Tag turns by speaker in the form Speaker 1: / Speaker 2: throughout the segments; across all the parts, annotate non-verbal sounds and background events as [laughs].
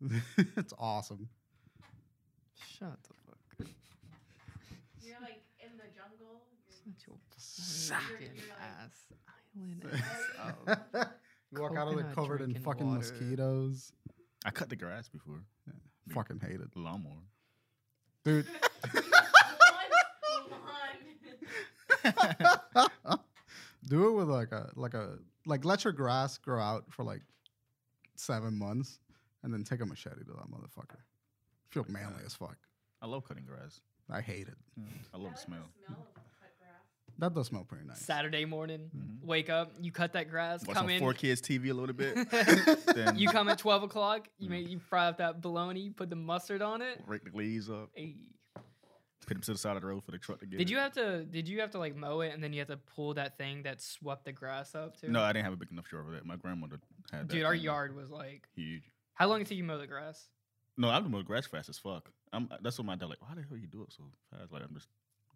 Speaker 1: [laughs] That's awesome.
Speaker 2: Shut the fuck up.
Speaker 3: [laughs] You're like in the jungle. You're
Speaker 2: Such a fucking [laughs] ass island.
Speaker 1: [laughs]
Speaker 2: Ass.
Speaker 3: [laughs] Oh.
Speaker 2: [laughs]
Speaker 1: you walk out of there
Speaker 2: Coconut
Speaker 1: covered in
Speaker 2: drinking
Speaker 1: fucking
Speaker 2: water.
Speaker 1: mosquitoes.
Speaker 4: I cut the grass before. Yeah.
Speaker 1: Fucking
Speaker 2: [laughs]
Speaker 1: hate it.
Speaker 4: Lawnmower.
Speaker 1: Dude.
Speaker 3: Move on.
Speaker 1: [laughs] Do it with like a like a like let your grass grow out for like seven months and then take a machete to that motherfucker. Feel manly as fuck.
Speaker 4: I love cutting grass.
Speaker 1: I hate it.
Speaker 4: Yeah,
Speaker 3: I
Speaker 4: I love
Speaker 3: like
Speaker 4: the smell.
Speaker 3: The smell of cut grass.
Speaker 1: That does smell
Speaker 2: Oh.
Speaker 1: pretty nice.
Speaker 2: Saturday morning,
Speaker 4: Mhm.
Speaker 2: wake up, you cut that grass,
Speaker 4: Watch
Speaker 2: come
Speaker 4: some
Speaker 2: in.
Speaker 4: four kids TV a
Speaker 2: [laughs]
Speaker 4: little bit. [laughs] then
Speaker 2: you come at 12 o'clock, you
Speaker 4: Mm.
Speaker 2: make you fry up that bologna, you put the mustard on it.
Speaker 4: rake the leaves up,
Speaker 2: Ay.
Speaker 4: put them to the side of the road for the truck to get.
Speaker 2: Did
Speaker 4: it.
Speaker 2: you have to did you have to like mow it and then you have to pull that thing that swept the grass up too?
Speaker 4: No, I didn't have a big enough yard for that. My grandmother had that.
Speaker 2: Dude, our
Speaker 4: thing, like,
Speaker 2: yard was like
Speaker 4: huge.
Speaker 2: how long did it take you mow the grass?
Speaker 4: No, I'm doing grass fast as fuck. I'm that's what my dad like. Why the hell you do it so fast? Like I'm just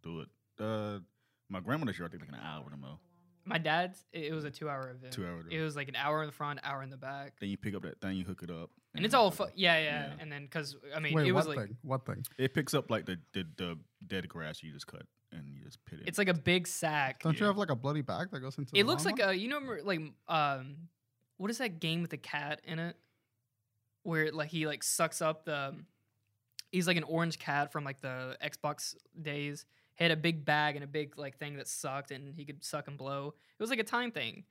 Speaker 4: do it. Uh, my grandmother's yard took like an hour to mow.
Speaker 2: My dad's it it was a two hour event.
Speaker 4: Two hour to-
Speaker 2: It was like an hour in the front, hour in the back.
Speaker 4: Then you pick up that thing, you hook it up,
Speaker 2: And it's all
Speaker 4: fuck.
Speaker 2: fu- yeah, yeah,
Speaker 4: Mm. Yeah.
Speaker 2: And then because I mean
Speaker 1: Wait,
Speaker 2: it was
Speaker 1: what
Speaker 2: like
Speaker 1: thing? What thing?
Speaker 4: It picks up like the, the the dead grass you just cut and you just pit it.
Speaker 2: it's like a big sack.
Speaker 1: Don't you
Speaker 4: Yeah.
Speaker 1: have like a bloody bag that goes into?
Speaker 2: It
Speaker 1: the
Speaker 2: looks like
Speaker 1: lawnmower?
Speaker 2: a you know remember, like um what is that game with the cat in it where like he like sucks up the he's like an orange cat from like the Xbox days. He had a big bag and a big like thing that sucked and he could suck and blow. It was like a time thing.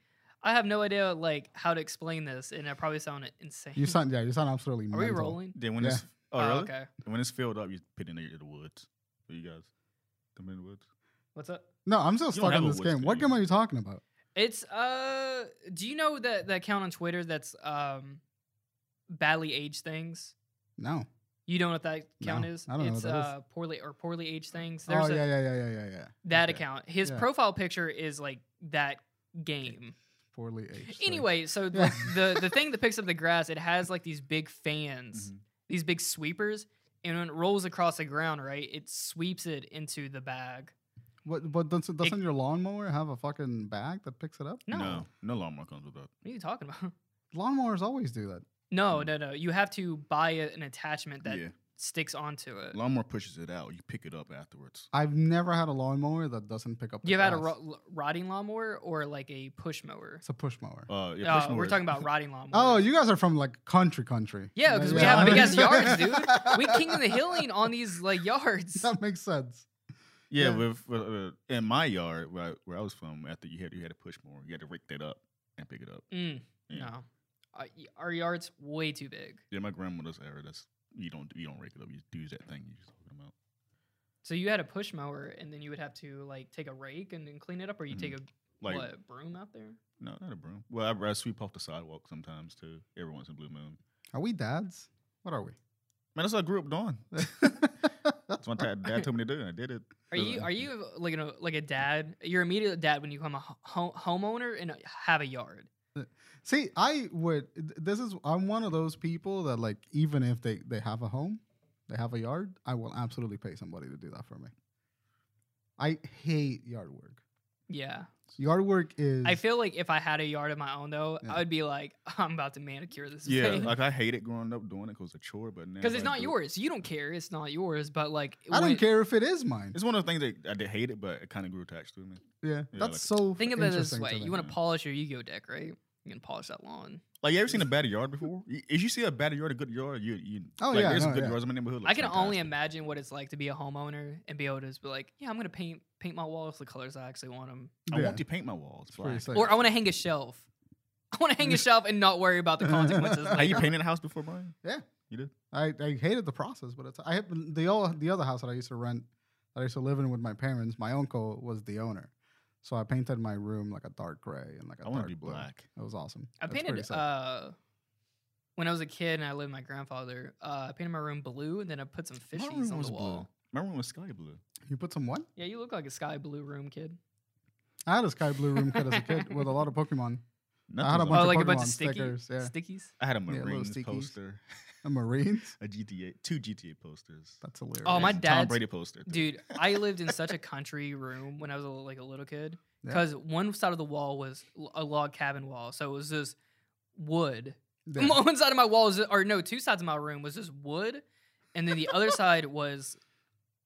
Speaker 2: I have no idea like how to explain this and I probably sound insane.
Speaker 1: You sound yeah. You sound absolutely.
Speaker 2: Are
Speaker 1: mental.
Speaker 2: we rolling?
Speaker 4: then when
Speaker 1: Yeah.
Speaker 4: it's oh, really?
Speaker 2: okay.
Speaker 4: When it's filled up, you pit in the, the woods. For you guys, come in the woods.
Speaker 2: What's up?
Speaker 1: No, I'm still
Speaker 4: You don't
Speaker 1: stuck
Speaker 4: have
Speaker 1: on
Speaker 4: a
Speaker 1: this
Speaker 4: woods,
Speaker 1: game.
Speaker 4: do
Speaker 1: What
Speaker 4: you?
Speaker 1: game are you talking about?
Speaker 2: It's uh do you know that the account on Twitter that's um badly aged things?
Speaker 1: No.
Speaker 2: You don't know what that account
Speaker 1: No,
Speaker 2: is?
Speaker 1: I don't know what
Speaker 2: it's
Speaker 1: that is.
Speaker 2: uh poorly or poorly aged things. There's
Speaker 1: oh
Speaker 2: a,
Speaker 1: yeah, yeah, yeah, yeah, yeah, yeah.
Speaker 2: that
Speaker 1: Okay.
Speaker 2: account. His
Speaker 1: Yeah.
Speaker 2: profile picture is like that game.
Speaker 1: Poorly aged. thing.
Speaker 2: Anyway, so
Speaker 1: Yeah.
Speaker 2: like, the the thing that picks up the grass, it has like these big fans,
Speaker 1: Mm-hmm.
Speaker 4: Mhm.
Speaker 2: these big sweepers, and when it rolls across the ground, right, it sweeps it into the bag.
Speaker 1: What? But doesn't, doesn't your lawnmower have a fucking bag that picks it up?
Speaker 2: No.
Speaker 4: no, no lawnmower comes with that.
Speaker 2: What are you talking about? [laughs]
Speaker 1: Lawnmowers always do that.
Speaker 2: No,
Speaker 4: Mm.
Speaker 2: no, no. You have to buy a, an attachment that
Speaker 4: yeah,
Speaker 2: sticks onto it.
Speaker 4: lawnmower pushes it out. You pick it up afterwards.
Speaker 1: I've never had a lawnmower that doesn't pick up. The
Speaker 2: You've had a
Speaker 1: grass.
Speaker 2: ro- riding lawnmower or like a push mower.
Speaker 1: It's a push mower.
Speaker 4: Uh, yeah,
Speaker 2: Uh,
Speaker 4: push
Speaker 2: we're
Speaker 4: mowers-
Speaker 2: talking about riding lawnmowers.
Speaker 1: Oh, you [laughs] guys are from like country, country.
Speaker 2: Yeah, 'cause we
Speaker 4: have
Speaker 1: [laughs]
Speaker 4: big-ass
Speaker 2: yards, dude. we king of the hilling on these like
Speaker 1: [laughs]
Speaker 2: yards.
Speaker 1: that makes sense.
Speaker 4: Yeah,
Speaker 1: Yeah.
Speaker 4: With, with, uh, in my yard where I, where I was from, after you had you had to push more, you had to rake that up and pick it up.
Speaker 2: Mm,
Speaker 4: Yeah.
Speaker 2: No, uh, y- our yard's way too big.
Speaker 4: Yeah, my grandmother's era. That's you don't you don't rake it up. You just do that thing you just talking about.
Speaker 2: So you had a push mower, and then you would have to like take a rake and then clean it up, or you
Speaker 4: Mhm.
Speaker 2: take a
Speaker 4: Like
Speaker 2: what, broom out there.
Speaker 4: no, not a broom. Well, I, I sweep off the sidewalk sometimes too. Every once in a blue moon.
Speaker 1: Are we dads? What are we?
Speaker 4: Man, that's what I grew up doing. [laughs]
Speaker 1: [laughs]
Speaker 4: That's what my dad, dad told me to do, and I did it.
Speaker 2: Are you are you like a like a dad? You're immediately a dad when you become a ho- homeowner and uh, have a yard.
Speaker 1: See, I would. th- This is. I'm one of those people that like, even if they they have a home, they have a yard, I will absolutely pay somebody to do that for me. I hate yard work.
Speaker 2: Yeah,
Speaker 1: Yard work is.
Speaker 2: I feel like if I had a yard of my own though,
Speaker 1: Yeah.
Speaker 2: I would be like, I'm about to manicure [laughs] this.
Speaker 4: Yeah,
Speaker 2: thing.
Speaker 4: like I hated growing up doing it because a chore, but now
Speaker 2: because
Speaker 4: I
Speaker 2: it's not
Speaker 4: do it.
Speaker 2: yours. You don't care. It's not yours. But like,
Speaker 1: I
Speaker 2: when-
Speaker 1: don't care if it is mine.
Speaker 4: It's one of the things that I did hate it, but it kind of grew attached to me.
Speaker 1: Yeah,
Speaker 4: Yeah,
Speaker 1: that's so.
Speaker 2: Think of it this way: you want
Speaker 4: yeah.
Speaker 2: to polish your Yu-Gi-Oh deck, right? You're gonna polish that lawn.
Speaker 4: Like, you ever seen a bad yard before? Y- If you see a bad yard, a good yard, you, you
Speaker 1: Oh,
Speaker 4: like,
Speaker 1: yeah,
Speaker 4: there's
Speaker 1: no,
Speaker 4: some good
Speaker 1: yeah.
Speaker 4: yards in my neighborhood.
Speaker 2: I
Speaker 4: like,
Speaker 2: can only
Speaker 4: fantastic.
Speaker 2: imagine what it's like to be a homeowner and be able to just be like, yeah, I'm gonna paint paint my walls the colors I actually want them,
Speaker 4: I want to paint my walls black.
Speaker 2: or I want to hang a shelf. I want to hang a shelf and not
Speaker 1: [laughs]
Speaker 2: worry about the consequences.
Speaker 4: Have you
Speaker 2: later.
Speaker 4: painted a house before, Brian?
Speaker 1: I, I hated the process, but it's I had- the o- the other house that I used to rent that I used to live in with my parents. My uncle was the owner, so I painted my room like a dark gray and like a
Speaker 4: I want
Speaker 1: dark
Speaker 4: to be
Speaker 1: blue.
Speaker 4: black.
Speaker 1: It was awesome.
Speaker 2: I
Speaker 1: That's pretty
Speaker 2: painted
Speaker 1: sick.
Speaker 2: uh, when I was a kid and I lived with my grandfather. Uh, I painted my room blue and then I put some
Speaker 4: My
Speaker 2: fishies
Speaker 4: room
Speaker 2: on
Speaker 4: was
Speaker 2: the wall.
Speaker 4: blue. My room was sky blue.
Speaker 1: you put some what?
Speaker 2: Yeah, you look like a sky blue room kid.
Speaker 1: I had a sky blue room kit as a kid with a lot of
Speaker 4: [laughs]
Speaker 1: Pokemon. I had a bunch
Speaker 4: Nothing's
Speaker 2: oh,
Speaker 1: of
Speaker 2: like a
Speaker 1: Pokemon
Speaker 2: bunch of sticky
Speaker 1: stickers, yeah.
Speaker 2: stickies.
Speaker 4: I had a
Speaker 1: little
Speaker 4: Marines
Speaker 1: stickies.
Speaker 4: poster,
Speaker 1: And Marines.
Speaker 4: a GTA, two GTA posters.
Speaker 1: That's hilarious.
Speaker 2: Oh, my
Speaker 4: There's a Tom
Speaker 2: dad's-
Speaker 4: Brady poster. too.
Speaker 2: Dude, I lived in such a country room when I was a, like a little kid
Speaker 1: Yeah.
Speaker 2: because one side of the wall was l- a log cabin wall, so it was just wood [laughs]
Speaker 1: Yeah.
Speaker 2: One side of my wall was, or no, two sides of my room was just wood, and then the other side was,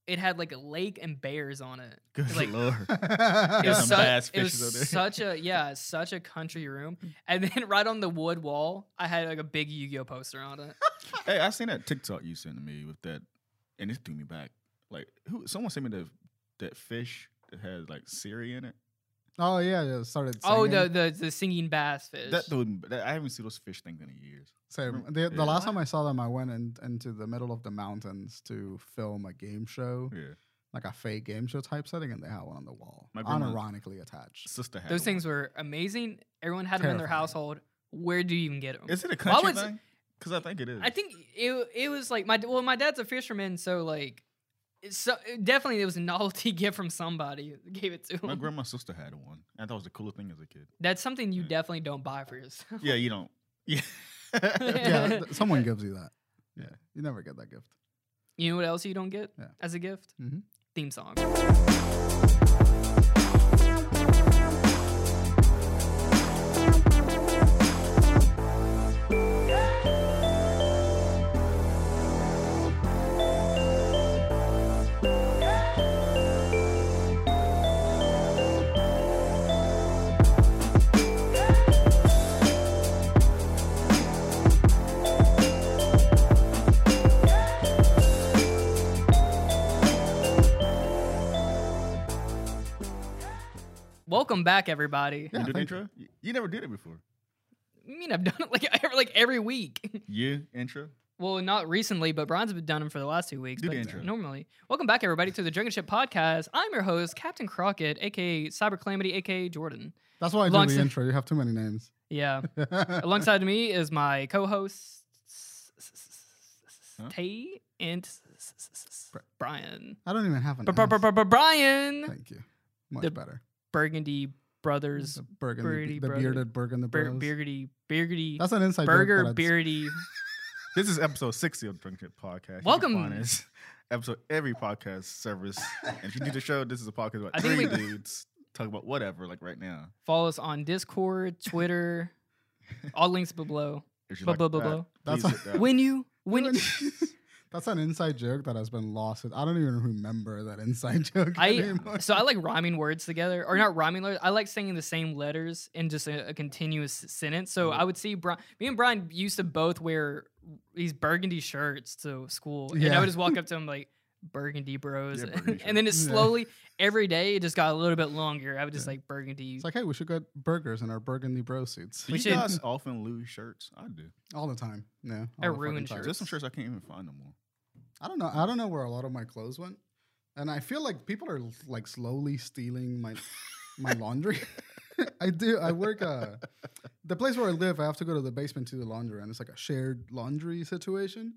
Speaker 2: it had like a lake and bears on
Speaker 4: [laughs]
Speaker 2: it.
Speaker 4: Good
Speaker 2: Like-
Speaker 1: [laughs]
Speaker 4: lord.
Speaker 2: It was,
Speaker 4: some
Speaker 2: su-
Speaker 4: bass
Speaker 2: it was
Speaker 4: fishes over Hmm.
Speaker 2: [laughs]
Speaker 4: there.
Speaker 2: such a yeah, such a country room. And then [laughs] right on the wood wall, I had like a big Yu-Gi-Oh poster on
Speaker 4: [laughs]
Speaker 2: it.
Speaker 4: Hey, I seen that TikTok you sent to me with that, and it threw me back. Like, who? Someone sent me the that fish that has like Siri in it.
Speaker 1: oh yeah, yeah. Started.
Speaker 2: oh, the,
Speaker 1: singing.
Speaker 2: the the singing bass fish.
Speaker 4: That, dude, that I haven't seen those fish things in years.
Speaker 1: Same.
Speaker 4: Mm,
Speaker 1: The,
Speaker 4: yeah.
Speaker 1: the last time I saw them, I went in, into the middle of the mountains to film a game show,
Speaker 4: Yeah,
Speaker 1: like a fake game show type setting, and they had one on the wall,
Speaker 4: My grandma-
Speaker 1: unironically
Speaker 2: [laughs]
Speaker 1: attached.
Speaker 4: sister had
Speaker 2: Those
Speaker 4: one.
Speaker 2: things were amazing. Everyone had them in their
Speaker 1: Terrifying.
Speaker 2: household. Where do you even get them?
Speaker 4: Is it a country
Speaker 2: would-
Speaker 4: thing? Because I think it is.
Speaker 2: I think it it was like my well, my dad's a fisherman, so like, it's so definitely it was a novelty [laughs] gift from somebody that gave it to him.
Speaker 4: my grandma's sister had one. I thought it was the coolest thing as
Speaker 2: [laughs]
Speaker 4: a kid.
Speaker 2: That's something you
Speaker 4: Yeah.
Speaker 2: definitely don't buy for yourself.
Speaker 4: Yeah, you don't. Yeah.
Speaker 1: [laughs] yeah, th- someone gives you that. Yeah, you never get that gift.
Speaker 2: [laughs] You know what else you don't get
Speaker 1: Yeah.
Speaker 2: as a gift?
Speaker 1: Mhm.
Speaker 2: Theme song. Welcome back, everybody.
Speaker 1: Yeah,
Speaker 4: you do the
Speaker 1: thank
Speaker 4: intro? You, you never did it before.
Speaker 2: I mean, I've done it like [laughs] every, like every week.
Speaker 4: Yeah, intro.
Speaker 2: Well, not recently, but Brian's been done them for the last two weeks.
Speaker 4: Do
Speaker 2: but
Speaker 4: the intro.
Speaker 2: Normally, welcome back, everybody, to the Dragon Ship Podcast. I'm your host, Captain Crockett, aka Cyber Calamity, aka Jordan.
Speaker 1: That's why I do
Speaker 2: Long
Speaker 1: the
Speaker 2: sen-
Speaker 1: intro. You have too many names.
Speaker 2: Yeah. Alongside me is my co-host
Speaker 4: Huh?
Speaker 2: Tay and s- s- s- s-
Speaker 1: Bri-
Speaker 2: Brian.
Speaker 1: [laughs] I don't even have an.
Speaker 2: Br- br-
Speaker 1: S.
Speaker 2: br- br- br- Brian
Speaker 1: Thank you. Much
Speaker 2: The
Speaker 1: better.
Speaker 2: Burgundy Brothers
Speaker 1: The burgundy,
Speaker 2: Birdie
Speaker 1: the
Speaker 2: Brother-
Speaker 1: bearded burgundy
Speaker 2: Bur-
Speaker 1: bros.
Speaker 2: Burgundy Burgundy
Speaker 1: That's an inside joke that I
Speaker 2: Burger
Speaker 1: just- [laughs]
Speaker 2: Beardy.
Speaker 4: This is episode 60 of Drink It Podcast. You can
Speaker 2: Welcome.
Speaker 4: find us Episode every podcast service. And if you do the show, this is a podcast about
Speaker 2: I think
Speaker 4: three
Speaker 2: we-
Speaker 4: dudes talking about whatever, like right now.
Speaker 2: Follow us on Discord, Twitter, all links below.
Speaker 4: If you
Speaker 2: Blah,
Speaker 4: like
Speaker 2: blah, blah,
Speaker 4: that,
Speaker 2: blah.
Speaker 4: please
Speaker 1: That's-
Speaker 4: hit that.
Speaker 2: When you when you-
Speaker 1: [laughs] That's an inside joke that has been lost. I don't even remember that inside [laughs] joke
Speaker 2: I [laughs]
Speaker 1: anymore.
Speaker 2: so I like rhyming words together, or not rhyming words. I like saying the same letters in just a, a continuous sentence. So I would see Brian. Me and Brian used to both wear these burgundy shirts to school, and I
Speaker 1: Yeah.
Speaker 2: would
Speaker 1: [laughs]
Speaker 2: just walk up to him like burgundy bros,
Speaker 4: Yeah, burgundy
Speaker 2: and then it
Speaker 1: shirt. Yeah.
Speaker 2: slowly every day it just got a little bit longer. I would just
Speaker 1: Yeah.
Speaker 2: like burgundy.
Speaker 1: It's like, hey, we should get burgers in our burgundy bro suits
Speaker 4: Do
Speaker 2: We
Speaker 4: you
Speaker 2: should-
Speaker 4: guys often lose shirts? I do.
Speaker 1: [laughs] all the time. No, all
Speaker 2: I
Speaker 1: the fucking
Speaker 2: ruined
Speaker 1: time.
Speaker 4: There's some
Speaker 2: Shirts.
Speaker 4: shirts I can't even find no more.
Speaker 1: I don't know. I don't know where a lot of my clothes went, and I feel like people are like slowly stealing my
Speaker 2: [laughs]
Speaker 1: my laundry. [laughs] I do. I work uh the place where I live. I have to go to the basement to do laundry, and it's like a shared laundry situation.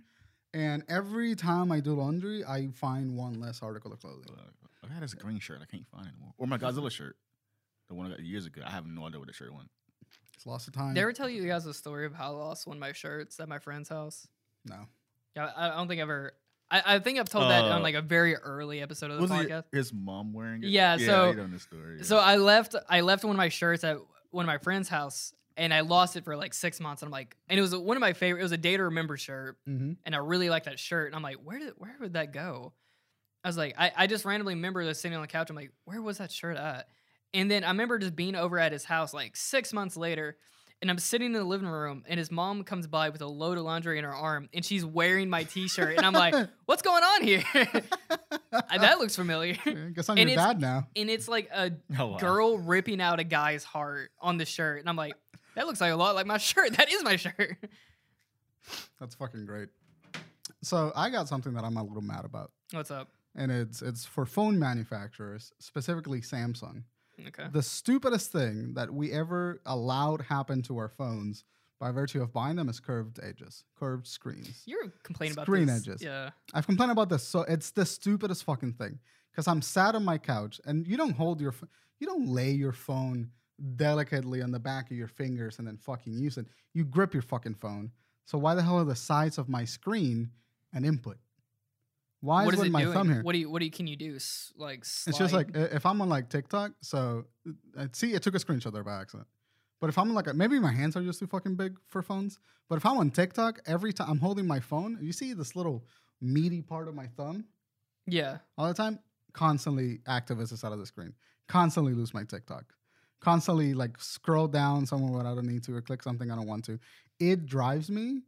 Speaker 1: And every time I do laundry, I find one less article of clothing.
Speaker 4: Like, I had this green shirt I can't find it anymore. Or my Godzilla shirt. The one I got years ago. I have no idea what the shirt went.
Speaker 1: It's lost of time.
Speaker 2: Did I ever tell you guys the story of how I lost one of my shirts at my friend's house?
Speaker 1: no.
Speaker 2: Yeah, I I don't think I've ever. I, I think I've told that on
Speaker 4: Uh,
Speaker 2: like a very early episode of the
Speaker 4: Was
Speaker 2: podcast.
Speaker 4: it his mom wearing it?
Speaker 2: Yeah, so-
Speaker 4: you know the story.
Speaker 2: So uh,
Speaker 4: [laughs] yeah.
Speaker 2: I left I left one of my shirts at one of my friend's house and I lost it for like six months. And I'm like, and it was one of my favorite. It was a day to remember shirt,
Speaker 1: Mm-hmm.
Speaker 2: and I really liked that shirt. And I'm like, where did where would that go? I was like, I, I just randomly remember this sitting on the couch. I'm like, where was that shirt at? And then I remember just being over at his house like six months later, and I'm sitting in the living room, and his mom comes by with a load of laundry in her arm, and she's wearing my T-shirt, and I'm like, what's going on here? [laughs] that looks familiar. [laughs]
Speaker 1: I guess I'm
Speaker 2: And
Speaker 1: your
Speaker 2: it's-
Speaker 1: dad now.
Speaker 2: And it's like a
Speaker 4: Oh, wow.
Speaker 2: girl ripping out a guy's heart on the shirt, and I'm like, that looks like a lot like my [laughs] shirt. That is my shirt. [laughs]
Speaker 1: That's fucking great. So I got something that I'm a little mad about,
Speaker 2: What's up?
Speaker 1: and it's it's for phone manufacturers, specifically Samsung.
Speaker 2: Okay.
Speaker 1: The stupidest thing that we ever allowed happen to our phones by virtue of buying them is curved edges, curved screens.
Speaker 2: You're complaining about
Speaker 1: Screen
Speaker 2: this.
Speaker 1: edges.
Speaker 2: Yeah.
Speaker 1: I've complained about this, so it's the stupidest fucking thing. Because I'm sat on my couch, and you don't hold your, ph- you don't lay your phone delicately on the back of your fingers and then fucking use it. You grip your fucking phone. So why the hell are the sides of my screen an input? Why
Speaker 2: what is
Speaker 1: is
Speaker 2: it
Speaker 1: with my
Speaker 2: doing?
Speaker 1: thumb here?
Speaker 2: What do you? What do you? Can you do? S- Like. Slide?
Speaker 1: It's just like i- if I'm on like TikTok, so uh, see, I took a screenshot there by accident. But if I'm like, maybe my hands are just too fucking big for phones. But if I'm on TikTok, every time I'm holding my phone, you see this little meaty part of my thumb
Speaker 2: Yeah.
Speaker 1: all the time. Constantly activists out of the screen. Constantly lose my TikTok. Constantly like scroll down somewhere what I don't need to or click something I don't want to. It drives me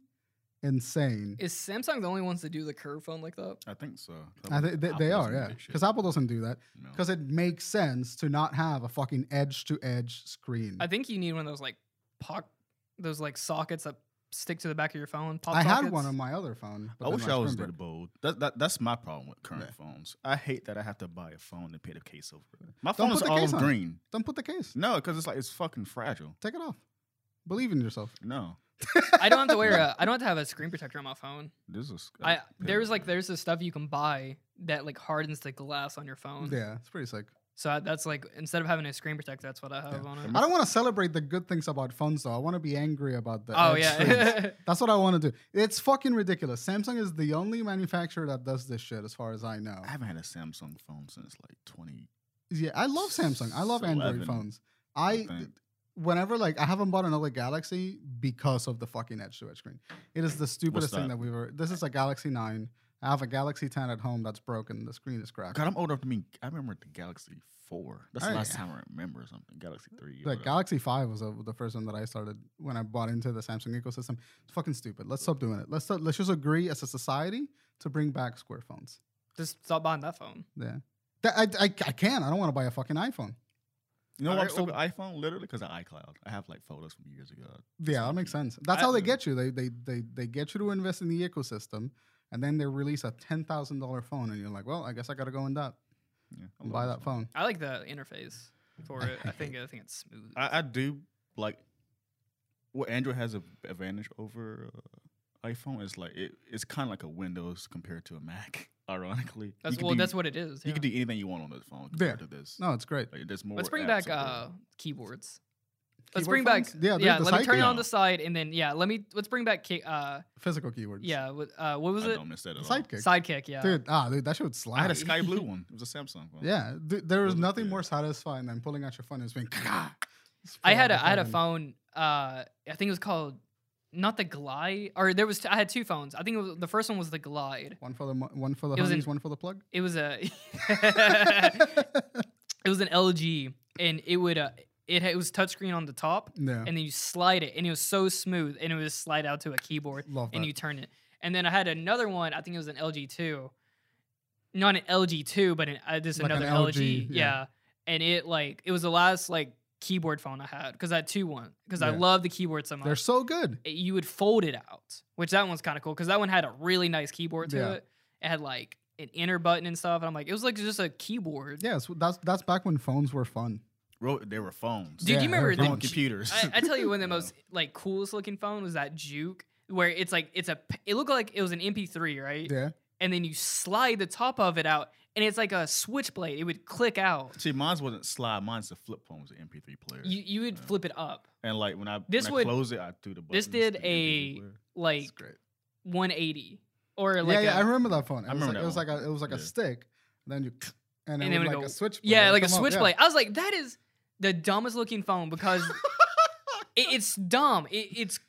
Speaker 1: insane.
Speaker 2: Is Samsung the only ones that do the curve phone like that?
Speaker 4: I think so. 'Cause
Speaker 1: I
Speaker 4: I'm-
Speaker 1: thi- they, they
Speaker 4: Apple
Speaker 1: are,
Speaker 4: doesn't
Speaker 1: yeah.
Speaker 4: do shit.
Speaker 1: Because Apple doesn't do that.
Speaker 4: No.
Speaker 1: Because it makes sense to not have a fucking edge to edge screen.
Speaker 2: I think you need one of those like pock, those like sockets that stick to the back of your phone. Pop
Speaker 1: I had
Speaker 2: sockets. [laughs]
Speaker 1: one on my other phone. but
Speaker 4: I
Speaker 1: then
Speaker 4: wish
Speaker 1: my
Speaker 4: I was
Speaker 1: screen
Speaker 4: that
Speaker 1: broke.
Speaker 4: bold. That, that that's my problem with current
Speaker 1: Yeah.
Speaker 4: phones. I hate that I have to buy a phone and pay the case over. it. My
Speaker 1: Don't
Speaker 4: phone is
Speaker 1: put the case
Speaker 4: all
Speaker 1: on it.
Speaker 4: green.
Speaker 1: Don't put the case.
Speaker 4: No, because it's like it's fucking fragile.
Speaker 1: Take it off. Believe in yourself.
Speaker 4: No,
Speaker 2: I don't have to wear
Speaker 1: [laughs]
Speaker 2: a. I don't have to have a screen protector on my phone.
Speaker 4: this is.
Speaker 2: I there's like there's this stuff you can buy that like hardens the glass on your phone.
Speaker 1: Yeah, it's pretty sick.
Speaker 2: So I, that's like instead of having a screen protector, that's what I have
Speaker 1: Yeah.
Speaker 2: on
Speaker 4: I'm
Speaker 2: it.
Speaker 1: I don't want to celebrate the good things about phones though. I want to be angry about the.
Speaker 2: Oh
Speaker 1: edge
Speaker 2: [laughs]
Speaker 1: screens.
Speaker 2: yeah.
Speaker 1: That's what I want to do. It's fucking ridiculous. Samsung is the only manufacturer that does this shit, as far as I know.
Speaker 4: I haven't had a Samsung phone since like 20.
Speaker 1: Yeah, I love Samsung. I love Android
Speaker 4: 11,
Speaker 1: phones.
Speaker 4: I
Speaker 1: I,
Speaker 4: think.
Speaker 1: whenever like I haven't bought another Galaxy because of the fucking edge to edge screen. It is the stupidest thing
Speaker 4: that?
Speaker 1: that we've ever. This is a Galaxy Nine. I have a Galaxy Ten at home that's broken. The screen is cracked.
Speaker 4: God, I'm old enough to mean I remember the Galaxy Four. That's the
Speaker 1: Alright.
Speaker 4: last time I remember something. Galaxy Three. or
Speaker 1: Like
Speaker 4: whatever.
Speaker 1: Galaxy Five was uh the first one that I started when I bought into the Samsung ecosystem. It's fucking stupid. Let's stop doing it. Let's stop, let's just agree as a society to bring back square phones.
Speaker 2: Just stop buying that phone.
Speaker 1: Yeah, that, I, I I can. I don't want to buy a fucking iPhone.
Speaker 4: You know why I'm
Speaker 2: Alright,
Speaker 4: still with iPhone? Literally because of iCloud. I have like photos from years ago.
Speaker 1: Yeah, that makes sense. That's
Speaker 4: I-
Speaker 1: how they get you. They they they they get you to invest in the ecosystem, and then they release a ten thousand dollar phone, and you're like, well, I guess I got to go in that
Speaker 4: Yeah, I
Speaker 1: and
Speaker 4: love
Speaker 1: buy
Speaker 4: this
Speaker 1: that phone.
Speaker 2: I like the interface for
Speaker 1: I-
Speaker 2: it. I
Speaker 1: I
Speaker 2: think I think it's smooth.
Speaker 4: I, I do like what Android has an advantage over uh, iPhone is like it, it's kind of like a Windows compared to a Mac. [laughs] Ironically,
Speaker 2: that's
Speaker 4: You can
Speaker 2: well,
Speaker 4: do-
Speaker 2: that's what it is.
Speaker 4: you
Speaker 2: yeah.
Speaker 4: can do anything you want on this phone compared
Speaker 1: Yeah.
Speaker 4: to this.
Speaker 1: No, it's great.
Speaker 4: Like, there's more.
Speaker 2: Let's bring
Speaker 4: apps
Speaker 2: back
Speaker 4: out
Speaker 2: uh, keyboards. Let's
Speaker 1: Keyboard
Speaker 2: bring back
Speaker 1: phones? Yeah, dude,
Speaker 2: yeah.
Speaker 1: the
Speaker 2: Let me
Speaker 1: side
Speaker 2: turn it on
Speaker 4: key-
Speaker 2: the side and then yeah. Let me let's bring back ki- uh
Speaker 1: Physical keywords.
Speaker 2: yeah. What uh, what
Speaker 4: there.
Speaker 2: was
Speaker 4: I
Speaker 2: it?
Speaker 4: don't miss that at all.
Speaker 1: Sidekick.
Speaker 2: Sidekick. Yeah.
Speaker 1: Dude, ah, dude, that shit would slide.
Speaker 2: [laughs]
Speaker 4: I had a sky blue one. It was a Samsung phone.
Speaker 1: Yeah, th- there was
Speaker 4: Those are
Speaker 1: nothing
Speaker 4: good.
Speaker 1: more satisfying than pulling out your phone and just being. Just
Speaker 2: I
Speaker 1: pull
Speaker 2: had
Speaker 1: out
Speaker 2: a
Speaker 1: the
Speaker 2: I had a
Speaker 1: fucking-
Speaker 2: phone. Uh, I think it was called not the Glide or there was t- I had two phones. I think it was, the first one was the Glide.
Speaker 1: One for the mo- one for the
Speaker 2: It was in-
Speaker 1: homies, one for the
Speaker 2: [laughs]
Speaker 1: plug. [laughs]
Speaker 2: It was a it was an LG and it would uh, it ha- it was touchscreen on the top
Speaker 1: yeah,
Speaker 2: and then you slide it and it was so smooth and it would slide out to a keyboard
Speaker 1: love that.
Speaker 2: and you turn it. And then I had another one. I think it was an LG two, not an LG two, but an, uh, just
Speaker 1: Like an
Speaker 2: another
Speaker 1: LG,
Speaker 2: LG.
Speaker 1: yeah.
Speaker 2: Yeah. and it like it was the last like keyboard phone I had because I had two one because I
Speaker 1: Yeah.
Speaker 2: love the keyboard so much.
Speaker 1: They're so good.
Speaker 2: It- you would fold it out, which that one's kind of cool because that one had a really nice keyboard to
Speaker 1: Yeah.
Speaker 2: it. It had like an inner button and stuff, and I'm like, it was like just a keyboard.
Speaker 1: Yeah, so that's that's back when phones were fun.
Speaker 4: Ro- they were phones.
Speaker 2: Dude,
Speaker 1: Yeah, they
Speaker 2: you
Speaker 1: were
Speaker 2: remember
Speaker 4: they
Speaker 2: the
Speaker 4: weren't computers.
Speaker 2: I, I tell you,
Speaker 1: [laughs]
Speaker 2: one of the
Speaker 4: No.
Speaker 2: most like coolest looking phone was that Juke, where it's like it's a p- it looked like it was an MP3, right?
Speaker 1: Yeah,
Speaker 2: and then you slide the top of it out, and it's like a switchblade. It would click out.
Speaker 4: [laughs] See, mine's wasn't slide. Mine's a flip phone. It was an MP3 player.
Speaker 2: You you would
Speaker 4: Yeah.
Speaker 2: flip it up
Speaker 4: and like when I
Speaker 2: This
Speaker 4: when
Speaker 2: would-
Speaker 4: I close it, I threw the.
Speaker 2: this
Speaker 4: buttons
Speaker 2: did
Speaker 4: to the MP3
Speaker 2: a-
Speaker 4: player.
Speaker 2: like
Speaker 1: it's great.
Speaker 2: 180 or like
Speaker 1: yeah, yeah,
Speaker 2: a-
Speaker 1: I remember that phone. It
Speaker 4: I
Speaker 1: was
Speaker 4: remember
Speaker 1: like, it was
Speaker 4: that
Speaker 1: like
Speaker 4: one.
Speaker 1: a it was like a
Speaker 4: Yeah.
Speaker 1: stick, then you and,
Speaker 2: And
Speaker 1: it
Speaker 2: then
Speaker 1: would
Speaker 2: it
Speaker 1: like
Speaker 2: would
Speaker 1: a
Speaker 2: go-
Speaker 1: switch.
Speaker 2: yeah, like a
Speaker 1: switchblade.
Speaker 2: switchblade. I was like, that is the dumbest looking
Speaker 1: [laughs]
Speaker 2: phone because it, it's dumb. It, it's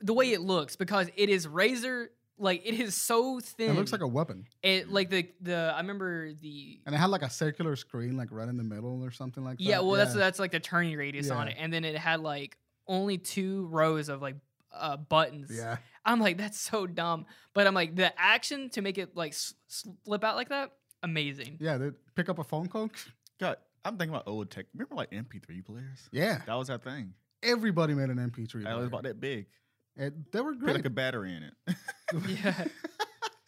Speaker 2: the way it looks because it is razor like it is so thin.
Speaker 1: It looks like a weapon,
Speaker 2: it like the the I remember the
Speaker 1: and it had like a circular screen, like right in the middle or something like that.
Speaker 2: yeah well that's that's like the turning radius on
Speaker 1: Yeah.
Speaker 2: it, and then it had like only two rows of like uh, buttons.
Speaker 1: yeah.
Speaker 2: I'm like, that's so dumb. But I'm like, the action to make it like s- slip out like that, amazing.
Speaker 1: Yeah, they pick up a phone call.
Speaker 4: God, I'm thinking about old tech. Remember like MP3 players?
Speaker 1: Yeah,
Speaker 4: That was our thing.
Speaker 1: everybody made an MP3.
Speaker 4: That was
Speaker 1: player.
Speaker 4: about that big.
Speaker 1: It- they were
Speaker 4: Put
Speaker 1: great.
Speaker 4: like a battery in it,
Speaker 2: [laughs]
Speaker 4: [laughs]
Speaker 2: Yeah.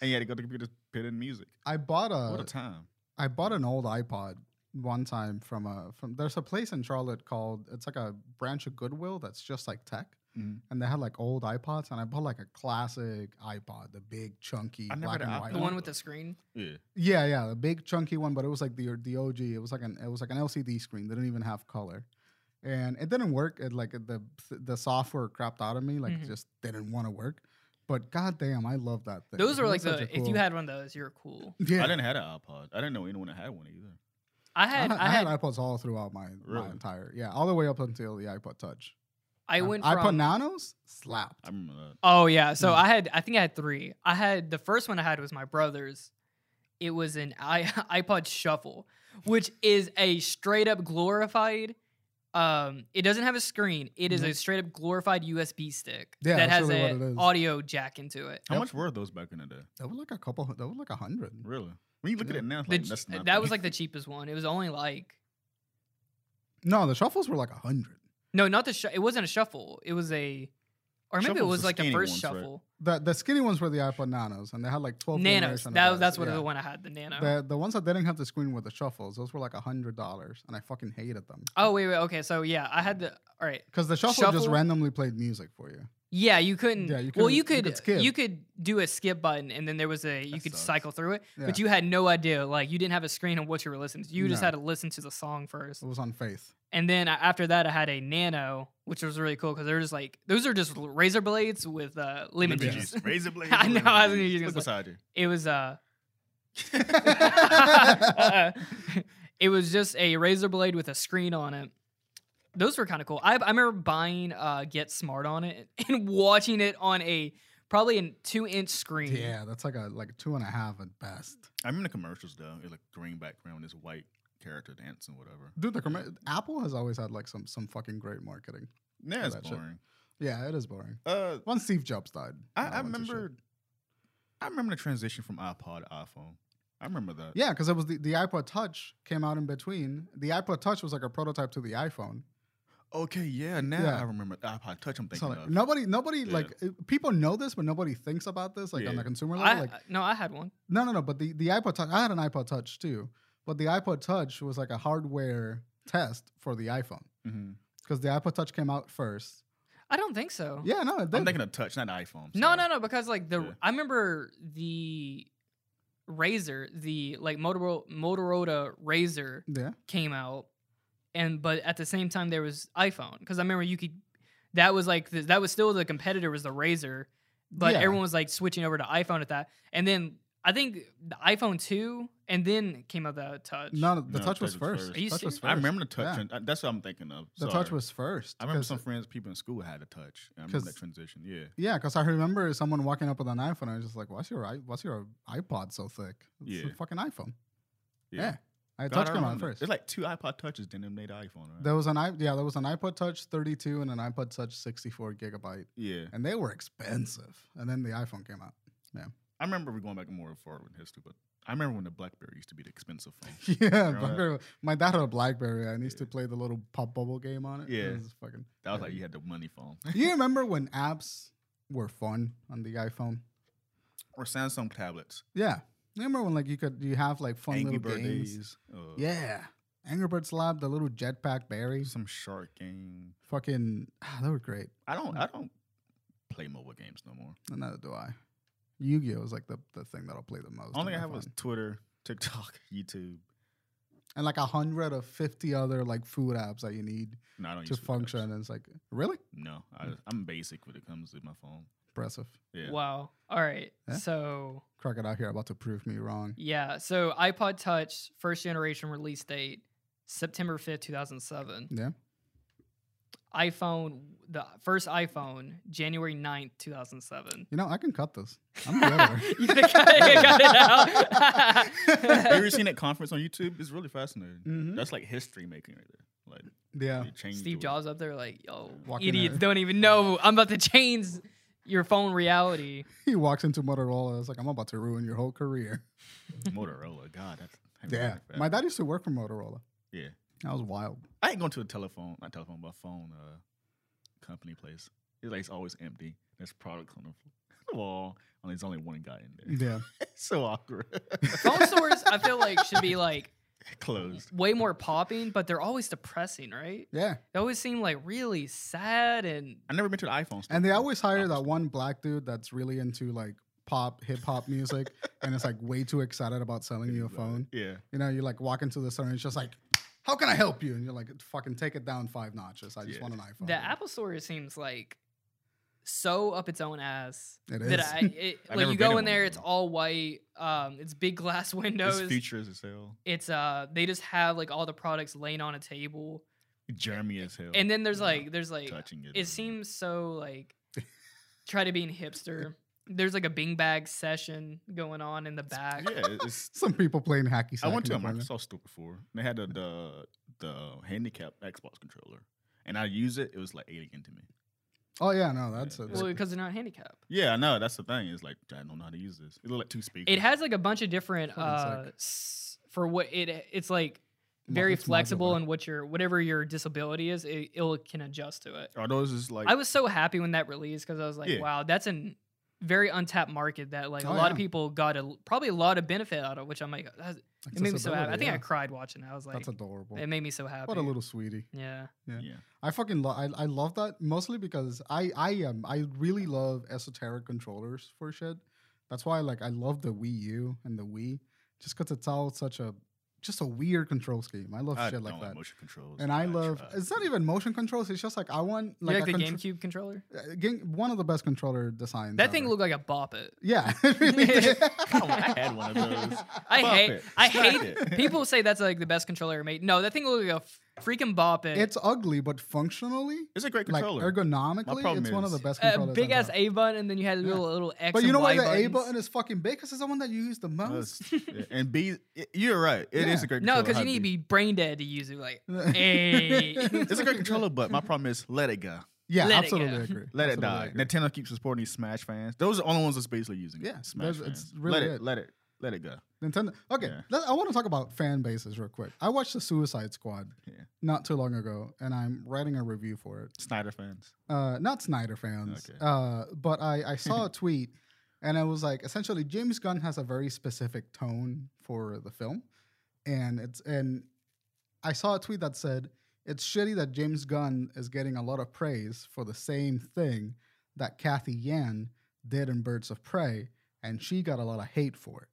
Speaker 4: and you had to go to the computer, put in music.
Speaker 1: I bought
Speaker 4: what
Speaker 1: a
Speaker 4: a time!
Speaker 1: I bought an old iPod one time from a from there's a place in Charlotte called it's like a branch of Goodwill that's just like tech.
Speaker 2: Mm-hmm.
Speaker 4: Mhm.
Speaker 1: And they had like old iPods, and I bought like a classic iPod, the big chunky
Speaker 4: I never
Speaker 1: black
Speaker 4: had
Speaker 1: and
Speaker 4: an
Speaker 1: white.
Speaker 2: the one with the screen.
Speaker 4: Yeah,
Speaker 1: Yeah, yeah, the big chunky one, but it was like the the OG. It was like an it was like an LCD screen. They didn't even have color, and it didn't work. It like the the software crapped out of me. Like
Speaker 2: Mhm.
Speaker 1: just didn't want to work. But goddamn, I love that thing.
Speaker 2: Those
Speaker 1: It
Speaker 2: were
Speaker 1: was
Speaker 2: like
Speaker 1: such
Speaker 2: the,
Speaker 1: a
Speaker 2: if you
Speaker 1: cool-
Speaker 2: had one of those, you're cool.
Speaker 1: [laughs] yeah,
Speaker 4: I didn't have an iPod. I didn't know anyone that had one either.
Speaker 2: I had, I had,
Speaker 1: iPods all throughout my, my
Speaker 4: Really?
Speaker 1: entire yeah, all the way up until the iPod Touch.
Speaker 2: I went.
Speaker 1: I put
Speaker 2: from-
Speaker 1: nanos slapped.
Speaker 4: I remember that.
Speaker 2: Oh yeah. So
Speaker 1: Mm.
Speaker 2: I had I think I had three. I had the first one I had was my brother's. It was an i [laughs] iPod Shuffle, which is a straight up glorified. Um, it doesn't have a screen. It is a straight up glorified USB stick
Speaker 1: Mm-hmm. Yeah,
Speaker 2: that
Speaker 1: that's
Speaker 2: has
Speaker 1: really what it
Speaker 2: an
Speaker 1: is.
Speaker 2: audio jack into it.
Speaker 4: How
Speaker 1: Yep.
Speaker 4: much were those back in the day?
Speaker 1: That was like a couple. That was like a hundred.
Speaker 4: Really? When you look at
Speaker 1: Yeah.
Speaker 4: it now, it's
Speaker 2: The
Speaker 4: like,
Speaker 2: ch-
Speaker 4: that's not
Speaker 2: that was
Speaker 4: [laughs]
Speaker 2: like the cheapest one. It was only like
Speaker 1: No, the shuffles were like a hundred.
Speaker 2: no, not the. Sh- it wasn't a shuffle. It was a, or maybe it
Speaker 4: Shuffle's
Speaker 2: was
Speaker 4: the
Speaker 2: like the
Speaker 4: skinny
Speaker 2: first
Speaker 4: ones, right?
Speaker 2: shuffle.
Speaker 1: The the skinny ones were the iPod Nanos, and they had like twelve
Speaker 2: Nanos.
Speaker 1: layers and
Speaker 2: That
Speaker 1: all
Speaker 2: was that's what
Speaker 1: yeah.
Speaker 2: the one I had. The Nano.
Speaker 1: The the ones that didn't have the screen were the shuffles. Those were like a hundred dollars, and I fucking hated them
Speaker 2: oh wait, wait. Okay, so yeah, I had the. All right.
Speaker 1: because the shuffle, just
Speaker 2: Shuffle?
Speaker 1: randomly played music for you.
Speaker 2: Yeah, you couldn't.
Speaker 1: Yeah, you
Speaker 2: well,
Speaker 1: couldn't-
Speaker 2: you
Speaker 1: you
Speaker 2: could you
Speaker 1: could
Speaker 2: could,
Speaker 1: skip.
Speaker 2: do a skip button, and then there was a you
Speaker 4: That
Speaker 2: could
Speaker 4: sucks.
Speaker 2: cycle through it,
Speaker 1: Yeah.
Speaker 2: but you had no idea. Like you didn't have a screen on what you were listening to. You just
Speaker 1: No.
Speaker 2: had to listen to the song first,
Speaker 1: It was on faith.
Speaker 2: [laughs]
Speaker 1: [laughs]
Speaker 2: and then I- after that, I had a Nano, which was really cool because they're just like those are just l- razor blades with uh, lemon
Speaker 1: Lemon
Speaker 2: juice.
Speaker 4: Razor blade.
Speaker 2: I know, I was gonna use
Speaker 4: Look
Speaker 2: this
Speaker 4: beside you.
Speaker 2: [laughs] It
Speaker 1: [laughs]
Speaker 2: was uh, [laughs] uh, it was just a razor blade with a screen on it. Those were kind of cool. I, I remember buying uh, Get Smart on it and [laughs] watching it on a probably a two inch screen.
Speaker 1: yeah, that's like a like two and a half at best.
Speaker 4: I remember the commercials though. It's like green background, this white character dancing, whatever.
Speaker 1: Dude, the comm- Apple has always had like some some fucking great marketing.
Speaker 4: Yeah, it's
Speaker 1: that shit.
Speaker 4: boring.
Speaker 1: Yeah, it is boring.
Speaker 4: Uh,
Speaker 1: Once Steve Jobs died,
Speaker 4: I,
Speaker 1: that
Speaker 4: I
Speaker 1: went to shit.
Speaker 4: remember. I remember the transition from iPod to iPhone. I remember that.
Speaker 1: Yeah, because it was the, the iPod Touch came out in between. The iPod Touch was like a prototype to the iPhone.
Speaker 4: Okay. Yeah. Now
Speaker 1: Yeah.
Speaker 4: I remember the iPod Touch. I'm
Speaker 1: So
Speaker 4: thinking
Speaker 1: like
Speaker 4: of.
Speaker 1: nobody, nobody
Speaker 4: Yeah.
Speaker 1: like uh, people know this, but nobody thinks about this like on
Speaker 4: Yeah.
Speaker 1: the consumer level.
Speaker 2: I,
Speaker 1: like
Speaker 2: no, I had one.
Speaker 1: no, no, no. But the the iPod Touch, I had an iPod Touch too, but the iPod Touch was like a hardware test for the iPhone
Speaker 4: Mhm.
Speaker 1: because the iPod Touch came out first.
Speaker 2: I don't think so.
Speaker 1: Yeah, no, it
Speaker 4: I'm
Speaker 1: did.
Speaker 4: thinking of Touch, not iPhone.
Speaker 2: No,
Speaker 4: sorry.
Speaker 2: no, no. Because like the
Speaker 4: Yeah.
Speaker 2: I remember the razor, the like Motorola Motorola razor
Speaker 1: yeah,
Speaker 2: came out, and but at the same time there was iPhone because I remember you could. That was like the, that was still the competitor was the Razor, but
Speaker 1: Yeah.
Speaker 2: everyone was like switching over to iPhone at that. And then I think the iPhone two, and then came out the Touch.
Speaker 1: no, the
Speaker 4: No,
Speaker 1: Touch was first.
Speaker 2: Are you
Speaker 1: Touch was
Speaker 2: serious?
Speaker 1: first.
Speaker 4: I remember the Touch.
Speaker 1: Yeah.
Speaker 4: And, uh, that's what I'm thinking of.
Speaker 1: the
Speaker 4: Sorry.
Speaker 1: Touch was first.
Speaker 4: I remember
Speaker 1: 'cause-
Speaker 4: some friends, people in school had a Touch. I remember
Speaker 1: 'Cause-
Speaker 4: that transition. Yeah.
Speaker 1: Yeah, because I remember someone walking up with an iPhone. and I was just like, "What's your i- what's your iPod so thick? It's a
Speaker 4: Yeah.
Speaker 1: fucking iPhone." Yeah,
Speaker 4: Yeah.
Speaker 1: I
Speaker 4: God,
Speaker 1: touched
Speaker 4: I
Speaker 1: came out
Speaker 4: remember.
Speaker 1: first.
Speaker 4: There's like two iPod touches, then they made an iPhone, right?
Speaker 1: there was an i yeah, there was an iPod Touch 32 and an iPod Touch 64 gigabyte,
Speaker 4: yeah.
Speaker 1: and they were expensive. And then the iPhone came out. [laughs]
Speaker 4: I remember we're going back more forward in history, but I remember when the BlackBerry used to be the expensive
Speaker 1: [laughs]
Speaker 4: phone.
Speaker 1: yeah,
Speaker 4: that.
Speaker 1: BlackBerry. My dad had a BlackBerry, and he used to
Speaker 4: Yeah.
Speaker 1: play the little pop bubble game on it. It
Speaker 4: Yeah.
Speaker 1: was fucking.
Speaker 4: That was
Speaker 1: Yeah.
Speaker 4: like you had the money phone.
Speaker 1: you remember when apps were fun on the iPhone?
Speaker 4: [laughs] or Samsung tablets.
Speaker 1: Yeah, remember when like you could you have like fun
Speaker 4: Angry
Speaker 1: little
Speaker 4: Bird
Speaker 1: games.
Speaker 4: Days, uh,
Speaker 1: Yeah. Angry Birds Lab, the little jetpack berries.
Speaker 4: Some shark game.
Speaker 1: Fucking, ah, they were great.
Speaker 4: I don't I don't play mobile games no more.
Speaker 1: And neither do I. Yu Gi Oh is like the, the thing that I'll play the most.
Speaker 4: Only
Speaker 1: on
Speaker 4: I
Speaker 1: my
Speaker 4: have was
Speaker 1: phone.
Speaker 4: Twitter, [laughs] TikTok, YouTube.
Speaker 1: And like a hundred or 50 other like food apps that you need
Speaker 4: No, I don't
Speaker 1: to
Speaker 4: use food apps.
Speaker 1: function. And it's like, really?
Speaker 4: No, I, I'm basic when it comes to my
Speaker 1: [laughs]
Speaker 4: phone.
Speaker 1: Impressive.
Speaker 4: Yeah.
Speaker 2: Wow. All right.
Speaker 1: Yeah.
Speaker 2: So
Speaker 1: Crocodile here about to prove me wrong.
Speaker 2: yeah. So iPod Touch first generation release date September fifth, two thousand seven.
Speaker 1: Yeah.
Speaker 2: iPhone the first iPhone January 9th, two thousand seven. [laughs]
Speaker 1: You know, I can cut this.
Speaker 4: [laughs]
Speaker 1: I'm better.
Speaker 2: you gotta cut it, cut it out. [laughs]
Speaker 4: [laughs] Have you ever seen that conference on YouTube? It's really fascinating.
Speaker 1: Mhm.
Speaker 4: That's like history making right there. Like
Speaker 1: Yeah. [laughs]
Speaker 4: they changed the
Speaker 2: Steve
Speaker 4: way-
Speaker 2: Jobs up there, like, yo,
Speaker 1: Walking
Speaker 2: idiots
Speaker 1: there.
Speaker 2: don't even know. I'm about to change your phone reality.
Speaker 1: He walks into Motorola. It's like, I'm about to ruin your whole career.
Speaker 4: Motorola. God,
Speaker 1: [laughs]
Speaker 4: that's I remember
Speaker 1: Yeah.
Speaker 4: that.
Speaker 1: My dad used to work for Motorola.
Speaker 4: Yeah.
Speaker 1: That was wild.
Speaker 4: I ain't going to a telephone, not telephone, but phone uh, company place. It's like it's always empty. There's products on the [laughs] f- the wall, and there's only one guy in there.
Speaker 1: Yeah.
Speaker 4: It's so awkward. [laughs]
Speaker 2: Phone stores, I feel like, should be like
Speaker 4: Closed.
Speaker 2: way more popping, but they're always depressing, right?
Speaker 1: Yeah.
Speaker 2: They always seem like really sad and
Speaker 4: I never been to the iPhone store.
Speaker 1: And they always hire that
Speaker 4: Apple
Speaker 1: one black dude that's really into like pop, hip hop music, and it's like way too excited about selling
Speaker 4: store.
Speaker 1: you a phone.
Speaker 4: Yeah.
Speaker 1: You know, you like walk into the store and it's just like, "How can I help you?" And you're like, "Fucking take it down five notches. I just
Speaker 4: Yeah.
Speaker 1: want an iPhone."
Speaker 2: the Apple Store seems like so up its own ass.
Speaker 1: It
Speaker 2: That
Speaker 1: is.
Speaker 2: I, it,
Speaker 4: [laughs] I've
Speaker 2: like
Speaker 4: never
Speaker 2: you
Speaker 4: been in
Speaker 2: go
Speaker 4: one
Speaker 2: in
Speaker 4: of
Speaker 2: there, it's
Speaker 4: those.
Speaker 2: all white. Um, it's big glass [laughs]
Speaker 4: It's
Speaker 2: windows.
Speaker 4: features as hell.
Speaker 2: It's uh, they just have like all the products laying on a table.
Speaker 4: Jeremy as hell.
Speaker 2: And then there's
Speaker 4: Yeah.
Speaker 2: like there's like
Speaker 4: touching it.
Speaker 2: it seems so
Speaker 4: [laughs]
Speaker 2: like try to be in hipster. There's like a beanbag session going on in the back.
Speaker 4: Yeah,
Speaker 2: [laughs]
Speaker 4: it's.
Speaker 1: [laughs] Some people playing hacky sack.
Speaker 4: I went
Speaker 1: in
Speaker 4: to a
Speaker 1: the corner.
Speaker 4: Microsoft store before. And they had the, the the handicap Xbox controller, and I used it. It was like alien to me.
Speaker 1: Oh yeah, no, that's
Speaker 4: Yeah.
Speaker 1: it.
Speaker 2: Well, because they're not handicapped.
Speaker 4: Yeah, I know. That's the thing. It's like I don't know how to use this. It looked like two speakers.
Speaker 2: It has like a bunch of different
Speaker 1: Fucking
Speaker 2: uh
Speaker 1: suck.
Speaker 2: s- for what it it's like
Speaker 1: Mo-
Speaker 2: very
Speaker 1: it's
Speaker 2: flexible
Speaker 1: modular.
Speaker 2: and what your whatever your disability is, it, it can adjust to it.
Speaker 4: Are those just like
Speaker 2: I was so happy when that released because I was like,
Speaker 4: Yeah.
Speaker 2: wow, that's a very untapped market that like a
Speaker 1: Oh,
Speaker 2: lot of
Speaker 1: yeah. people
Speaker 2: people got a probably a lot of benefit out of, which I'm like, that's- it made me so happy. I
Speaker 1: Accessibility,
Speaker 2: think I
Speaker 1: yeah.
Speaker 2: cried watching. It. I was like,
Speaker 1: that's adorable.
Speaker 2: it made me so happy.
Speaker 1: What a little sweetie.
Speaker 2: yeah.
Speaker 4: yeah.
Speaker 1: yeah. I fucking love. I, I love that mostly because I I am I really love esoteric controllers for shit. That's why like I love the Wii U and the Wii just because it's all such a just a weird control scheme. I love
Speaker 4: I
Speaker 1: shit
Speaker 4: don't
Speaker 1: like
Speaker 4: like,
Speaker 1: that.
Speaker 4: motion controls.
Speaker 1: and I
Speaker 4: tried.
Speaker 1: love it's not even motion controls. It's just like I want
Speaker 2: Like,
Speaker 1: like,
Speaker 2: like
Speaker 1: a
Speaker 2: the
Speaker 1: contr-
Speaker 2: GameCube controller?
Speaker 1: uh, game- one of the best controller designs.
Speaker 2: That thing
Speaker 1: ever.
Speaker 2: looked like a bop it.
Speaker 1: yeah. [laughs] it really did.
Speaker 4: I had one of
Speaker 1: [laughs]
Speaker 4: those.
Speaker 2: I
Speaker 4: Bop
Speaker 2: hate.
Speaker 4: it.
Speaker 2: I
Speaker 4: Smack
Speaker 2: hate.
Speaker 4: it.
Speaker 2: People say that's like the best controller ever made. No, that thing looked like a f- freaking bop it.
Speaker 1: It's ugly, but functionally,
Speaker 4: It's a great
Speaker 1: like
Speaker 4: controller.
Speaker 1: ergonomically,
Speaker 4: problem
Speaker 1: it's one of
Speaker 4: is-
Speaker 1: the best
Speaker 2: a
Speaker 1: controllers.
Speaker 2: big
Speaker 1: ever.
Speaker 2: ass A button, and then you had a
Speaker 1: Yeah.
Speaker 2: little little X.
Speaker 1: But you
Speaker 2: and
Speaker 1: know why
Speaker 2: Y
Speaker 1: the A
Speaker 2: buttons.
Speaker 1: button is fucking big? Because it's the one that you use the
Speaker 4: Uh,
Speaker 1: most. [laughs]
Speaker 4: it's- yeah, and B, y- you're right. It is
Speaker 1: Yeah.
Speaker 4: a great.
Speaker 2: No,
Speaker 4: controller.
Speaker 2: because
Speaker 4: I
Speaker 2: you need to
Speaker 4: agree.
Speaker 2: be brain dead to use it. Like, [laughs]
Speaker 1: [laughs]
Speaker 2: hey,
Speaker 4: [laughs] It's a great controller, but my problem is let it go.
Speaker 1: Yeah,
Speaker 2: Let it go.
Speaker 1: absolutely agree.
Speaker 4: [laughs] Let it
Speaker 1: Absolutely
Speaker 4: die.
Speaker 1: agree.
Speaker 4: Nintendo keeps supporting Smash fans. Those are the only ones that's basically using it.
Speaker 1: Yeah,
Speaker 4: Smash
Speaker 1: those- it's
Speaker 4: fans.
Speaker 1: really
Speaker 4: let it,
Speaker 1: it.
Speaker 4: let it, let it go.
Speaker 1: Nintendo. Okay,
Speaker 4: Yeah.
Speaker 1: let- I want to talk about fan bases real quick. I watched the Suicide Squad
Speaker 4: Yeah.
Speaker 1: not too long ago, and I'm writing a review for it.
Speaker 4: Snyder fans.
Speaker 1: Uh, not Snyder fans,
Speaker 4: Okay.
Speaker 1: uh, but I, I
Speaker 4: [laughs]
Speaker 1: saw a tweet, and I was like, essentially, James Gunn has a very specific tone for the film, and it's and I saw a tweet that said it's shitty that James Gunn is getting a lot of praise for the same thing that Kathy Yan did in Birds of Prey, and she got a lot of hate for it.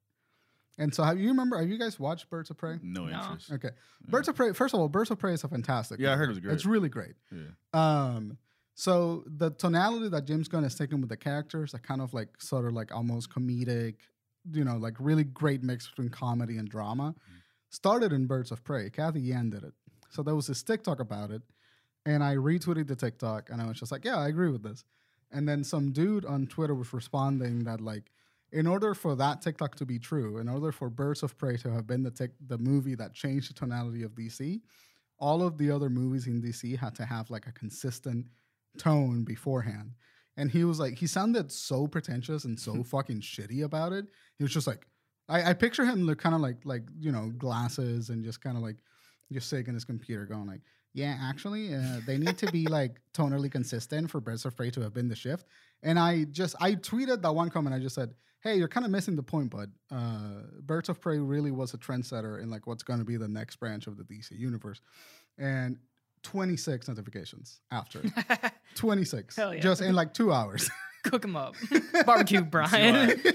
Speaker 1: And so, have you remember? Have you guys watched Birds of Prey?
Speaker 4: No,
Speaker 2: No.
Speaker 4: interest.
Speaker 1: Okay, Birds of Prey. First of all, Birds of Prey is a fantastic.
Speaker 4: Yeah, I
Speaker 1: movie.
Speaker 4: heard it was great. [laughs]
Speaker 1: It's really great.
Speaker 4: yeah.
Speaker 1: Um, so the tonality that James Gunn has taken with the characters are kind of like sort of like almost comedic, you know, like really great mix between comedy and drama. Started in Birds of Prey. Kathy Yan did it. So there was this TikTok about it, and I retweeted the TikTok, and I was just like, yeah, I agree with this. And then some dude on Twitter was responding that like, in order for that TikTok to be true, in order for Birds of Prey to have been the tic- the movie that changed the tonality of DC, all of the other movies in DC had to have like a consistent tone beforehand. And he was like, he sounded so pretentious and so fucking shitty about it. He was just like, I, I picture him look kind of like like you know glasses and just kind of like just shaking his computer, going like, yeah, actually, uh, they need to be like tonally consistent for Birds of Prey to have been the shift. And I just I tweeted that one comment. I just said, hey, you're kind of missing the point, bud. Uh, Birds of Prey really was a trendsetter in like what's going to be the next branch of the DC universe, and 26 notifications after
Speaker 2: [laughs]
Speaker 1: it. 26
Speaker 2: Hell yeah.
Speaker 1: just in like two
Speaker 2: [laughs]
Speaker 1: hours [laughs]
Speaker 2: cook them
Speaker 4: [laughs]
Speaker 2: up, barbecue,
Speaker 4: See why,
Speaker 2: [laughs] Brian.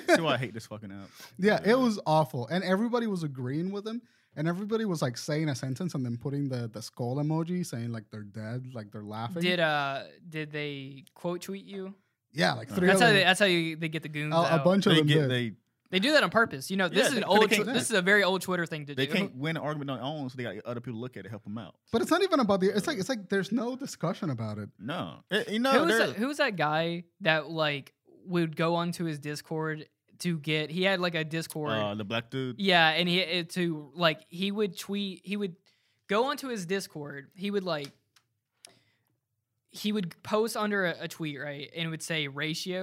Speaker 4: I- see why I hate this fucking app.
Speaker 1: yeah it was awful and everybody was agreeing with him and everybody was like saying a sentence and then putting the the skull emoji saying like they're dead like they're laughing
Speaker 2: Did uh did they quote tweet you?
Speaker 1: yeah like three
Speaker 2: That's
Speaker 1: of
Speaker 2: how
Speaker 1: them-
Speaker 2: they, that's how you, they get the goons.
Speaker 1: a- a,
Speaker 2: out.
Speaker 1: bunch of
Speaker 4: They
Speaker 1: them
Speaker 4: get
Speaker 1: did.
Speaker 4: they
Speaker 2: They do that on purpose. You know, this
Speaker 4: Yeah,
Speaker 2: is
Speaker 4: they-
Speaker 2: an
Speaker 4: they
Speaker 2: old.
Speaker 4: can't
Speaker 2: tw-
Speaker 1: do
Speaker 2: this is a very old Twitter thing to
Speaker 4: they
Speaker 2: do.
Speaker 4: can't win an argument on their own, so they got to get other people to look at it to help them out.
Speaker 1: but it's not even about the it's like it's like there's no discussion about it
Speaker 4: No, Eh, you know
Speaker 2: who was
Speaker 4: they're-
Speaker 2: that, who was that guy that like would go onto his Discord to get? He had like a Discord.
Speaker 4: uh, the black dude.
Speaker 2: yeah, and he it, to like he would tweet. He would go onto his Discord. He would like. He would post under a, a tweet, right, and it would say ratio,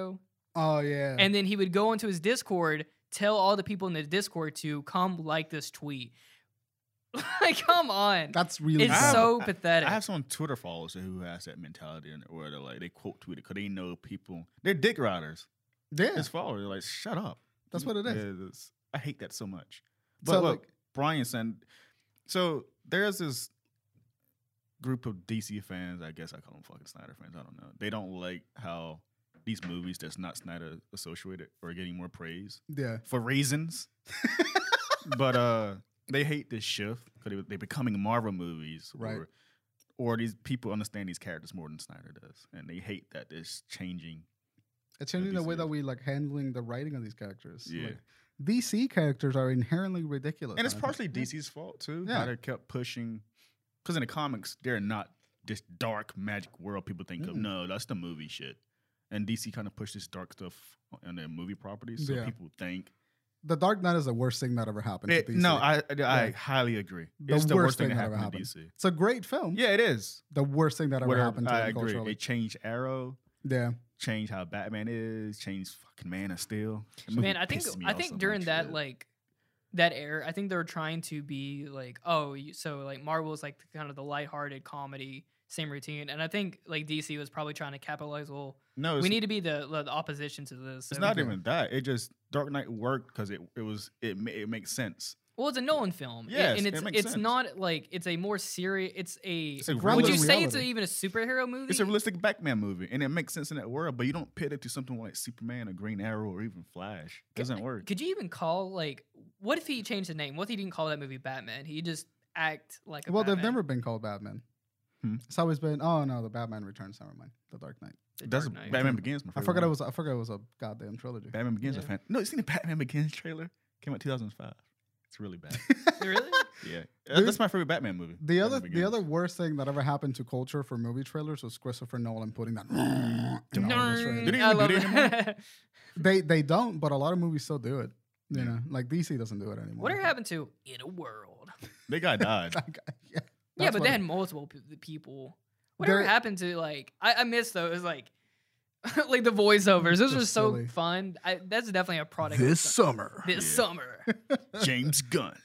Speaker 1: oh yeah
Speaker 2: and then he would go onto his Discord, tell all the people in the Discord to come like this tweet. [laughs] like, come on,
Speaker 1: that's really
Speaker 2: it's
Speaker 4: I have-
Speaker 1: bad.
Speaker 2: so
Speaker 4: I-
Speaker 2: pathetic.
Speaker 4: I have someone Twitter followers who has that mentality, and where they're like they quote tweet it because they know people. They're dick riders.
Speaker 1: yeah
Speaker 4: His followers are like, shut up.
Speaker 1: That's what it is.
Speaker 4: Yeah, it's- I hate that so much. But
Speaker 1: so
Speaker 4: look,
Speaker 1: like
Speaker 4: Brian said, so there's this group of DC fans. I guess I call them fucking Snyder fans. I don't know. They don't like how these movies that's not Snyder associated are getting more praise
Speaker 1: yeah [laughs]
Speaker 4: for reasons. but uh they hate this shift because they, are becoming Marvel movies,
Speaker 1: Right.
Speaker 4: Or, or these people understand these characters more than Snyder does, and they hate that it's changing.
Speaker 1: it's changing
Speaker 4: be
Speaker 1: the way that
Speaker 4: serious.
Speaker 1: we like handling the writing of these characters
Speaker 4: Yeah.
Speaker 1: like dc characters are inherently ridiculous
Speaker 4: and it's
Speaker 1: I think.
Speaker 4: partially DC's fault too.
Speaker 1: Yeah.
Speaker 4: how they kept pushing Because in the comics, they're not this dark magic world people think of.
Speaker 1: Mm.
Speaker 4: No, that's the movie shit. And DC kind of pushed this dark stuff on their movie properties, so
Speaker 1: Yeah.
Speaker 4: people think.
Speaker 1: The Dark Knight is the worst thing that ever happened.
Speaker 4: It-
Speaker 1: to DC.
Speaker 4: no, I I, I
Speaker 1: Yeah.
Speaker 4: highly agree.
Speaker 1: The
Speaker 4: it's the
Speaker 1: worst
Speaker 4: worst thing
Speaker 1: thing
Speaker 4: that
Speaker 1: that ever
Speaker 4: happened,
Speaker 1: happened.
Speaker 4: to DC.
Speaker 1: it's a great film.
Speaker 4: Yeah, it is.
Speaker 1: the worst thing that ever
Speaker 4: Whatever,
Speaker 1: happened to
Speaker 4: I
Speaker 1: him
Speaker 4: agree.
Speaker 1: culturally.
Speaker 4: They changed Arrow,
Speaker 1: yeah,
Speaker 4: changed how Batman is, changed fucking Man of Steel. That [laughs] movie
Speaker 2: Man, I think
Speaker 4: pissed me
Speaker 2: I
Speaker 4: off so
Speaker 2: think during
Speaker 4: much,
Speaker 2: that
Speaker 4: dude.
Speaker 2: like that era, I think they were trying to be like, oh, you, so like Marvel's like the- kind of the lighthearted comedy, same routine, and I think like DC was probably trying to capitalize. Well,
Speaker 4: no, it's,
Speaker 2: we need to be the, the opposition to this.
Speaker 4: It's
Speaker 2: so-
Speaker 4: not
Speaker 1: Yeah.
Speaker 4: even that. It just Dark Knight worked because it it was it ma- it makes sense.
Speaker 2: Well, it's a Nolan film. Yeah,
Speaker 4: Yes,
Speaker 2: and
Speaker 4: it
Speaker 2: it's
Speaker 4: makes
Speaker 2: it's
Speaker 4: sense.
Speaker 2: not like it's a more serious. It's a.
Speaker 4: It's a
Speaker 2: would
Speaker 1: grounded
Speaker 2: you
Speaker 1: in
Speaker 4: realistic-
Speaker 2: say it's a,
Speaker 1: reality.
Speaker 2: even a superhero movie?
Speaker 4: It's a realistic Batman movie, and it makes sense in that world. But you don't pit it to something like Superman or Green Arrow or even Flash. It doesn't work.
Speaker 2: Could you even call like what if he changed the name? What if he didn't call that movie Batman? He just act like a
Speaker 1: well, they've
Speaker 2: Batman.
Speaker 1: never been called Batman.
Speaker 4: Hmm.
Speaker 1: It's always been. Oh no, the Batman Returns. Never mind. The Dark Knight.
Speaker 2: The
Speaker 4: That's
Speaker 2: Dark Knight.
Speaker 4: Batman Begins. My
Speaker 1: I
Speaker 4: favorite
Speaker 1: forgot it
Speaker 4: one.
Speaker 1: was. I forgot it was a goddamn trilogy.
Speaker 4: Batman Begins.
Speaker 2: Yeah.
Speaker 4: A fan. No, you seen the Batman Begins trailer? Came out 2005. It's really
Speaker 1: [laughs]
Speaker 4: bad.
Speaker 2: really?
Speaker 4: yeah, That-
Speaker 1: Dude.
Speaker 4: that's my favorite Batman movie.
Speaker 1: The other,
Speaker 4: Batman
Speaker 1: the
Speaker 4: Begins.
Speaker 1: other worst thing that ever happened to culture for movie trailers was Christopher Nolan putting that. in all of his
Speaker 2: Nerd.
Speaker 1: trailers.
Speaker 4: They didn't
Speaker 2: I
Speaker 4: even
Speaker 2: love [laughs]
Speaker 4: do that
Speaker 2: that.
Speaker 1: They they don't, but a lot of movies still do it. You
Speaker 4: Yeah.
Speaker 1: know, like DC doesn't do it anymore. [laughs]
Speaker 2: Whatever happened to in a world?
Speaker 4: Big guy died.
Speaker 1: That guy- yeah,
Speaker 2: yeah,
Speaker 1: that's
Speaker 2: but
Speaker 1: what-
Speaker 2: they had multiple p- the people. Whatever
Speaker 1: There-
Speaker 2: happened to like I, I miss those like [laughs] like the voiceovers. Those
Speaker 1: They're
Speaker 2: are so
Speaker 1: silly.
Speaker 2: fun. I, that's definitely a product. of
Speaker 1: this
Speaker 2: some-
Speaker 1: summer.
Speaker 2: this
Speaker 4: Yeah.
Speaker 2: summer,
Speaker 4: James Gunn.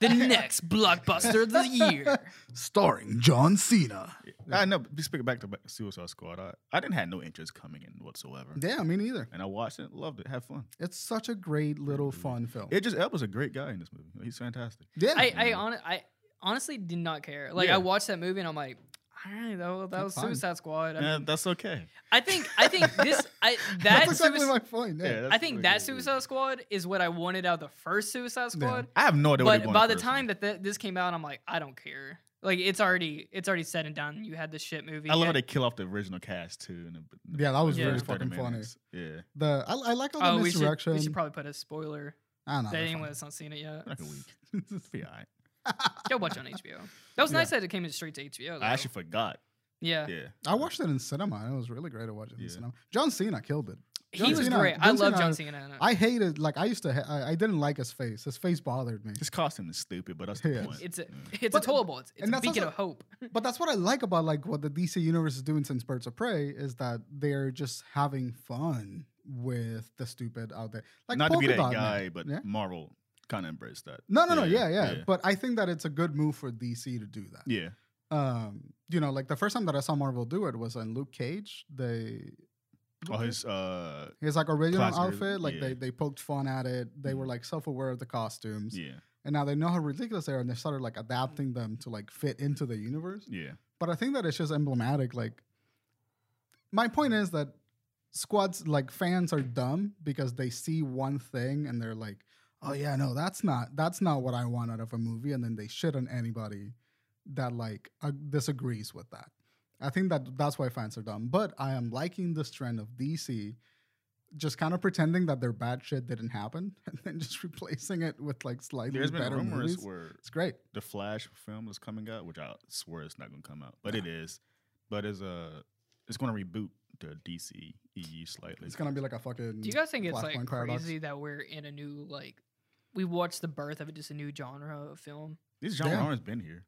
Speaker 2: the next blockbuster of the year.
Speaker 1: starring John Cena.
Speaker 4: I know. But speaking back to Ba- Suicide Squad, I, I didn't have no interest coming in whatsoever.
Speaker 1: Yeah, me neither.
Speaker 4: And I watched it, loved it, had fun.
Speaker 1: It's such a great little
Speaker 4: movie.
Speaker 1: fun film.
Speaker 4: It just Elba's a great guy in this movie. He's fantastic.
Speaker 1: yeah,
Speaker 2: I I,
Speaker 4: Yeah.
Speaker 2: hon- I honestly did not care. Like
Speaker 4: Yeah.
Speaker 2: I watched that movie and I'm like, all right, that was, that
Speaker 1: That's
Speaker 2: was
Speaker 1: fine.
Speaker 2: Suicide Squad. I,
Speaker 4: Yeah,
Speaker 2: mean,
Speaker 4: that's okay.
Speaker 2: I think I think this I that
Speaker 1: that's exactly
Speaker 2: suici-
Speaker 1: my point. Yeah.
Speaker 4: Yeah, that's
Speaker 2: I think
Speaker 4: really
Speaker 2: that
Speaker 4: good.
Speaker 2: Suicide Squad is what I wanted out of the first Suicide Squad.
Speaker 4: I have no idea. what they
Speaker 2: But
Speaker 4: want
Speaker 2: by the
Speaker 4: first.
Speaker 2: time that th- this came out, I'm like, I don't care. Like it's already it's already said and done. You had this shit movie.
Speaker 4: I love how
Speaker 2: and-
Speaker 4: they kill off the original cast too. In the, in the
Speaker 1: Yeah, that was
Speaker 4: first
Speaker 2: really
Speaker 4: 30
Speaker 1: fucking funny.
Speaker 4: minutes. Yeah,
Speaker 1: The I, I like all
Speaker 2: Oh,
Speaker 1: the
Speaker 2: we should,
Speaker 1: misdirection.
Speaker 2: we should probably put a spoiler.
Speaker 1: I don't
Speaker 2: that anyone
Speaker 1: know.
Speaker 2: that's not seen it
Speaker 1: [laughs]
Speaker 2: yet,
Speaker 4: like a week.
Speaker 2: [laughs]
Speaker 4: It'll [laughs] be all right.
Speaker 2: go watch it on HBO. That was
Speaker 1: Yeah.
Speaker 2: nice that it came in straight to HBO. Though.
Speaker 4: I actually forgot.
Speaker 2: yeah.
Speaker 4: Yeah,
Speaker 1: I watched it in cinema. and It was really great to watch it in
Speaker 4: Yeah.
Speaker 1: cinema. John Cena killed it.
Speaker 2: he
Speaker 1: John
Speaker 2: was
Speaker 1: Cena-
Speaker 2: great. I
Speaker 1: John
Speaker 2: love
Speaker 1: Cena-
Speaker 2: John Cena. in it.
Speaker 1: I hated like I used to. Ha- I, I didn't like his face. His face bothered
Speaker 4: [laughs]
Speaker 1: me.
Speaker 4: His costume is stupid, but that's the
Speaker 1: Yes.
Speaker 4: point.
Speaker 2: It's a
Speaker 4: Yeah.
Speaker 2: it's
Speaker 1: But-
Speaker 2: a toilet bowl. It's, it's
Speaker 1: and
Speaker 2: a
Speaker 1: that's
Speaker 2: beacon
Speaker 1: also-
Speaker 2: of hope.
Speaker 1: But that's what I like about like what the DC universe is doing since Birds of Prey is that they're just having fun with the stupid out there. Like
Speaker 4: not to
Speaker 1: Polka
Speaker 4: be that
Speaker 1: Dot Man.
Speaker 4: guy, but
Speaker 1: Yeah.
Speaker 4: Marvel kind of embraced that.
Speaker 1: No, no, no. Yeah, yeah,
Speaker 4: yeah.
Speaker 1: But I think that it's a good move for DC to do that.
Speaker 4: Yeah.
Speaker 1: Um, you know, like the first time that I saw Marvel do it was in Luke Cage. They
Speaker 4: Oh, his uh,
Speaker 1: his like original
Speaker 4: Classic,
Speaker 1: outfit, like they
Speaker 4: yeah.
Speaker 1: they poked fun at it. They were
Speaker 4: Mhm.
Speaker 1: like self aware of the costumes,
Speaker 4: yeah, Mm-hmm.
Speaker 1: and now they know how ridiculous they are, and they started like adapting them to like fit into the universe.
Speaker 4: yeah.
Speaker 1: But I think that it's just emblematic. Like, my point is that squads like fans are dumb because they see one thing and they're like, "Oh yeah, no, that's not that's not what I want out of a movie," and then they shit on anybody that like ag- disagrees with that. I think that that's why fans are dumb. But I am liking this trend of DC just kind of pretending that their bad shit didn't happen [laughs] and then just replacing it with like slightly
Speaker 4: There's been
Speaker 1: better
Speaker 4: rumors
Speaker 1: movies.
Speaker 4: where
Speaker 1: It's great.
Speaker 4: the Flash film is coming out, which I swear it's not going to come out, but it is. But it's uh, it's going to reboot the DC EU slightly.
Speaker 1: It's gonna be like a fucking.
Speaker 2: Do you guys think it's
Speaker 1: Black
Speaker 2: like
Speaker 1: Lung Paradox.
Speaker 2: crazy that we're in a new like we watched the birth of just a new genre of film?
Speaker 4: This genre
Speaker 1: Damn.
Speaker 4: has been here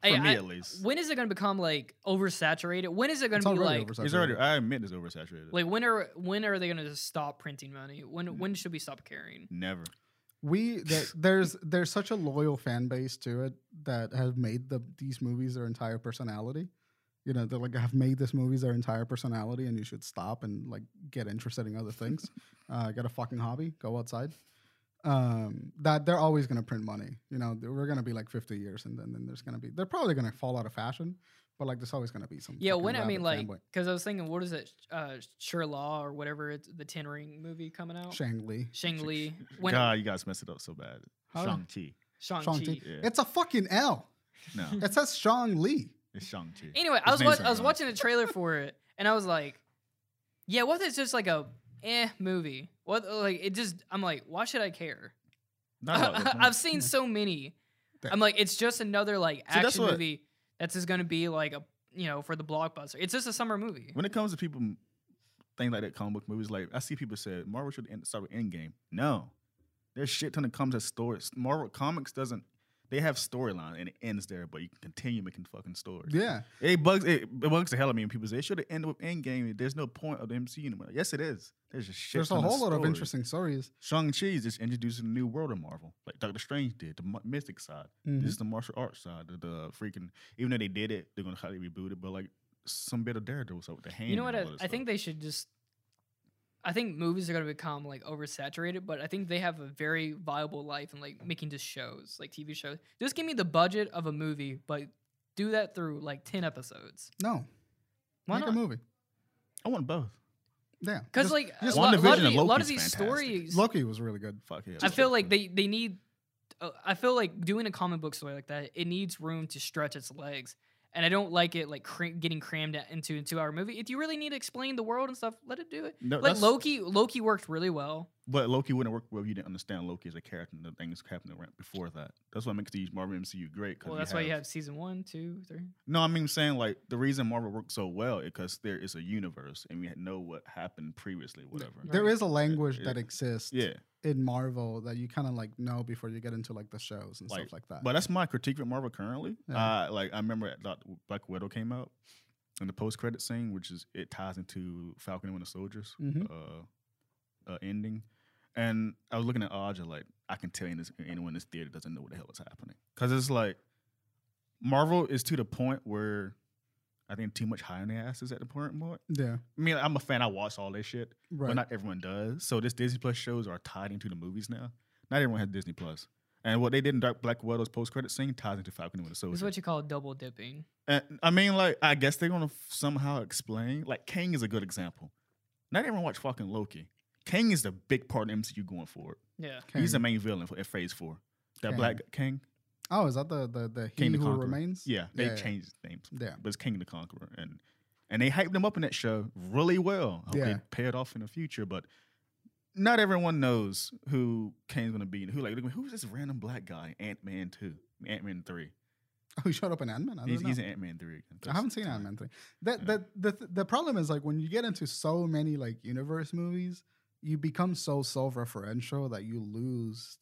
Speaker 4: for
Speaker 2: Hey,
Speaker 4: me
Speaker 2: I-
Speaker 4: at least.
Speaker 2: When is it going to become like oversaturated? When is it going
Speaker 1: It's
Speaker 2: to be
Speaker 1: already
Speaker 2: like
Speaker 1: oversaturated.
Speaker 4: It's already. I admit it's oversaturated.
Speaker 2: like when are when are they going to stop printing money? When when should we stop caring?
Speaker 4: Never.
Speaker 2: [laughs]
Speaker 1: we th- there's there's such a loyal fan base to it that have made the these movies their entire personality you know they're like have made this movies their entire personality and you should stop and like get interested in other
Speaker 2: [laughs]
Speaker 1: things uh, get a fucking hobby go outside um that they're always going to print money you know th- we're going to be like 50 years and then, then there's going to be they're probably going to fall out of fashion but like there's always going to be some
Speaker 2: Yeah,
Speaker 1: fucking
Speaker 2: when I mean like
Speaker 1: rabid fanboy.
Speaker 2: because I was thinking what is it uh Sherlaw or whatever it's the Ten Ring movie coming out?
Speaker 1: shang li
Speaker 2: Shang Li. When
Speaker 4: God, you guys messed it up so bad.
Speaker 1: How?
Speaker 4: Shang Chi.
Speaker 2: Shang
Speaker 1: shang
Speaker 2: Chi.
Speaker 4: Yeah.
Speaker 1: [laughs] it's a fucking l
Speaker 4: No,
Speaker 1: it says shang
Speaker 2: [laughs]
Speaker 1: li
Speaker 4: it's Shang Chi.
Speaker 2: Anyway, I was
Speaker 4: His name's
Speaker 2: watch- I was
Speaker 4: Shyamalan.
Speaker 2: watching the trailer for it, and I was like, "Yeah, what if it's just like a eh movie?
Speaker 1: [laughs]
Speaker 2: [laughs] What like it just? I'm like, why should I care? I've seen so many
Speaker 1: That-
Speaker 2: I'm like, it's just another like
Speaker 4: that's
Speaker 2: action
Speaker 4: what-
Speaker 2: movie that's just gonna be like a you know for the blockbuster. It's just a summer movie.
Speaker 4: When it comes to people m- things like that, comic book movies, like I see people say Marvel should end, start with Endgame. No, there's shit ton of comes to stories. Marvel comics doesn't. They have storyline and it ends there, but you can continue making fucking stories.
Speaker 1: Yeah.
Speaker 4: It bugs it, it bugs the hell out of me when people say it should have ended with Endgame. There's no point of the MCU anymore. Yes, it is. There's a shit.
Speaker 1: There's a
Speaker 4: ton
Speaker 1: whole lot of
Speaker 4: stories.
Speaker 1: interesting stories.
Speaker 4: Shang Chi is just introducing a new world of Marvel, like Doctor Strange did, the mu- mystic side. This
Speaker 2: Mm-hmm.
Speaker 1: Mhm.
Speaker 4: is the martial arts side, the, the freaking. Even though they did it, they're gonna highly reboot it, but like some bit of Daredevil so with the hand.
Speaker 2: You know what?
Speaker 4: and
Speaker 2: I,
Speaker 4: all that
Speaker 2: I think
Speaker 4: stuff.
Speaker 2: they should just. I think movies are gonna become like oversaturated, but I think they have a very viable life in like making just shows, like TV shows. Just give me the budget of a movie, but do that through like ten episodes.
Speaker 1: No.
Speaker 2: Why
Speaker 1: Make
Speaker 2: not?
Speaker 1: a movie.
Speaker 4: I want both.
Speaker 1: Yeah.
Speaker 2: Because
Speaker 1: Just-
Speaker 2: like a
Speaker 1: just
Speaker 2: lot, a lot of
Speaker 4: WandaVision and
Speaker 2: the- a lot
Speaker 4: Loki's
Speaker 2: of these
Speaker 4: fantastic.
Speaker 2: stories,
Speaker 1: Loki was really good.
Speaker 4: Fuck yeah.
Speaker 2: I
Speaker 4: that's
Speaker 2: feel
Speaker 4: what
Speaker 2: like
Speaker 4: I'm
Speaker 2: they they need. Uh, I feel like doing a comic book story like that, it needs room to stretch its legs, and I don't like it like cra- getting crammed a- into a two hour movie. If you really need to explain the world and stuff, let it do it.
Speaker 4: [laughs] No,
Speaker 2: Like
Speaker 4: that's-
Speaker 2: Loki, Loki worked really well.
Speaker 4: But Loki wouldn't work well if you didn't understand Loki as a character and the things happening around before that. That's what makes the Marvel MCU great. 'cause
Speaker 2: Well, that's why you have season one, two, three.
Speaker 4: No, I mean I'm saying like the reason Marvel works so well is because there is a universe and we know what happened previously, whatever.
Speaker 1: There
Speaker 2: Right.
Speaker 1: is a language
Speaker 4: Yeah.
Speaker 1: that exists
Speaker 4: Yeah.
Speaker 1: in Marvel that you kind of like know before you get into like the shows and
Speaker 4: Like,
Speaker 1: stuff like that.
Speaker 4: But that's my critique of Marvel currently.
Speaker 1: Yeah.
Speaker 4: Uh, like I remember that Black Widow came out and the post credit scene, which is it ties into Falcon and Winter Soldiers
Speaker 1: Mhm.
Speaker 4: uh, uh, ending. And I was looking at Aja like I can tell in this, anyone in this theater doesn't know what the hell is happening because it's like Marvel is to the point where I think too much high on the ass is at the point. More.
Speaker 1: yeah.
Speaker 4: I mean, I'm a fan. I watch all this shit,
Speaker 1: Right.
Speaker 4: but not everyone does. So this Disney Plus shows are tied into the movies now. Not everyone has Disney Plus. And what they did in Dark Black Widow's post credit scene ties into Falcon and Winter
Speaker 2: This is
Speaker 4: Soldier.
Speaker 2: what you call double dipping.
Speaker 4: And, I mean, like, I guess they're gonna f- somehow explain. Like, Kang is a good example. Not everyone watch fucking Loki. Kang is the big part of MCU going forward.
Speaker 2: Yeah,
Speaker 4: He's the
Speaker 1: Kang.
Speaker 4: main villain for at Phase Four. That
Speaker 1: Kang.
Speaker 4: Black Kang.
Speaker 1: Oh, is that the the, the he
Speaker 4: Kang the
Speaker 1: who
Speaker 4: Conqueror.
Speaker 1: remains?
Speaker 4: Yeah, they
Speaker 1: yeah,
Speaker 4: changed his names,
Speaker 1: Yeah. [laughs]
Speaker 4: but it's King the Conqueror, and and they hyped him up in that show really well. I hope they
Speaker 1: Yeah.
Speaker 4: pay it off in the future, but not everyone knows who Kang's gonna be and who like who's this random black guy Ant Man two, Ant Man three.
Speaker 1: Oh, he showed up in Ant Man. I don't
Speaker 4: He's,
Speaker 1: know.
Speaker 4: he's in Ant Man three. Again.
Speaker 1: I haven't seen
Speaker 4: That's-
Speaker 1: Ant Man three. That
Speaker 4: Yeah.
Speaker 1: that the th- the problem is like when you get into so many like universe movies, you become so self referential that you lose.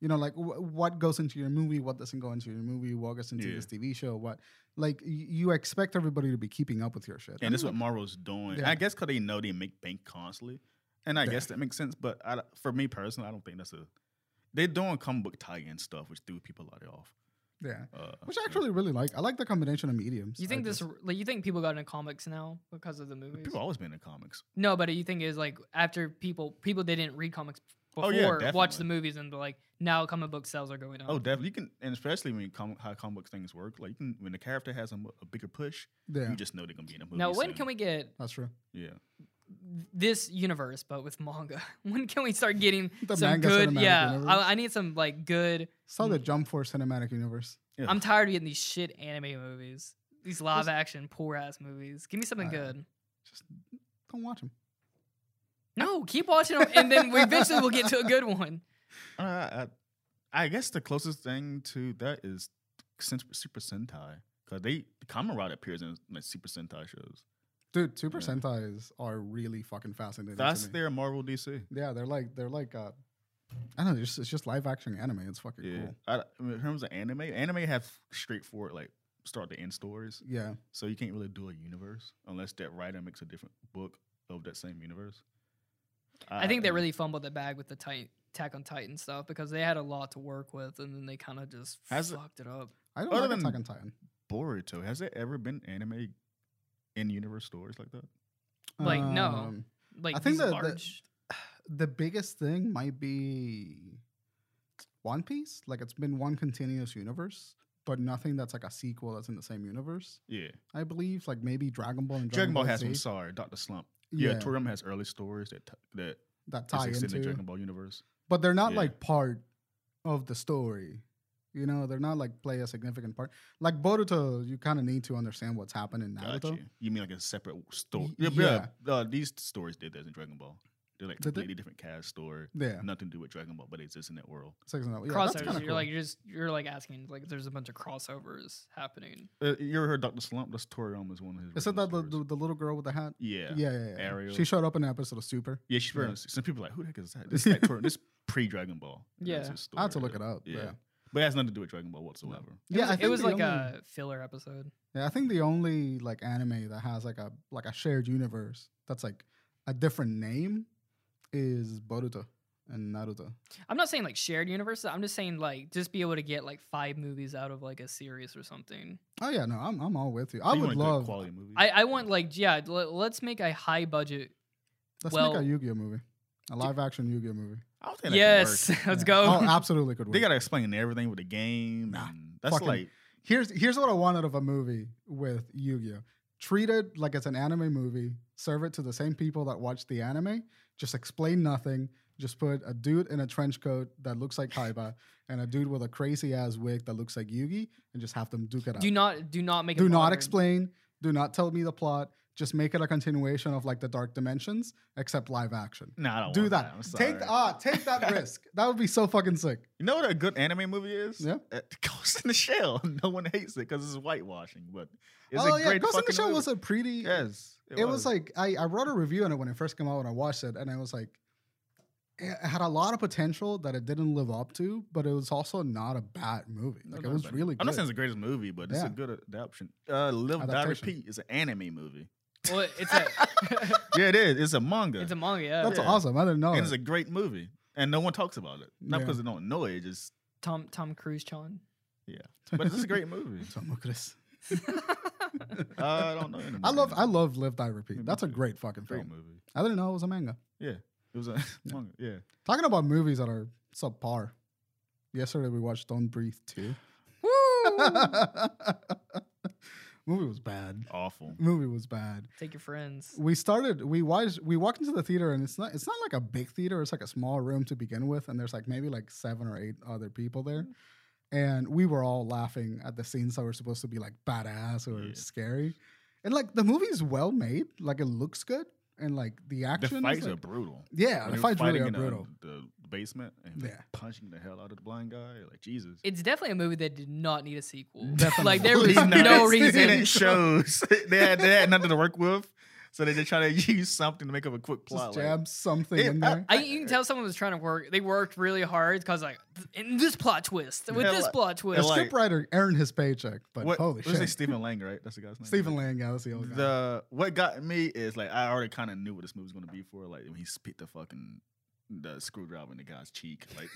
Speaker 1: You know, like wh- what goes into your movie, what doesn't go into your movie, what goes into
Speaker 4: Yeah.
Speaker 1: this TV show, what like y- you expect everybody to be keeping up with your shit.
Speaker 4: And this is
Speaker 1: I'm
Speaker 4: what Marvel's doing.
Speaker 1: Yeah.
Speaker 4: I guess because they know they make bank constantly, and I
Speaker 1: Yeah.
Speaker 4: guess that makes sense. But I, don't- for me personally, I don't think that's a they're doing comic book tie-in stuff, which threw people a lot off.
Speaker 1: like- yeah,
Speaker 4: Uh,
Speaker 1: which I actually really like. I like the combination of mediums.
Speaker 2: you
Speaker 1: I
Speaker 2: think this?
Speaker 1: just-
Speaker 2: Like, you think people got into comics now because of the movies?
Speaker 4: people always been in comics.
Speaker 2: No, but you think is like after people people they didn't read comics before
Speaker 4: Oh, yeah,
Speaker 2: watch
Speaker 4: definitely.
Speaker 2: the movies and they're like now comic book sales are going up.
Speaker 4: Oh, definitely. You can, and especially when com- how comic book things work. Like you can, when the character has a, mo- a bigger push,
Speaker 1: Yeah,
Speaker 4: you just know they're gonna be in a movie.
Speaker 2: Now when
Speaker 4: soon.
Speaker 2: can we get
Speaker 1: that's true.
Speaker 4: Yeah,
Speaker 2: this universe, but with manga? [laughs] When can we start getting
Speaker 1: The
Speaker 2: some
Speaker 1: manga
Speaker 2: good?
Speaker 1: cinematic
Speaker 2: Yeah,
Speaker 1: universe.
Speaker 2: I, I need some like good.
Speaker 1: Saw
Speaker 2: Mm-hmm.
Speaker 1: the Jump Force cinematic universe.
Speaker 4: yeah.
Speaker 2: I'm tired of getting these shit anime movies, these live action poor ass movies. Give me something
Speaker 1: I-
Speaker 2: good.
Speaker 1: Just don't watch them.
Speaker 2: No, keep watching them, and then we eventually we'll get to a
Speaker 1: [laughs]
Speaker 2: good one.
Speaker 4: Uh, I, I guess the closest thing to that is Sen- Super Sentai because they the Kamen Rider appears in like Super Sentai shows.
Speaker 1: Dude, Super
Speaker 4: Yeah.
Speaker 1: Sentais are really fucking fascinating. to
Speaker 4: That's
Speaker 1: me.
Speaker 4: their Marvel DC.
Speaker 1: Yeah, they're like they're like uh, I don't know. It's just, it's just live action anime. It's fucking
Speaker 4: Yeah,
Speaker 1: cool.
Speaker 4: I, I mean, in terms of anime, anime have straightforward like start to end stories,
Speaker 1: Yeah,
Speaker 4: so you can't really do a universe unless that writer makes a different book of that same universe.
Speaker 2: I think they
Speaker 1: Uh,
Speaker 2: really fumbled the bag with the tight Attack on Titan stuff because they had a lot to work with, and then they kind of just
Speaker 4: Has it-
Speaker 2: fucked it up.
Speaker 1: I don't
Speaker 4: Other
Speaker 1: like
Speaker 4: than-
Speaker 1: Attack on Titan.
Speaker 4: Boruto. Has there ever been anime in universe stories like that?
Speaker 2: Like, no.
Speaker 1: Um,
Speaker 2: Like
Speaker 1: I think
Speaker 2: these
Speaker 1: that- that-
Speaker 2: large.
Speaker 1: the biggest thing might be One Piece. Like it's been one continuous universe, but nothing that's like a sequel that's in the same universe.
Speaker 4: Yeah,
Speaker 1: I believe like maybe Dragon Ball and
Speaker 4: Dragon Ball has
Speaker 1: Z,
Speaker 4: one. Sorry, Doctor Slump.
Speaker 1: yeah,
Speaker 4: Yeah, Toriyama has early stories that t- that
Speaker 1: that
Speaker 4: is
Speaker 1: tie
Speaker 4: extended
Speaker 1: into.
Speaker 4: Dragon Ball universe.
Speaker 1: but they're not
Speaker 4: Yeah.
Speaker 1: like part of the story. You know, they're not like play a significant part. Like Boruto, you kind of need to understand what's happening in Naruto.
Speaker 4: Gotcha. You mean like a separate story?
Speaker 1: Y-
Speaker 4: Yeah, yeah. Uh, these stories did that in Dragon Ball. They're like
Speaker 1: Did they?
Speaker 4: completely different cast or
Speaker 1: Yeah,
Speaker 4: nothing to do with Dragon Ball, but it exists in that world.
Speaker 1: Six and a half. Yeah, that's
Speaker 2: crossovers.
Speaker 1: kind of
Speaker 2: You're
Speaker 1: cool.
Speaker 2: like you're just you're like asking like if there's a bunch of crossovers happening.
Speaker 4: Uh, you ever heard Doctor Slump? That's Toriyama's one of his.
Speaker 1: Is it
Speaker 4: original
Speaker 1: that the,
Speaker 4: stories.
Speaker 1: the, the little girl with the hat?
Speaker 4: yeah.
Speaker 1: Yeah, yeah, yeah.
Speaker 4: Ariel.
Speaker 1: She showed up in an episode of Super.
Speaker 4: Yeah, she's wearing.
Speaker 1: Yeah.
Speaker 4: a suit. Some people are like, who the heck
Speaker 1: [laughs]
Speaker 4: is that? This is like Tor- this pre Dragon Ball. and that's
Speaker 2: Yeah.
Speaker 4: his
Speaker 1: I have to
Speaker 4: story.
Speaker 1: look it up. Yeah, yeah.
Speaker 4: but it has nothing to do with Dragon Ball whatsoever.
Speaker 2: It was,
Speaker 1: I
Speaker 2: it
Speaker 1: think
Speaker 2: was
Speaker 1: the
Speaker 2: like
Speaker 1: only-
Speaker 2: a filler episode.
Speaker 1: Yeah, I think the only like anime that has like a like a shared universe that's like a different name is Boruto and Naruto.
Speaker 2: I'm not saying like shared universes. I'm just saying like just be able to get like five movies out of like a series or something.
Speaker 1: Oh yeah, no, I'm I'm all with you.
Speaker 4: So
Speaker 1: I
Speaker 4: you
Speaker 1: would
Speaker 4: want good
Speaker 1: love
Speaker 4: quality movies.
Speaker 2: I, I want like yeah, l- let's make a high budget.
Speaker 1: let's
Speaker 2: well-
Speaker 1: make a Yu-Gi-Oh movie. A live action Yu-Gi-Oh movie.
Speaker 4: I don't think that could
Speaker 2: Yes, [laughs]
Speaker 4: work.
Speaker 2: let's
Speaker 1: Yeah.
Speaker 2: go.
Speaker 1: Oh, absolutely could work.
Speaker 4: They gotta explain everything with the game.
Speaker 1: Nah,
Speaker 4: and that's
Speaker 1: fucking-
Speaker 4: like
Speaker 1: here's here's what I want out of a movie with Yu-Gi-Oh. Treat it like it's an anime movie. Serve it to the same people that watch the anime. Just explain nothing. Just put a dude in a trench coat that looks like
Speaker 4: [laughs]
Speaker 1: Kaiba and a dude with a crazy ass wig that looks like Yugi, and just have them duke it out.
Speaker 2: [laughs] do not do not make. it
Speaker 1: Do not
Speaker 2: modern.
Speaker 1: explain. Do not tell me the plot. Just make it a continuation of like the Dark Dimensions, except live action.
Speaker 4: no, I don't
Speaker 1: Do
Speaker 4: want
Speaker 1: that.
Speaker 4: I'm sorry.
Speaker 1: Take ah, take
Speaker 4: [laughs]
Speaker 1: that risk. That would be so fucking sick.
Speaker 4: You know what a good anime movie is?
Speaker 1: Yeah.
Speaker 4: Uh, [laughs] Ghost in the Shell. [laughs] No one hates it because it's whitewashing, but it's
Speaker 1: oh
Speaker 4: a
Speaker 1: yeah,
Speaker 4: great
Speaker 1: Ghost in the
Speaker 4: fucking
Speaker 1: Shell
Speaker 4: movie.
Speaker 1: was a pretty
Speaker 4: yes.
Speaker 1: it, was. like I, I wrote a review on it when it first came out when I watched it, and I was like, eh, it had a lot of potential that it didn't live up to, but it was also not a bad movie.
Speaker 4: No,
Speaker 1: Like
Speaker 4: no,
Speaker 1: it was
Speaker 4: but-
Speaker 1: really good.
Speaker 4: I'm not saying it's the greatest movie, but it's
Speaker 1: Yeah.
Speaker 4: a good adaptation. Uh, Live Die
Speaker 1: Adaptation.
Speaker 4: Repeat is an anime movie.
Speaker 2: Well,
Speaker 1: [laughs]
Speaker 2: it's a
Speaker 4: yeah, it is. It's a manga.
Speaker 2: it's a manga. Yeah.
Speaker 1: That's
Speaker 4: Yeah.
Speaker 1: awesome. I didn't know.
Speaker 4: and
Speaker 1: it.
Speaker 4: it's a great movie, and no one talks about it. Not
Speaker 1: Yeah.
Speaker 4: because they don't know it, just
Speaker 2: Tom Tom
Speaker 1: [laughs]
Speaker 2: Cruise Chan.
Speaker 4: but it's a great movie.
Speaker 1: So, Mukris.
Speaker 4: Uh, I don't know. any
Speaker 1: I
Speaker 4: more
Speaker 1: love
Speaker 4: anime.
Speaker 1: I love Live Die Repeat.
Speaker 4: Maybe
Speaker 1: That's a
Speaker 4: too.
Speaker 1: great fucking
Speaker 4: great
Speaker 1: film.
Speaker 4: movie.
Speaker 1: I didn't know it was a manga.
Speaker 4: It was a [laughs] manga. Yeah.
Speaker 1: Talking about movies that are subpar. Yesterday we watched Don't Breathe 2.
Speaker 2: Woo!
Speaker 1: [laughs] Movie was bad.
Speaker 4: Awful.
Speaker 1: Movie was bad.
Speaker 2: Take your friends.
Speaker 1: we started we watched we walked into the theater and it's not it's not like a big theater it's like a small room to begin with and there's like maybe like seven or eight other people there
Speaker 4: Mm-hmm.
Speaker 1: and we were all laughing at the scenes that were supposed to be like badass or
Speaker 4: Yeah.
Speaker 1: scary and like the movie's well made like it looks good and like the
Speaker 4: The
Speaker 1: action is,
Speaker 4: fights are
Speaker 1: like-
Speaker 4: brutal.
Speaker 1: yeah
Speaker 4: When
Speaker 1: the
Speaker 4: you're
Speaker 1: fights really
Speaker 4: fighting
Speaker 1: are
Speaker 4: in a-
Speaker 1: brutal
Speaker 4: the basement and
Speaker 1: Yeah.
Speaker 4: punching the hell out of the blind guy, like Jesus. [laughs]
Speaker 2: It's definitely a movie that did not need a sequel.
Speaker 1: Definitely.
Speaker 2: Like there was
Speaker 1: Please
Speaker 4: No,
Speaker 1: not.
Speaker 2: no
Speaker 4: [laughs] it's-
Speaker 2: reason.
Speaker 4: And it shows [laughs] they had they had nothing to work with, so they just try to [laughs] use something to make up a quick plot.
Speaker 1: just
Speaker 4: like,
Speaker 1: jab something
Speaker 4: Yeah,
Speaker 1: in there
Speaker 2: [laughs] I you can tell someone was trying to work. They worked really hard because like th- in this plot twist with
Speaker 4: Yeah,
Speaker 2: this
Speaker 4: like-
Speaker 2: plot
Speaker 1: the
Speaker 2: twist.
Speaker 4: like-
Speaker 1: scriptwriter earned his paycheck but
Speaker 4: what,
Speaker 1: holy
Speaker 4: what is it,
Speaker 1: shit
Speaker 4: Stephen Lang, right? That's the guy's name.
Speaker 1: Stephen Lang yeah that's the old guy
Speaker 4: The what got me is like I already kind of knew what this movie was going to be for. Like when he spit the fucking the screwdriver in the guy's cheek. Like,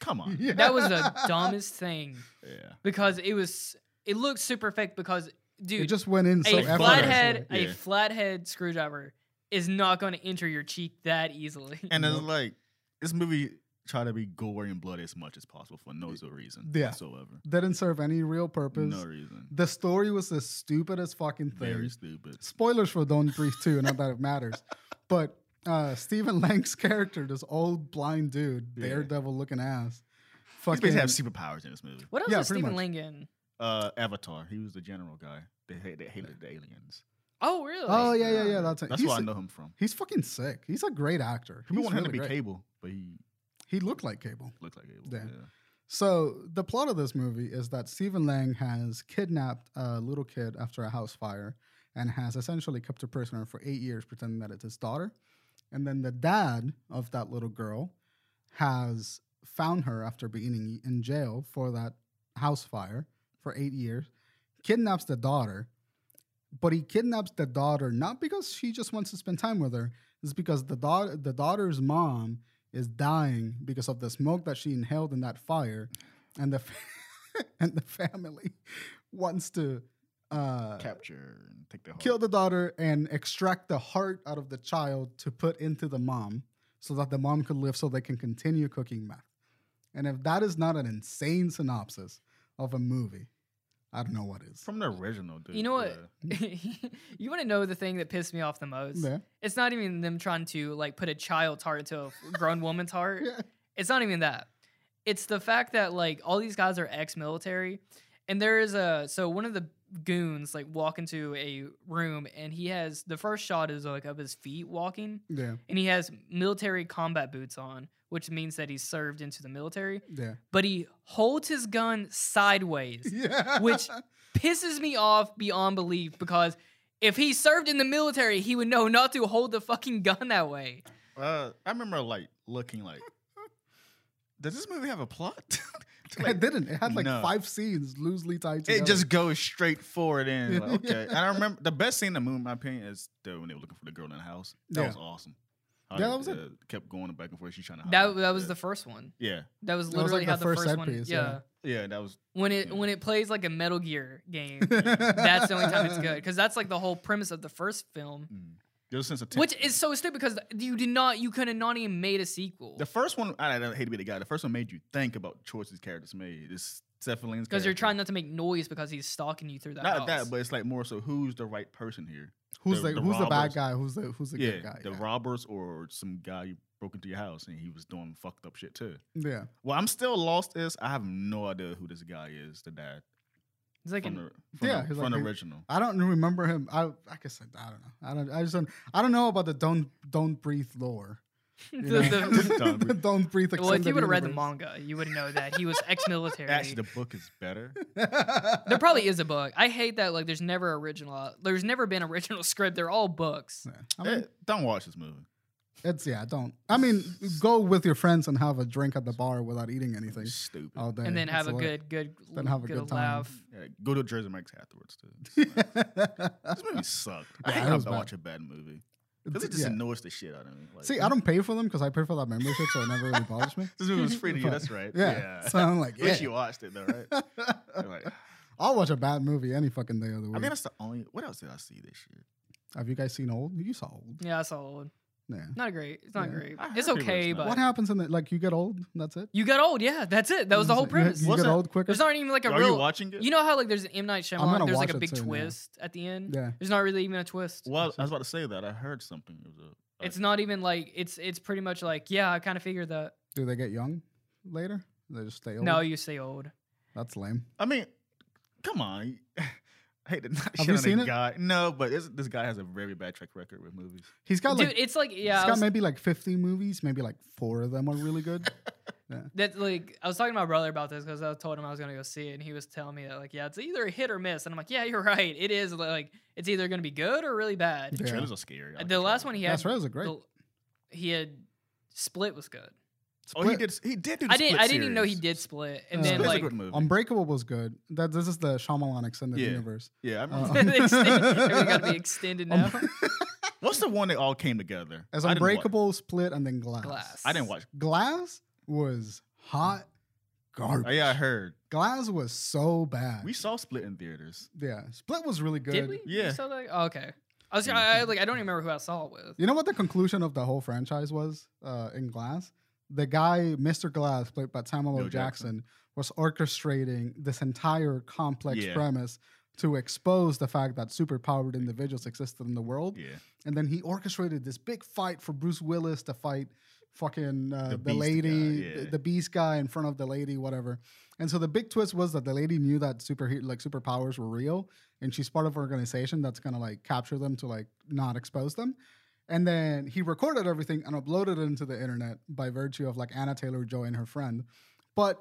Speaker 4: come
Speaker 1: [laughs]
Speaker 4: on.
Speaker 1: [laughs] Yeah.
Speaker 2: [laughs] that was the dumbest thing
Speaker 4: Yeah.
Speaker 2: because it was it looked super fake because dude
Speaker 1: it just went in so
Speaker 2: a
Speaker 1: effortlessly.
Speaker 2: flathead
Speaker 4: Yeah.
Speaker 2: a flathead screwdriver is not going to enter your cheek that easily. [laughs]
Speaker 4: And it's
Speaker 1: Nope.
Speaker 4: like this movie tried to be gory and bloody as much as possible for no so reason
Speaker 1: Yeah.
Speaker 4: whatsoever.
Speaker 1: didn't serve any real purpose
Speaker 4: No reason.
Speaker 1: The story was the stupidest fucking thing.
Speaker 4: Very stupid.
Speaker 1: Spoilers for Don't Breathe 2, not that it matters. [laughs] But uh, Stephen Lang's character, this old blind dude,
Speaker 4: Yeah.
Speaker 1: daredevil looking ass,
Speaker 4: These
Speaker 1: fucking
Speaker 4: basically have superpowers in this movie.
Speaker 2: what else
Speaker 1: yeah,
Speaker 2: was
Speaker 1: pretty
Speaker 2: Stephen
Speaker 1: much.
Speaker 2: Lang in?
Speaker 4: Uh, Avatar. He was the general guy. They, ha- they hated the aliens.
Speaker 2: Oh really?
Speaker 1: Oh yeah, yeah, yeah. That's it.
Speaker 4: That's
Speaker 1: he's,
Speaker 4: where I know him from.
Speaker 1: He's fucking sick. He's a great actor.
Speaker 4: People
Speaker 1: He's
Speaker 4: want him to
Speaker 1: really
Speaker 4: be
Speaker 1: great.
Speaker 4: Cable, but he
Speaker 1: He looked like Cable.
Speaker 4: looks like Cable.
Speaker 1: Yeah. So the plot of this movie is that Stephen Lang has kidnapped a little kid after a house fire and has essentially kept her prisoner for eight years, pretending that it's his daughter. And then the dad of that little girl has found her after being in jail for that house fire for eight years, kidnaps the daughter, but he kidnaps the daughter not because she just wants to spend time with her, it's because the daughter the daughter's mom is dying because of the smoke that she inhaled in that fire, and the [laughs] fa- and the family wants to uh,
Speaker 4: Capture and take the heart.
Speaker 1: kill the daughter and extract the heart out of the child to put into the mom so that the mom could live so they can continue cooking meth. And if that is not an insane synopsis of a movie, I don't know what is.
Speaker 4: from the original dude.
Speaker 2: You know what?
Speaker 4: yeah.
Speaker 2: [laughs] you want to know the thing that pissed me off the most?
Speaker 1: Yeah.
Speaker 2: It's not even them trying to like put a child's heart into a grown woman's heart.
Speaker 1: Yeah.
Speaker 2: It's not even that. It's the fact that like all these guys are ex-military, and there is a so one of the goons like walk into a room and he has the first shot is like of his feet walking
Speaker 1: Yeah,
Speaker 2: and he has military combat boots on which means that he's served into the military
Speaker 1: yeah,
Speaker 2: but he holds his gun sideways
Speaker 1: yeah. [laughs]
Speaker 2: Which- pisses me off beyond belief because if he served in the military he would know not to hold the fucking gun that way
Speaker 4: Uh, I remember like looking like, [laughs] does this movie have a plot? [laughs]
Speaker 1: it didn't. It had like
Speaker 4: No.
Speaker 1: five scenes loosely tied together. [laughs]
Speaker 4: it just goes straight forward in.
Speaker 1: Yeah. [laughs]
Speaker 4: Like, okay, and I remember the best scene in the movie, in my opinion, is the, when they were looking for the girl in the house. That
Speaker 1: Yeah.
Speaker 4: was awesome. How
Speaker 1: Yeah,
Speaker 4: they, uh,
Speaker 1: that was it.
Speaker 4: Kept going back and forth. She's trying to.
Speaker 2: that,
Speaker 4: hide.
Speaker 2: that was
Speaker 4: yeah.
Speaker 2: the first one
Speaker 4: yeah
Speaker 2: that was
Speaker 1: That was,
Speaker 2: literally
Speaker 1: like, the
Speaker 2: how the
Speaker 1: first
Speaker 2: first,
Speaker 1: set
Speaker 2: one
Speaker 1: piece,
Speaker 2: yeah.
Speaker 1: yeah.
Speaker 4: yeah that was
Speaker 2: when it
Speaker 4: Yeah.
Speaker 2: when it plays like a metal gear
Speaker 1: [laughs]
Speaker 2: game that's the only time it's good because that's like the whole premise of the first film
Speaker 4: mm, there's a sense of
Speaker 2: Which
Speaker 4: tension.
Speaker 2: is so stupid because you did not, you could have not even made a sequel
Speaker 4: the first one. I, I hate to be the guy. The first one made you think about choices characters made. It's Stephen Lane's
Speaker 2: because you're
Speaker 4: character.
Speaker 2: trying not to make noise because he's stalking you through the
Speaker 4: not
Speaker 2: house.
Speaker 4: that, but it's like more so who's the right person here?
Speaker 1: who's
Speaker 4: the-
Speaker 1: the,
Speaker 4: the
Speaker 1: who's the bad
Speaker 4: robbers.
Speaker 1: guy? Who's the who's the
Speaker 4: yeah,
Speaker 1: good guy?
Speaker 4: the
Speaker 1: yeah.
Speaker 4: robbers or some guy who broke into your house and he was doing fucked up shit too.
Speaker 1: yeah,
Speaker 4: Well, I'm still lost. Is I have no idea who this guy is. The dad
Speaker 2: it's like
Speaker 4: from
Speaker 2: an,
Speaker 4: the from,
Speaker 1: Yeah, he's
Speaker 4: the, from
Speaker 1: like
Speaker 4: the
Speaker 1: a-
Speaker 4: original.
Speaker 1: I don't remember him. I I guess I, I don't know. I don't. I just don't. I don't know about the don't don't breathe lore.
Speaker 2: [laughs] the,
Speaker 1: you [laughs] know?
Speaker 2: the,
Speaker 4: Don't
Speaker 1: The
Speaker 4: Breathe.
Speaker 1: don't breathe.
Speaker 2: well, if you
Speaker 1: extended
Speaker 2: would have read the
Speaker 1: universe.
Speaker 2: manga, you would know that
Speaker 4: [laughs]
Speaker 2: he was ex-military.
Speaker 4: Actually, the book is
Speaker 1: [laughs]
Speaker 4: better.
Speaker 2: [laughs] there probably is a book. I hate that. Like, there's never original. uh, There's never been [laughs] original script. They're all books.
Speaker 1: Yeah. I mean,
Speaker 4: Eh, don't watch this movie.
Speaker 1: it's yeah. Don't. I mean, go with your friends and have a drink at the bar without eating anything
Speaker 4: It's stupid.
Speaker 1: all day.
Speaker 2: and then have
Speaker 1: That's [laughs]
Speaker 2: a
Speaker 1: what-
Speaker 2: good, good,
Speaker 1: Then have a
Speaker 2: good,
Speaker 1: good time.
Speaker 2: laugh.
Speaker 4: Yeah, go to Jersey Mike's afterwards
Speaker 1: [laughs]
Speaker 4: too. this movie sucked. I
Speaker 1: Yeah,
Speaker 4: hate
Speaker 1: it
Speaker 4: when I
Speaker 1: was bad.
Speaker 4: watch a bad movie because it just
Speaker 1: Yeah.
Speaker 4: annoys the shit out of me. Like,
Speaker 1: See, I don't pay for them because I pay for that membership, so it never really bothers me.
Speaker 4: [laughs] This movie was free
Speaker 1: [laughs]
Speaker 4: to you. That's right.
Speaker 1: Yeah. So I'm like, yeah.
Speaker 4: [laughs] Wish you watched it though,
Speaker 1: [laughs]
Speaker 4: right? You're like,
Speaker 1: I'll watch a bad movie any fucking day of the week.
Speaker 4: I mean, that's the only. What else did I see this year?
Speaker 1: Have you guys seen Old? You saw Old.
Speaker 2: Yeah, that's old.
Speaker 1: Yeah.
Speaker 2: Not great. It's not
Speaker 1: Yeah.
Speaker 2: great.
Speaker 4: I heard
Speaker 2: It's
Speaker 4: people
Speaker 2: okay,
Speaker 4: it's not.
Speaker 2: but
Speaker 1: What happens in that? Like, you get old, and that's it?
Speaker 2: you got old. Yeah, that's it. That was the whole
Speaker 1: Mm-hmm. You-
Speaker 2: premise.
Speaker 1: You,
Speaker 4: What's
Speaker 1: get
Speaker 4: that?
Speaker 1: old quicker?
Speaker 2: There's not even like a
Speaker 4: Are you
Speaker 2: real.
Speaker 4: watching it?
Speaker 2: You know how like there's an M Night
Speaker 1: I'm
Speaker 2: Shyamalan,
Speaker 1: gonna
Speaker 2: there's like
Speaker 1: watch
Speaker 2: a
Speaker 1: it
Speaker 2: big
Speaker 1: soon, yeah.
Speaker 2: twist at the end.
Speaker 1: yeah.
Speaker 2: There's not really even a twist.
Speaker 4: well, I was about to say that. I heard something. It was a.
Speaker 2: It's not even like it's it's pretty much like yeah, I kind of figured that.
Speaker 1: Do they get young later? They just stay old?
Speaker 2: No, you stay old.
Speaker 1: That's lame.
Speaker 4: I mean, come on. [laughs] I hate to not
Speaker 1: Have
Speaker 4: shit
Speaker 1: you
Speaker 4: on
Speaker 1: seen
Speaker 4: the
Speaker 1: it?
Speaker 4: guy. No, but this, this guy has a very bad track record with movies.
Speaker 1: He's got
Speaker 2: Dude,
Speaker 1: like.
Speaker 2: it's like yeah,
Speaker 1: he's
Speaker 2: I
Speaker 1: got
Speaker 2: was-
Speaker 1: maybe like 50 movies. Maybe like four of them are really
Speaker 2: [laughs]
Speaker 1: good.
Speaker 2: that's like I was talking to my brother about this because I told him I was gonna go see it, and he was telling me that like yeah, it's either a hit or miss, and I'm like yeah, you're right, it is like it's either gonna be good or really bad. Uh,
Speaker 1: Yeah.
Speaker 4: Trailers are scary. I like
Speaker 2: The last
Speaker 4: trailers.
Speaker 2: one he had,
Speaker 1: That's right. It was a great.
Speaker 2: the- he had Split was good.
Speaker 4: Oh, he
Speaker 1: Split.
Speaker 4: did. He did. Do the
Speaker 2: I didn't
Speaker 4: Split
Speaker 2: I didn't even know he
Speaker 4: series.
Speaker 2: did Split,
Speaker 1: Uh,
Speaker 2: and then
Speaker 4: Split's
Speaker 2: like
Speaker 4: a
Speaker 2: [laughs]
Speaker 4: good movie.
Speaker 1: Unbreakable was good. That This is the Shyamalan extended
Speaker 4: Yeah.
Speaker 1: universe.
Speaker 4: yeah, I
Speaker 1: Uh,
Speaker 4: remember.
Speaker 2: they extend, everything
Speaker 1: [laughs]
Speaker 2: got to be extended now.
Speaker 1: Um,
Speaker 4: What's the one that all came together?
Speaker 1: As
Speaker 4: I didn't watch-
Speaker 1: Unbreakable, Split, and then Glass.
Speaker 2: Glass.
Speaker 4: I didn't watch.
Speaker 1: Glass was hot garbage.
Speaker 4: Oh, yeah, I heard.
Speaker 1: Glass was so bad.
Speaker 4: We saw Split in theaters.
Speaker 1: yeah, Split was really good.
Speaker 2: Did we? You
Speaker 4: Yeah.
Speaker 2: saw that? Oh, okay. I was I, I, like I don't even remember who I saw it with.
Speaker 1: You know what the conclusion of the whole franchise was uh, in Glass? The guy, Mr. Glass, played by Samuel L.
Speaker 4: Bill Jackson.
Speaker 1: Jackson, was orchestrating this entire complex
Speaker 4: Yeah.
Speaker 1: premise to expose the fact that superpowered individuals existed in the world.
Speaker 4: Yeah,
Speaker 1: And then he orchestrated this big fight for Bruce Willis to fight fucking uh,
Speaker 4: The
Speaker 1: the,
Speaker 4: Beast
Speaker 1: lady,
Speaker 4: guy,
Speaker 1: the-
Speaker 4: yeah.
Speaker 1: the beast guy in front of the lady, whatever. And so the big twist was that the lady knew that super like superpowers were real, and she's part of an organization that's gonna like capture them to like not expose them. And then he recorded everything and uploaded it into the internet by virtue of like Anna Taylor Joy and her friend. But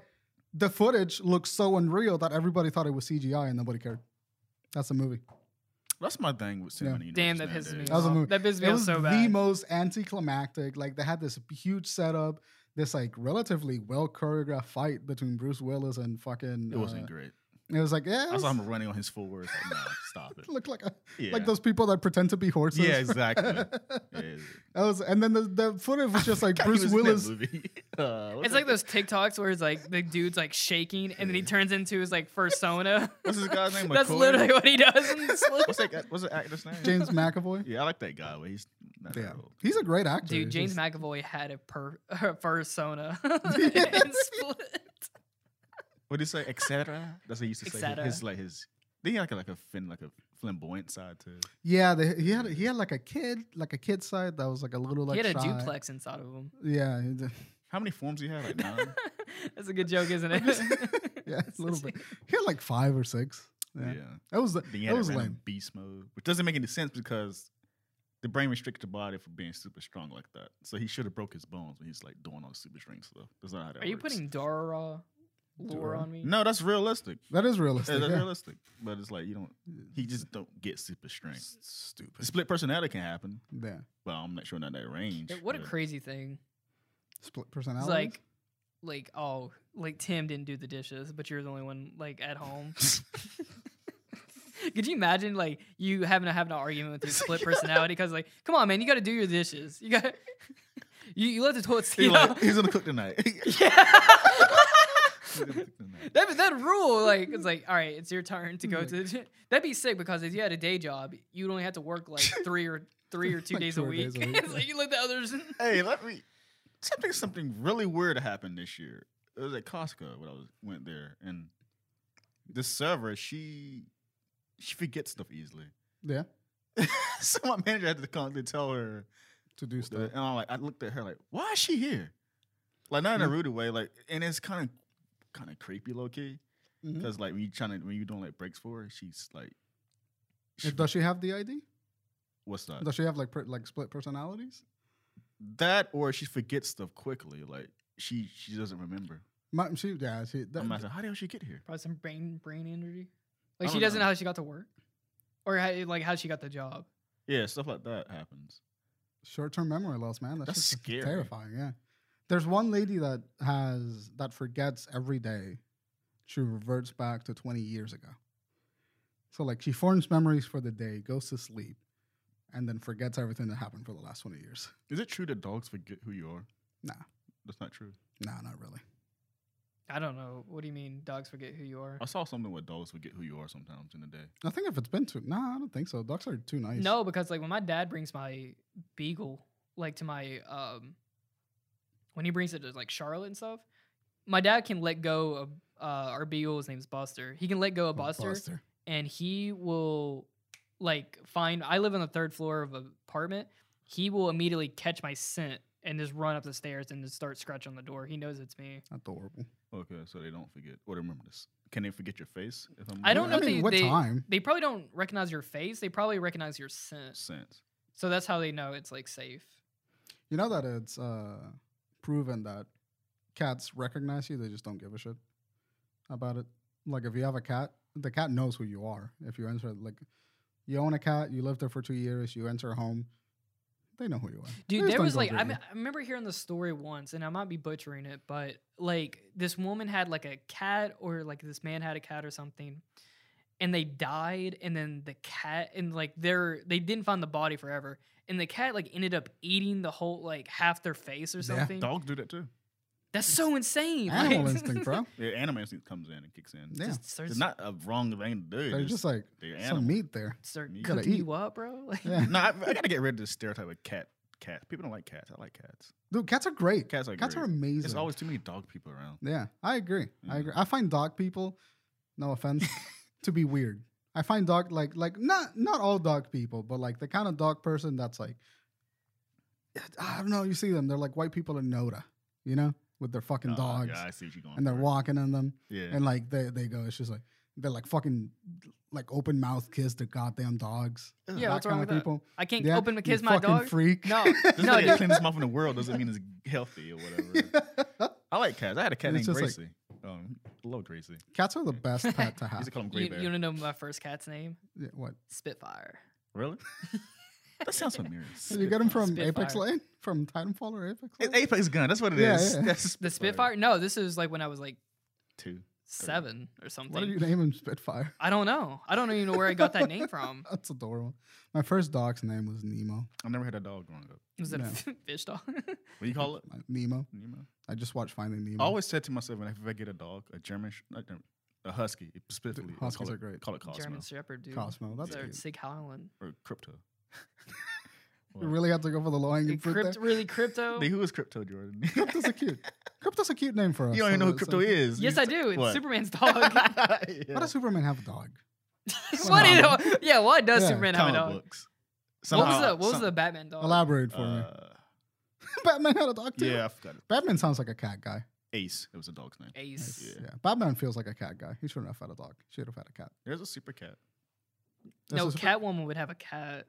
Speaker 1: the footage looks so unreal that everybody thought it was CGI and nobody cared. That's the movie.
Speaker 4: that's my thing with cinema. universe
Speaker 2: Damn, that pisses me
Speaker 4: nowadays.
Speaker 1: That was a
Speaker 2: off.
Speaker 1: movie.
Speaker 2: That pisses me
Speaker 1: it
Speaker 2: off
Speaker 1: was
Speaker 2: so
Speaker 1: the
Speaker 2: bad.
Speaker 1: most anticlimactic. Like they had this huge setup, this like relatively well choreographed fight between Bruce Willis and fucking.
Speaker 4: It wasn't
Speaker 1: uh,
Speaker 4: great.
Speaker 1: It was like yeah, it
Speaker 4: I
Speaker 1: [laughs]
Speaker 4: saw
Speaker 1: was-
Speaker 4: him running on his fours. [laughs] Like, nah, stop it.
Speaker 1: it looked like a,
Speaker 4: Yeah.
Speaker 1: like those people that pretend to be horses. [laughs]
Speaker 4: Yeah, exactly. [laughs] Yeah,
Speaker 1: that
Speaker 4: yeah.
Speaker 1: was, and then the, the footage
Speaker 4: [laughs]
Speaker 1: was just like
Speaker 4: God, he
Speaker 1: Bruce
Speaker 4: was in that
Speaker 1: Willis.
Speaker 4: movie. [laughs] Uh, what's
Speaker 2: It's like
Speaker 4: that-
Speaker 2: those TikToks where it's like the dude's like shaking and then he turns into his like persona.
Speaker 4: [laughs] What's this guy's name?
Speaker 2: [laughs] That's
Speaker 4: McCoy?
Speaker 2: literally what he does in Split.
Speaker 4: What's that? guy- What's the actor's name?
Speaker 1: [laughs] James McAvoy.
Speaker 4: Yeah, I like that guy. But he's not that
Speaker 1: Yeah,
Speaker 4: old.
Speaker 1: he's a great actor.
Speaker 2: Dude,
Speaker 1: He's
Speaker 2: James
Speaker 1: just-
Speaker 2: McAvoy had a per [laughs] a persona [laughs] in Split.
Speaker 4: What did he say? Etc. That's what he used to
Speaker 2: Et
Speaker 4: say.
Speaker 2: cetera.
Speaker 4: His like his. Then he had like a fin like a flamboyant side too.
Speaker 1: yeah, they, he had he had like a kid, like a kid side that was like a little
Speaker 2: He
Speaker 1: like
Speaker 2: had a
Speaker 1: shy.
Speaker 2: duplex inside of him.
Speaker 1: Yeah, he did- [laughs]
Speaker 4: How many forms he had?
Speaker 2: [laughs]
Speaker 4: Like nine.
Speaker 2: That's a good joke, isn't it? [laughs]
Speaker 1: yeah, a little bit. He had like five or six. Yeah.
Speaker 4: Yeah.
Speaker 1: That was
Speaker 4: Then you
Speaker 1: that
Speaker 4: had
Speaker 1: was
Speaker 4: a
Speaker 1: lame.
Speaker 4: random beast mode, which doesn't make any sense because the brain restricts the body for being super strong like that. So he should have broke his bones when he's like doing all the super strength stuff. That's not how that
Speaker 2: Are you
Speaker 4: works.
Speaker 2: putting Dara lore
Speaker 1: Dora?
Speaker 2: on me?
Speaker 4: No, that's realistic.
Speaker 1: That is
Speaker 4: Yeah,
Speaker 1: realistic.
Speaker 4: that's
Speaker 1: yeah.
Speaker 4: realistic. But it's like you don't. He just don't get super strength.
Speaker 1: S- stupid.
Speaker 4: Split personality can happen,
Speaker 1: yeah.
Speaker 4: but I'm not sure not that range.
Speaker 2: Yeah, What a
Speaker 4: but-
Speaker 2: crazy thing.
Speaker 1: Split
Speaker 2: It's
Speaker 1: personality.
Speaker 2: like, like oh, like Tim didn't do the dishes, but you're the only one like
Speaker 1: [laughs]
Speaker 2: at home. Could you imagine like you having to have an
Speaker 1: [laughs]
Speaker 2: argument with your split personality? Because like, come on, man, you got to do your dishes. You got, [laughs] you, you let the toilet
Speaker 4: He's
Speaker 2: seat [laughs]
Speaker 4: like,
Speaker 2: out.
Speaker 4: he's gonna cook tonight. [laughs] He's
Speaker 2: yeah. [laughs]
Speaker 4: gonna cook tonight.
Speaker 2: that that rule like it's like all right, it's your turn to
Speaker 1: Hmm.
Speaker 2: go to. the- That'd be sick because if you had a day job, you'd only have to work like three or three
Speaker 1: [laughs]
Speaker 2: or two
Speaker 1: Like
Speaker 2: days,
Speaker 1: two
Speaker 2: a
Speaker 1: or days
Speaker 2: week. [laughs]
Speaker 1: a week,
Speaker 2: it's
Speaker 1: yeah.
Speaker 2: like you let the others.
Speaker 4: hey, let me. Something something really weird happened this year. It was at Costco when I was, went there, and the server she she forgets stuff easily. [laughs]
Speaker 1: yeah.
Speaker 4: so my manager had to come to tell her,
Speaker 1: To do stuff.
Speaker 4: and I'm like, I looked at her like, why is she here? Like not in a
Speaker 1: Mm.
Speaker 4: rude way, like, and it's kind of kind of creepy, low key,
Speaker 1: Mhm.
Speaker 4: because like when you trying to when you doing like breaks for her, she's like, she-
Speaker 1: And Does she have the ID?
Speaker 4: what's that?
Speaker 1: Does she have like per, like split personalities?
Speaker 4: that or she forgets stuff quickly, like. She she doesn't remember.
Speaker 1: My, she yeah. She, that,
Speaker 4: I'm asking, how the hell she get here?
Speaker 2: Probably some brain brain injury. Like
Speaker 4: I
Speaker 2: she
Speaker 4: don't
Speaker 2: doesn't know.
Speaker 4: know.
Speaker 2: how she got to work, or how, like how she got the job.
Speaker 4: Yeah, stuff like that happens.
Speaker 1: Short-term memory loss, man. That's,
Speaker 4: That's
Speaker 1: just
Speaker 4: scary.
Speaker 1: Terrifying. Yeah. There's one lady that has that forgets every day. She reverts back to 20 years ago. So like she forms memories for the day, goes to sleep, and then forgets everything that happened for the last 20 years.
Speaker 4: Is it true that dogs forget who you are?
Speaker 1: Nah.
Speaker 4: That's not true.
Speaker 1: No, not really.
Speaker 2: I don't know. What do you mean dogs forget who you are?
Speaker 4: I saw something where dogs forget who you are sometimes in the day.
Speaker 1: I think if it's been too. Nah, I don't think so. Ducks are too nice.
Speaker 2: No, because like when my dad brings my beagle, like to my um, when he brings it to like Charlotte and stuff, my dad can let go of uh, our beagle. His name's Buster. He can let go
Speaker 1: Oh,
Speaker 2: of Buster, and he will like find. I live on the third floor of an apartment. He will immediately catch my scent and just run up the stairs and just start scratching on the door. He knows it's me.
Speaker 1: Adorable.
Speaker 4: Okay, so they don't forget or they remember this. Can they forget your face? If I'm
Speaker 2: I don't
Speaker 1: I
Speaker 2: know
Speaker 4: right?
Speaker 2: if
Speaker 1: mean,
Speaker 2: they-
Speaker 1: what
Speaker 2: they-
Speaker 1: time?
Speaker 2: They probably don't recognize your face. They probably recognize your scent.
Speaker 4: sense.
Speaker 2: So that's how they know it's like safe.
Speaker 1: You know that it's uh, proven that cats recognize you, they just don't give a shit about it. Like if you have a cat, the cat knows who you are. If you enter like you own a cat, you live there for two years, you enter a home, they know who you are. They
Speaker 2: Dude,
Speaker 1: just
Speaker 2: there
Speaker 1: don't
Speaker 2: was
Speaker 1: go
Speaker 2: like
Speaker 1: through
Speaker 2: I,
Speaker 1: you.
Speaker 2: me- I remember hearing the story once, and I might be butchering it, but like this woman had like a cat, or like this man had a cat or something, and they died, and then the cat and like they're they didn't find the body forever, and the cat like ended up eating the whole like half their face or
Speaker 1: Yeah.
Speaker 2: something.
Speaker 4: Dogs do that too.
Speaker 2: That's so insane.
Speaker 1: animal
Speaker 2: like- [laughs]
Speaker 1: instinct,
Speaker 4: [laughs]
Speaker 1: bro.
Speaker 4: Yeah, animal instinct comes in and kicks in.
Speaker 1: Yeah.
Speaker 2: Just starts,
Speaker 4: It's not a wrong thing to do.
Speaker 1: They're
Speaker 4: it's-
Speaker 1: just like
Speaker 4: they're
Speaker 1: some
Speaker 4: animals.
Speaker 1: meat there.
Speaker 2: start
Speaker 4: You
Speaker 1: gotta
Speaker 2: cooking
Speaker 1: eat.
Speaker 2: you up, bro. [laughs] Like,
Speaker 1: Yeah.
Speaker 4: [laughs] No, I, I gotta get rid of this stereotype of cat. Cat. People don't like cats. I like cats.
Speaker 1: Dude, cats are great.
Speaker 4: Cats are
Speaker 1: cats are
Speaker 4: great.
Speaker 1: amazing.
Speaker 4: There's always too many dog people around.
Speaker 1: Yeah, I agree. I
Speaker 4: Yeah.
Speaker 1: agree. I find dog people, no
Speaker 4: [laughs]
Speaker 1: offense, to be weird. I find dog like like not not all dog people, but like the kind of dog person that's like I don't know, you see them, they're like white people in Noda, you know, with their fucking
Speaker 4: Uh,
Speaker 1: dogs
Speaker 4: Yeah, I see what you're going.
Speaker 1: and they're
Speaker 4: for.
Speaker 1: walking in them
Speaker 4: Yeah.
Speaker 1: and like they, they go, it's just like they're like fucking like open mouth kiss their goddamn dogs.
Speaker 4: Ugh.
Speaker 2: Yeah, what's wrong with that?
Speaker 1: people.
Speaker 2: I can't
Speaker 1: Yeah,
Speaker 2: open my
Speaker 1: you
Speaker 2: kiss my
Speaker 1: fucking
Speaker 2: dog.
Speaker 1: Freak.
Speaker 2: No,
Speaker 4: Just
Speaker 2: no,
Speaker 4: because [laughs] they
Speaker 2: dude.
Speaker 4: clean this mouth in the world doesn't mean it's healthy or whatever.
Speaker 2: [laughs]
Speaker 4: I like cats. I had a cat
Speaker 1: And
Speaker 4: named
Speaker 1: it's just
Speaker 4: Gracie. um, love Gracie.
Speaker 1: Cats
Speaker 4: [laughs]
Speaker 1: are the best pet to
Speaker 4: I
Speaker 1: have.
Speaker 4: used to call him
Speaker 2: Ah, You,
Speaker 4: Gray
Speaker 2: you
Speaker 4: Bear.
Speaker 2: want to know my first cat's name?
Speaker 1: Yeah, what?
Speaker 2: Spitfire. [laughs]
Speaker 4: Really? that sounds familiar.
Speaker 1: So you get him from
Speaker 2: Spitfire.
Speaker 1: Apex Lane, from Titanfall or Apex. Lane?
Speaker 4: It's Apex Gun. That's what it is.
Speaker 1: Yeah, yeah.
Speaker 4: That's
Speaker 2: The Spitfire? No, this is like when I was like
Speaker 4: Two.
Speaker 2: seven or something.
Speaker 1: What do you name him? Spitfire.
Speaker 2: I don't know. I don't even know where I got that name from.
Speaker 1: [laughs] That's adorable. My first dog's name was Nemo.
Speaker 4: I've never had a dog growing up.
Speaker 2: Was it
Speaker 1: No.
Speaker 2: a [laughs] fish dog?
Speaker 4: What do you call it?
Speaker 1: Like, Nemo.
Speaker 4: Nemo?
Speaker 1: I just watched Finding Nemo.
Speaker 4: I always said to myself, when I- if I get a dog, a German, sh- not German, a husky, specifically, I'll
Speaker 1: huskies
Speaker 4: call
Speaker 1: are
Speaker 4: it,
Speaker 1: great.
Speaker 4: Call it Cosmo
Speaker 2: German Shepherd, dude.
Speaker 1: Cosmo. That's
Speaker 2: Or
Speaker 1: cute.
Speaker 2: Sig Howland.
Speaker 4: or Crypto.
Speaker 1: You really have to go for the low hanging fruit.
Speaker 2: Crypt,
Speaker 1: there.
Speaker 2: really crypto?
Speaker 4: [laughs] Hey, who is Crypto Jordan? [laughs] you
Speaker 1: Crypto's a cute. Crypto's a cute name for us.
Speaker 4: don't even know who
Speaker 1: so-
Speaker 4: Crypto
Speaker 1: so-
Speaker 4: is.
Speaker 2: yes,
Speaker 4: You
Speaker 2: I
Speaker 4: t-
Speaker 2: do. [laughs] It's
Speaker 4: what?
Speaker 2: Superman's
Speaker 4: [laughs]
Speaker 2: dog. what
Speaker 4: yeah.
Speaker 1: Why does Superman have a dog?
Speaker 2: is,
Speaker 1: Phenomenal.
Speaker 2: yeah, why does
Speaker 1: Yeah,
Speaker 2: Superman have a
Speaker 4: comic
Speaker 2: dog?
Speaker 4: books.
Speaker 2: What was
Speaker 4: Somehow-
Speaker 2: the what was
Speaker 4: some-
Speaker 2: the Batman dog?
Speaker 1: Elaborate for me.
Speaker 4: uh,
Speaker 1: [laughs] Batman had a dog too.
Speaker 4: Yeah, I forgot it.
Speaker 1: Batman sounds like a cat guy.
Speaker 4: Ace. It was a dog's name.
Speaker 2: Ace.
Speaker 1: Nice.
Speaker 4: Yeah.
Speaker 1: Yeah. Batman feels like a cat guy. He shouldn't have had a dog. Should have had a cat.
Speaker 4: There's a super cat.
Speaker 1: This
Speaker 2: No,
Speaker 1: is-
Speaker 2: Catwoman would have a cat.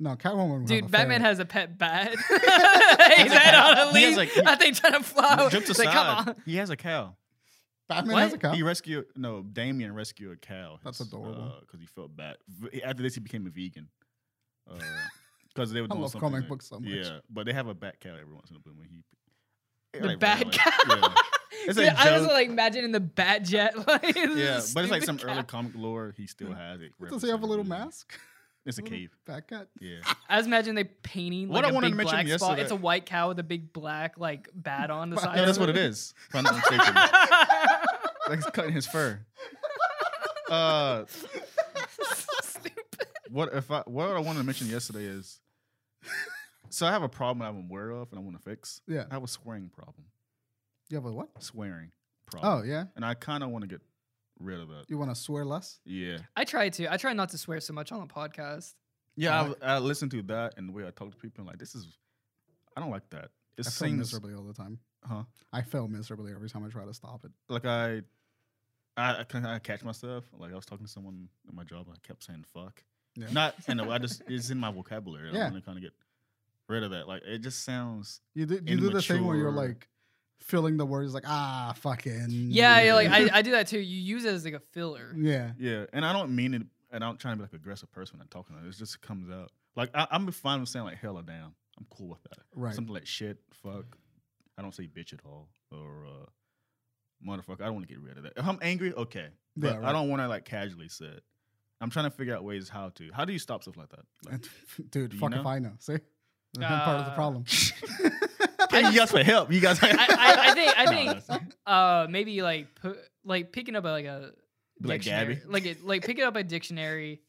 Speaker 1: No, Catwoman. would have
Speaker 2: Dude,
Speaker 1: a
Speaker 2: Batman
Speaker 1: ferret.
Speaker 2: has a pet bat. [laughs] He's that on a
Speaker 4: He has
Speaker 2: leash.
Speaker 4: like- he-
Speaker 2: I think trying to fly.
Speaker 4: Jokes
Speaker 2: It's Oh, [laughs] like,
Speaker 4: aside,
Speaker 2: come on.
Speaker 4: he has a cow.
Speaker 1: Batman
Speaker 2: What?
Speaker 1: has a cat.
Speaker 4: He rescued no Damien rescued a cow.
Speaker 1: That's adorable.
Speaker 4: Because he felt bad V- after this. He became a vegan.
Speaker 1: [laughs]
Speaker 4: Because they were
Speaker 1: I
Speaker 4: doing
Speaker 1: love
Speaker 4: something
Speaker 1: comic
Speaker 4: like-
Speaker 1: books so much.
Speaker 4: Yeah, but they have a bat cow every once in a blue moon. He
Speaker 2: The
Speaker 4: like,
Speaker 2: bat
Speaker 4: really,
Speaker 2: cow. [laughs]
Speaker 4: like- yeah. It's a
Speaker 2: Dude, I was
Speaker 4: joke.
Speaker 2: like imagining the bat jet. [laughs] Like,
Speaker 4: Yeah, but it's like some early comic lore. He still has it.
Speaker 1: Does he have a
Speaker 4: references
Speaker 1: little
Speaker 4: in the movie.
Speaker 1: mask? [laughs]
Speaker 4: It's a
Speaker 1: Little
Speaker 4: cave.
Speaker 1: Bat cat.
Speaker 4: Yeah,
Speaker 2: [laughs] I was imagining they painting like
Speaker 4: What I
Speaker 2: a
Speaker 4: wanted to
Speaker 2: big
Speaker 4: mention
Speaker 2: black spot.
Speaker 4: yesterday-
Speaker 2: It's a white cow with a big black like bat on the
Speaker 1: Bat-
Speaker 2: side.
Speaker 4: [laughs] no,
Speaker 2: of
Speaker 4: that's what it
Speaker 2: it
Speaker 4: is. If I'm not mistaken. like he's cutting his fur. Uh,
Speaker 2: [laughs] Stupid.
Speaker 4: what if I what I wanted to mention yesterday is so I have a problem that I'm aware of and I want to fix.
Speaker 1: Yeah.
Speaker 4: I have a swearing problem.
Speaker 1: You have a what?
Speaker 4: Swearing problem.
Speaker 1: Oh yeah.
Speaker 4: And I kind of want to get rid of that.
Speaker 1: You want to swear less?
Speaker 4: Yeah.
Speaker 2: I try to. I try not to swear so much on the podcast.
Speaker 4: Mm, Yeah.
Speaker 1: I like-
Speaker 4: I, I listen to that and the way I talk to people. I'm like, this is, I don't like that. It
Speaker 1: I fail
Speaker 4: seems
Speaker 1: miserably all the time.
Speaker 4: Huh?
Speaker 1: I fail miserably every time I try to stop it.
Speaker 4: like I, I, I can I catch myself. Like I was talking to someone at my job. and I kept saying fuck.
Speaker 1: Yeah.
Speaker 4: Not in a, I just it's in my vocabulary.
Speaker 1: Yeah.
Speaker 4: I want to kind of get rid of that. Like it just sounds.
Speaker 1: You do, you do the thing where you're
Speaker 4: Immature.
Speaker 1: like filling the words like ah fucking
Speaker 2: Yeah, yeah, like
Speaker 4: Yeah.
Speaker 2: I, I do that too. You use it as like a
Speaker 4: [laughs]
Speaker 2: filler.
Speaker 1: [laughs] yeah
Speaker 4: Yeah, and I don't mean it, and I'm trying to be like an aggressive person when I'm talking. It just comes out. Like I, I'm fine with saying like hell or damn. I'm cool with that.
Speaker 1: right [laughs]
Speaker 4: Something like shit, fuck. I don't say bitch at all or uh, motherfucker. I don't want to get rid of that. If I'm angry, okay, but
Speaker 1: Yeah, right.
Speaker 4: I don't want to like casually say it. I'm trying to figure out ways how to. How do you stop stuff like that? Like,
Speaker 1: dude
Speaker 4: Do you
Speaker 1: fuck if
Speaker 4: know?
Speaker 1: I know see that's been part of the
Speaker 2: Uh,
Speaker 1: problem
Speaker 2: [laughs]
Speaker 1: [laughs]
Speaker 4: Hey, you guys for help. You guys.
Speaker 2: I, I, I think I
Speaker 4: [laughs] Nah,
Speaker 2: think
Speaker 4: that's-
Speaker 2: uh maybe like put like picking up a, like a
Speaker 4: Like
Speaker 2: dictionary,
Speaker 4: Gabby?
Speaker 2: like it, like picking up a dictionary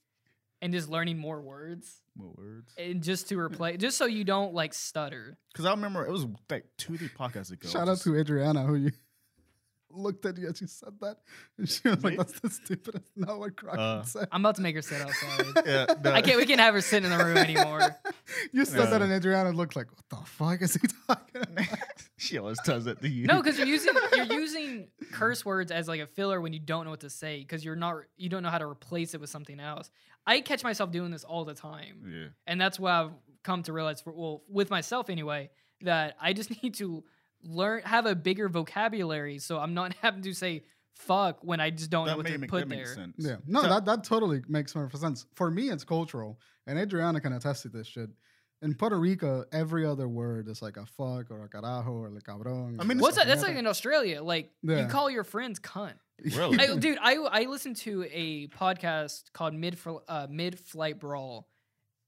Speaker 2: and just learning more words
Speaker 4: more words.
Speaker 2: and just
Speaker 4: Mm.
Speaker 2: to replace just so you don't like stutter.
Speaker 4: Because I remember it was like two, three podcasts ago.
Speaker 1: shout out to Adriana who you [laughs] looked at you as you said that and she was
Speaker 4: Me?
Speaker 1: like that's the stupidest no one cried
Speaker 4: Uh,
Speaker 1: said.
Speaker 2: I'm about to make her sit outside.
Speaker 4: [laughs] [laughs] Yeah,
Speaker 2: I can't. We can't have her sit in the room
Speaker 4: [laughs]
Speaker 2: anymore.
Speaker 1: you said that
Speaker 4: Yeah.
Speaker 1: and Adriana looked like what the fuck is he [laughs] talking about
Speaker 4: she always does that to you.
Speaker 2: No, because you're using you're using curse words as like a filler when you don't know what to say because you're not you don't know how to replace it with something else. I catch myself doing this all the time,
Speaker 4: Yeah.
Speaker 2: and that's why I've come to realize, for, well, with myself anyway, that I just [laughs] need to learn have a bigger vocabulary so I'm not [laughs] having to say fuck when I just don't know
Speaker 4: That,
Speaker 2: what
Speaker 4: may
Speaker 2: to
Speaker 4: make,
Speaker 2: put
Speaker 4: that makes
Speaker 2: there.
Speaker 4: sense.
Speaker 1: yeah no
Speaker 4: So-
Speaker 1: that that totally makes more sense for me it's cultural and Adriana can attest to this shit. In Puerto Rico, every other word is like a fuck or a carajo or like cabrón.
Speaker 4: I mean,
Speaker 2: What's that?
Speaker 1: that? [laughs]
Speaker 2: That's like in Australia. Like you
Speaker 1: Yeah.
Speaker 2: call your
Speaker 1: [laughs]
Speaker 2: friends cunt.
Speaker 4: Really?
Speaker 2: I, dude, I I listened to a podcast called Mid uh, Mid Flight Brawl,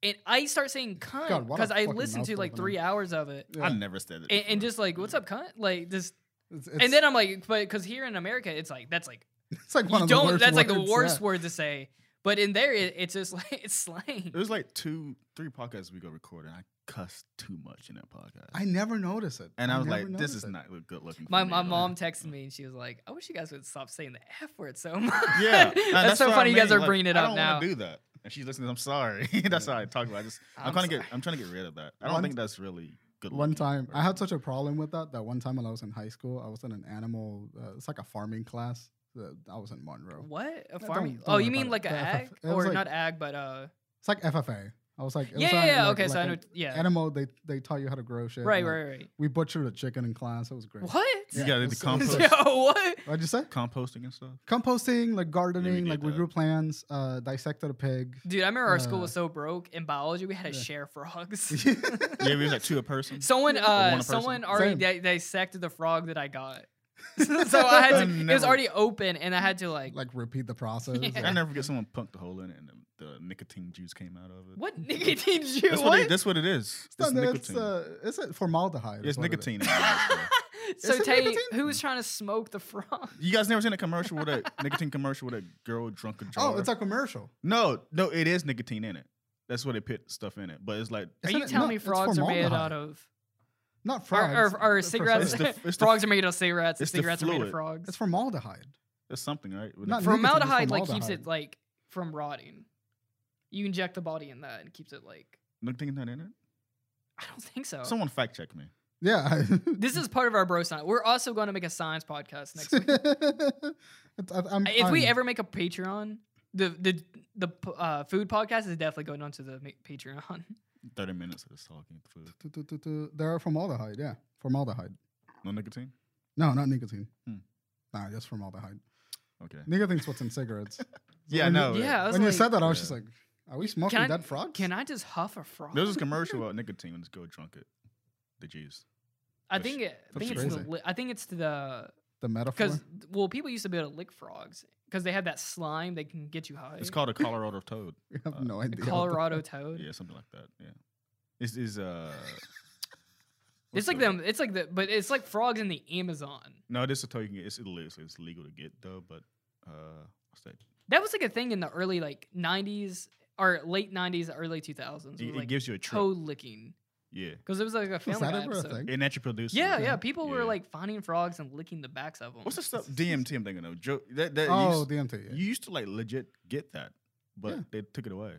Speaker 2: and I start saying cunt
Speaker 1: God, what a
Speaker 2: because I
Speaker 1: fucking
Speaker 2: listened to like
Speaker 1: mouthful,
Speaker 2: three
Speaker 1: man.
Speaker 2: hours of it,
Speaker 1: Yeah.
Speaker 4: I never said it.
Speaker 2: and, and
Speaker 4: before.
Speaker 2: just like what's up cunt, like just,
Speaker 1: It's,
Speaker 2: and then I'm like, but because here in America, it's like that's like
Speaker 1: it's
Speaker 2: [laughs]
Speaker 1: like one
Speaker 2: you
Speaker 1: of the
Speaker 2: don't
Speaker 1: worst
Speaker 2: that's like the
Speaker 1: words,
Speaker 2: worst
Speaker 1: yeah.
Speaker 2: word to say, but in there it, it's just [laughs] like it's slang.
Speaker 4: It was like two, three podcasts we go recording. I cussed too much in that podcast.
Speaker 1: I never notice it.
Speaker 4: and I, was
Speaker 1: never
Speaker 4: like, this
Speaker 1: notice
Speaker 4: is
Speaker 1: it.
Speaker 4: not good looking. for
Speaker 2: My,
Speaker 4: me
Speaker 2: my
Speaker 4: at all.
Speaker 2: mom texted me and she was like, "I wish you guys would stop saying the f word so [laughs] much."
Speaker 4: Yeah, and
Speaker 2: that's, so
Speaker 4: what I
Speaker 2: funny. You guys
Speaker 4: mean,
Speaker 2: are
Speaker 4: like,
Speaker 2: bringing it
Speaker 4: I
Speaker 2: up
Speaker 4: don't
Speaker 2: now.
Speaker 4: wanna do that. And she's listening. I'm sorry. [laughs] that's how I talk about. It. I just I'm,
Speaker 2: I'm
Speaker 4: trying to get
Speaker 2: sorry.
Speaker 4: I'm trying to get rid of that. I don't
Speaker 1: One-
Speaker 4: think that's really good.
Speaker 1: One
Speaker 4: looking
Speaker 1: time,
Speaker 4: or
Speaker 1: I had
Speaker 4: something.
Speaker 1: such a problem with that. That one time when I was in high school, I was in an animal. Uh, it's like a farming class. Uh, I was in Monroe.
Speaker 2: [laughs] What a
Speaker 1: No,
Speaker 2: farming?
Speaker 1: don't- don't
Speaker 2: oh,
Speaker 1: worry
Speaker 2: you mean
Speaker 1: about it.
Speaker 2: like a
Speaker 1: The FF
Speaker 2: ag
Speaker 1: it was
Speaker 2: or
Speaker 1: like-
Speaker 2: not ag, but uh,
Speaker 1: It's like FFA. I was like, it
Speaker 2: yeah,
Speaker 1: was
Speaker 2: yeah,
Speaker 1: a-
Speaker 2: yeah.
Speaker 1: like-
Speaker 2: okay, so
Speaker 1: like
Speaker 2: I know.
Speaker 1: an
Speaker 2: Yeah,
Speaker 1: Animal. They they taught you how to grow shit.
Speaker 2: right,
Speaker 1: and, like,
Speaker 2: right, right.
Speaker 1: We butchered a chicken in class. It was great.
Speaker 2: What?
Speaker 4: You
Speaker 2: [laughs]
Speaker 1: Yeah,
Speaker 4: gotta
Speaker 1: it
Speaker 4: do
Speaker 1: was-
Speaker 4: compost.
Speaker 2: Yo, what?
Speaker 1: What'd you say?
Speaker 4: composting and
Speaker 2: [laughs]
Speaker 4: stuff.
Speaker 1: Composting, like gardening,
Speaker 4: did
Speaker 1: like we
Speaker 4: that.
Speaker 1: grew plants, uh, dissected a pig. [laughs]
Speaker 2: Dude, I remember our school
Speaker 1: Uh,
Speaker 2: was so broke in biology. We had to
Speaker 1: yeah. [laughs]
Speaker 2: share frogs.
Speaker 1: Yeah,
Speaker 4: Yeah, we was like two a person.
Speaker 2: someone,
Speaker 4: one
Speaker 2: uh,
Speaker 4: person.
Speaker 2: someone already
Speaker 1: Same.
Speaker 2: di- dissected the frog that I
Speaker 4: [laughs]
Speaker 2: got. [laughs] so I had to.
Speaker 4: I
Speaker 2: It was
Speaker 4: never-
Speaker 2: already open, and I had to like.
Speaker 1: like repeat the process.
Speaker 2: Yeah.
Speaker 4: I never forget someone punked a hole in it and the, the nicotine juice came out of it.
Speaker 2: what nicotine you?
Speaker 4: That's what,
Speaker 2: What?
Speaker 4: it, that's what it is.
Speaker 1: It's,
Speaker 4: It's
Speaker 1: not-
Speaker 4: nicotine.
Speaker 1: it's, uh, is it formaldehyde? is
Speaker 4: it's
Speaker 1: what it is.
Speaker 4: nicotine. in it, bro.
Speaker 2: [laughs] so
Speaker 1: Is it
Speaker 2: Tay,
Speaker 1: nicotine?
Speaker 2: who was trying to smoke the frog?
Speaker 4: You guys never seen a commercial with a [laughs] nicotine commercial with a girl drunk a jar?
Speaker 1: Oh, it's a commercial.
Speaker 4: no, no, it is nicotine in it. That's where they put stuff in it. But it's like
Speaker 2: Are
Speaker 1: Isn't
Speaker 2: you
Speaker 1: it-
Speaker 2: telling
Speaker 1: no,
Speaker 2: me
Speaker 1: it's
Speaker 2: frogs are made out
Speaker 1: formaldehyde.
Speaker 2: of?
Speaker 1: Not
Speaker 2: Or,
Speaker 1: frogs.
Speaker 2: or, or
Speaker 1: uh,
Speaker 2: cigarettes?
Speaker 4: [laughs]
Speaker 1: precisely.
Speaker 4: It's the- it's the-
Speaker 2: frogs are made out of cigarettes. and
Speaker 4: it's the
Speaker 2: cigarettes are made of
Speaker 4: fluid.
Speaker 2: frogs.
Speaker 1: It's formaldehyde.
Speaker 4: there's something right. With
Speaker 1: Not
Speaker 4: it.
Speaker 1: nicotine, it's
Speaker 2: formaldehyde like keeps
Speaker 1: formaldehyde.
Speaker 2: it like from rotting. You inject the body in that and it keeps it like
Speaker 4: nicotine not in it.
Speaker 2: I don't think so.
Speaker 4: Someone fact check me.
Speaker 1: Yeah. [laughs]
Speaker 2: This is part of our bro sign. We're also going to make a science podcast next week.
Speaker 1: It's- I- I'm-
Speaker 2: if we
Speaker 1: I'm-
Speaker 2: ever make a Patreon, the the the p- uh, food podcast is definitely going onto the ma- Patreon. [laughs]
Speaker 4: Thirty minutes of just talking food.
Speaker 1: Tu- tu- tu- tu- They're formaldehyde, yeah. Formaldehyde.
Speaker 4: No nicotine.
Speaker 1: No, not nicotine.
Speaker 4: Hmm.
Speaker 1: Nah, just formaldehyde.
Speaker 4: Okay.
Speaker 1: Nicotine's what's in cigarettes.
Speaker 4: Yeah,
Speaker 1: when you-
Speaker 4: no.
Speaker 2: yeah, I was
Speaker 1: when you
Speaker 2: like,
Speaker 1: said that, I was
Speaker 4: Yeah.
Speaker 1: just like, are we smoking
Speaker 2: I-
Speaker 1: dead frogs?
Speaker 2: can I just huff a frog?
Speaker 4: There was this commercial about nicotine when this girl drunk it. The G's.
Speaker 2: I
Speaker 4: That's-
Speaker 2: think it, I
Speaker 4: that's
Speaker 2: think it's the
Speaker 1: crazy.
Speaker 2: li- I think it's the
Speaker 1: The metaphor.
Speaker 2: because well people used to be able to lick frogs because they had that slime that can get you high.
Speaker 4: It's
Speaker 2: [laughs]
Speaker 4: called a Colorado toad.
Speaker 1: [laughs] You have
Speaker 4: uh,
Speaker 1: no
Speaker 2: a
Speaker 1: idea. what the-
Speaker 2: Colorado toad.
Speaker 4: Yeah, something like that. Yeah. This
Speaker 2: [laughs]
Speaker 4: is uh.
Speaker 2: It's
Speaker 4: what's
Speaker 2: like
Speaker 4: the-
Speaker 2: them. It's like the but it's like frogs in the Amazon.
Speaker 4: No, this is a toad you can get. It's illegal. It's legal to get though, but uh, what's that?
Speaker 2: That was like a thing in the early like '90s or late '90s, early 2000s.
Speaker 4: It,
Speaker 2: was,
Speaker 4: it
Speaker 2: like,
Speaker 4: gives you a trip.
Speaker 2: toad licking
Speaker 4: Yeah.
Speaker 2: because it was like a
Speaker 1: Was
Speaker 2: family
Speaker 1: that
Speaker 2: Guy
Speaker 1: ever a
Speaker 2: episode.
Speaker 1: thing?
Speaker 4: And that you produce.
Speaker 2: Yeah,
Speaker 4: it.
Speaker 2: yeah. People were
Speaker 4: Yeah.
Speaker 2: like finding frogs and licking the backs of them.
Speaker 4: What's the stuff? DMT. I'm thinking of. Joe, that, that
Speaker 1: Oh,
Speaker 4: used,
Speaker 1: DMT. yeah.
Speaker 4: you used to like legit get that, but
Speaker 1: Yeah.
Speaker 4: they took it away.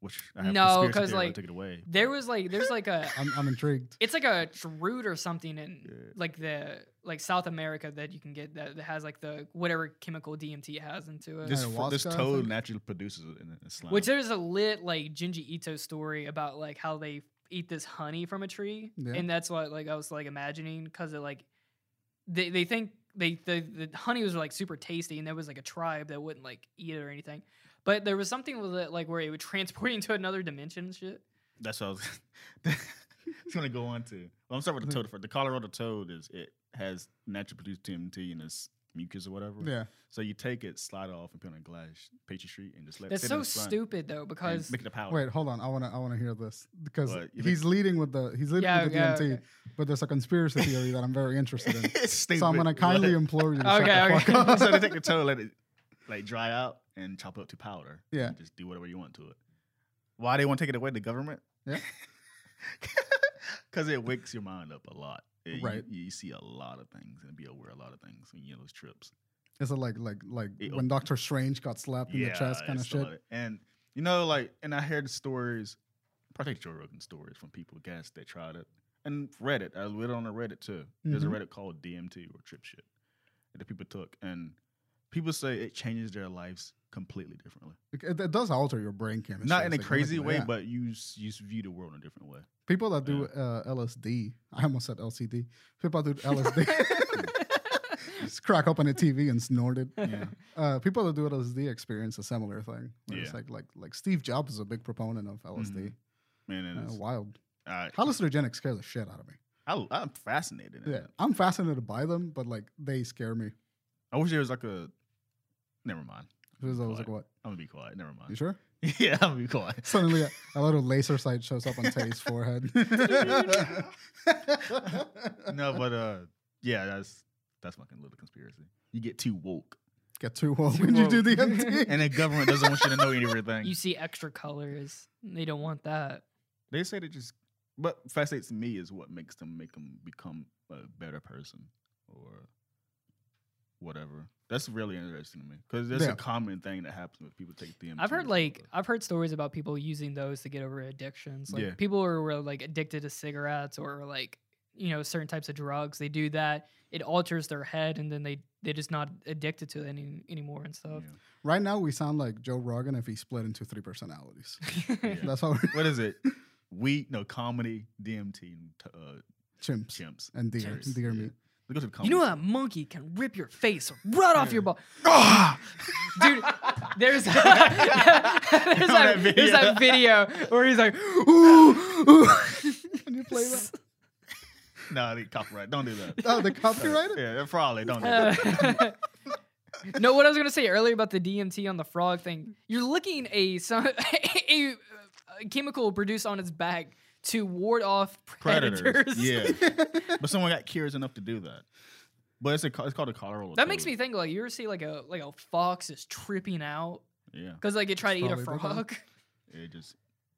Speaker 4: Which I have
Speaker 2: No,
Speaker 4: conspiracy
Speaker 2: 'cause,
Speaker 4: theory why they
Speaker 2: like,
Speaker 4: took it away.
Speaker 2: There
Speaker 4: but-
Speaker 2: was like there's like
Speaker 4: [laughs]
Speaker 2: a
Speaker 1: I'm, I'm intrigued.
Speaker 2: it's like a root or something in
Speaker 4: Yeah.
Speaker 2: like the like South America that you can get that, that has like the whatever chemical DMT has into it.
Speaker 4: this, fr- this
Speaker 1: Ayahuasca, I
Speaker 4: toad
Speaker 1: think?
Speaker 4: naturally produces it in, in slime.
Speaker 2: Which there's a lit like Jinji Ito story about like how they eat this honey from a tree,
Speaker 1: Yeah.
Speaker 2: and that's what like I was like imagining because it like they they think they the, the honey was like super tasty, and there was like a tribe that wouldn't like eat it or anything, but there was something with it like where it would [laughs] transport you into another dimension and shit.
Speaker 4: That's what I was. [laughs] it's gonna go on to. Well, I'm starting with the toad first. The Colorado toad is it has natural produced TMT in its mucus or whatever.
Speaker 1: Yeah.
Speaker 4: So you take it, slide it off, and put it on glass, pastry street, and just let
Speaker 2: That's
Speaker 4: sit in
Speaker 2: so
Speaker 4: the sun
Speaker 2: stupid though
Speaker 4: and
Speaker 2: because
Speaker 4: make it a powder. [laughs]
Speaker 1: Wait, hold on. I wanna I wanna hear this because
Speaker 4: What, you
Speaker 1: he's leading with the he's leading
Speaker 2: Yeah,
Speaker 1: with the
Speaker 2: yeah,
Speaker 1: DMT,
Speaker 2: okay.
Speaker 1: but there's a conspiracy theory that I'm very interested
Speaker 4: [laughs]
Speaker 1: in.
Speaker 4: it's stupid.
Speaker 1: So I'm gonna kindly implore
Speaker 2: [laughs]
Speaker 1: you. To shut
Speaker 2: Okay,
Speaker 1: the
Speaker 2: okay.
Speaker 1: fuck
Speaker 2: [laughs]
Speaker 1: up.
Speaker 4: [laughs] so they
Speaker 1: [laughs]
Speaker 4: take the toad, let it like dry out, and chop it up to powder.
Speaker 1: Yeah.
Speaker 4: You just do whatever you want to it. Why they want to take it away? The government. [laughs]
Speaker 1: Yeah.
Speaker 4: Because it wakes your mind up a lot. It- you-
Speaker 1: Right.
Speaker 4: You, see a lot of things and be aware of a lot of things when you get those trips.
Speaker 1: Is it like like like
Speaker 4: It-
Speaker 1: when Doctor Strange got slapped in the chest kind of
Speaker 4: it's a
Speaker 1: shit?
Speaker 4: lot And you know, like, and I heard stories, probably Joe Rogan stories from people, guys that tried it, and Reddit. I read it on the Reddit too. There's a
Speaker 1: Mhm.
Speaker 4: Reddit called DMT or Trip Shit that people took, and people say it changes their lives completely differently.
Speaker 1: It, it does alter your brain chemistry.
Speaker 4: Not in a crazy
Speaker 1: significantly,
Speaker 4: way,
Speaker 1: yeah.
Speaker 4: but you s- you s- view the world in a different way.
Speaker 1: people that do uh, LSD, I almost said LCD. People that do
Speaker 2: [laughs]
Speaker 1: LSD, [laughs] just crack open a TV and snort it.
Speaker 4: [laughs] Yeah.
Speaker 1: Uh, people that do LSD experience a similar thing. where It's
Speaker 4: Yeah.
Speaker 1: like like like Steve Jobs is a big proponent of LSD.
Speaker 4: [laughs] Man, and
Speaker 1: Uh,
Speaker 4: it's,
Speaker 1: wild.
Speaker 4: I,
Speaker 1: Hallucinogenics scare the shit out of me.
Speaker 4: I, I'm fascinated. In
Speaker 1: Yeah,
Speaker 4: it.
Speaker 1: I'm fascinated by them, but like they scare me.
Speaker 4: I wish there was like a. Never mind.
Speaker 1: Because I was like, what?
Speaker 4: I'm gonna be quiet. Never
Speaker 1: You
Speaker 4: mind.
Speaker 1: sure?
Speaker 4: [laughs] yeah, I'm gonna be quiet.
Speaker 1: Suddenly, a, a little laser sight shows up on Teddy's
Speaker 4: [laughs]
Speaker 1: forehead. [laughs]
Speaker 4: no, but uh, yeah, that's that's my little conspiracy. You get too
Speaker 2: [laughs]
Speaker 4: woke,
Speaker 1: Get too woke
Speaker 2: Too
Speaker 1: when you do
Speaker 2: woke.
Speaker 1: the MT.
Speaker 4: and the government doesn't want you to know everything.
Speaker 2: you see extra colors, they don't want that.
Speaker 4: they say they just, but fascinates me is what makes them make them become a better person or whatever. That's really interesting to me because that's
Speaker 1: Yeah.
Speaker 4: a common thing that happens when people take DMT.
Speaker 2: I've heard
Speaker 4: or
Speaker 2: like
Speaker 4: something.
Speaker 2: I've heard stories about people using those to get over addictions. Like
Speaker 4: Yeah.
Speaker 2: people who were like addicted to cigarettes or like you know certain types of drugs. They do that. It alters their head, and then they they're just not addicted to it any anymore and stuff.
Speaker 4: Yeah.
Speaker 1: Right now, we sound like Joe Rogan if he split into three personalities.
Speaker 2: [laughs]
Speaker 4: Yeah.
Speaker 1: That's why we're
Speaker 4: what is it? We no comedy DMT and t- uh,
Speaker 1: chimps
Speaker 4: chimps.
Speaker 1: and deer,
Speaker 2: Chimps,
Speaker 1: deer
Speaker 4: yeah.
Speaker 1: meat.
Speaker 4: They go to the
Speaker 2: You know
Speaker 4: comedy
Speaker 2: a monkey can rip your face right off your ball, Ah!
Speaker 4: [laughs] store.
Speaker 2: dude. There's there's [laughs]
Speaker 4: that
Speaker 2: that, there's that video where he's
Speaker 4: [laughs]
Speaker 2: like, ooh, [laughs] ooh.
Speaker 1: Can you play
Speaker 2: [laughs]
Speaker 1: that?
Speaker 4: no, they copyright. Don't do that.
Speaker 1: Oh, they copyrighted?
Speaker 4: Yeah, probably don't do
Speaker 2: Uh, [laughs]
Speaker 4: that.
Speaker 2: no, what I was gonna say earlier about the DMT on the frog thing, you're licking a some, [laughs] a, a chemical produced on its back to ward off predators. [laughs]
Speaker 4: Yeah, but someone got curious enough to do that. But it's a co- it's called a Colorado.
Speaker 2: that makes me
Speaker 4: toad.
Speaker 2: think like you ever see like a like a fox is tripping out
Speaker 4: Yeah,
Speaker 2: because like it tried to eat a
Speaker 1: Probably did that.
Speaker 2: frog. [laughs]
Speaker 4: it just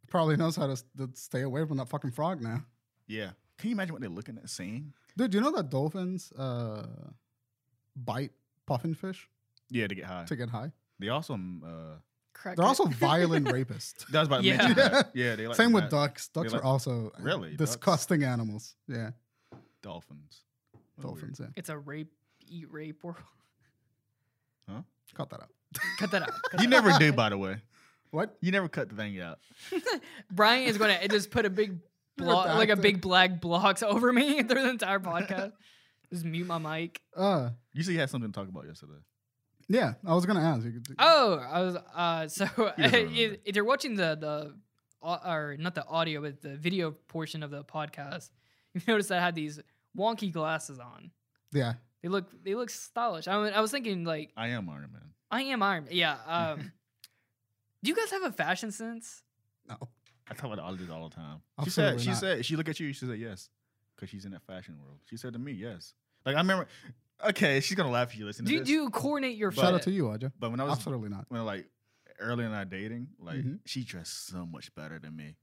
Speaker 1: Probably knows how to s- to stay away from that fucking frog now.
Speaker 4: yeah. Can you imagine what they're looking at, seeing?
Speaker 1: Dude, you know that dolphins uh, bite puffinfish
Speaker 4: Yeah, to get high.
Speaker 1: to get high?
Speaker 4: They also um, uh,
Speaker 2: Crack
Speaker 1: They're
Speaker 2: it. [laughs]
Speaker 4: [laughs]
Speaker 1: also violent rapists.
Speaker 4: that was about to
Speaker 1: [laughs]
Speaker 2: Yeah.
Speaker 4: mention that. Yeah, they like
Speaker 1: Same with
Speaker 4: that.
Speaker 1: ducks. Ducks
Speaker 4: like-
Speaker 1: are also uh,
Speaker 4: Really? Ducks?
Speaker 1: disgusting animals. Yeah.
Speaker 4: Dolphins. What a weird-
Speaker 1: Dolphins. Yeah,
Speaker 2: It's a rape, eat rape world.
Speaker 1: cut that out.
Speaker 2: [laughs] Cut that out.
Speaker 4: You never
Speaker 2: [laughs]
Speaker 4: do, by the way.
Speaker 1: What?
Speaker 4: You never cut the thing out.
Speaker 2: Brian is going to just put a big block, like a big black blocks [laughs] over me through the entire podcast. just mute my mic.
Speaker 1: Uh,
Speaker 4: You said you had something to talk about yesterday.
Speaker 1: yeah. I was gonna ask. You could,
Speaker 2: Oh, I was uh [laughs] so
Speaker 4: doesn't
Speaker 2: if,
Speaker 4: remember.
Speaker 2: if you're watching the the au- or not the audio but the video portion of the podcast, [laughs] you notice I had these wonky glasses on.
Speaker 1: yeah.
Speaker 2: They look they look stylish. I, mean, I was thinking like
Speaker 4: I am Iron Man.
Speaker 2: I am Iron. Man.
Speaker 1: [laughs]
Speaker 2: Yeah. Um, do you guys have a fashion sense?
Speaker 1: No.
Speaker 4: I talk about all this all the time. she
Speaker 1: Absolutely
Speaker 4: said, she
Speaker 1: not.
Speaker 4: said, she looked at you. She said yes, because she's in that fashion world. She said to me yes. Like I remember. Okay, she's gonna laugh if you listen
Speaker 2: Do
Speaker 4: to
Speaker 2: you,
Speaker 4: this.
Speaker 2: do you coordinate your
Speaker 4: But-
Speaker 1: Shout
Speaker 2: fit?
Speaker 1: out to you, Aja.
Speaker 4: But when I was
Speaker 1: Absolutely not.
Speaker 4: when like early in our dating, like
Speaker 1: Mhm.
Speaker 4: she dressed so much better than
Speaker 1: [laughs]
Speaker 4: me.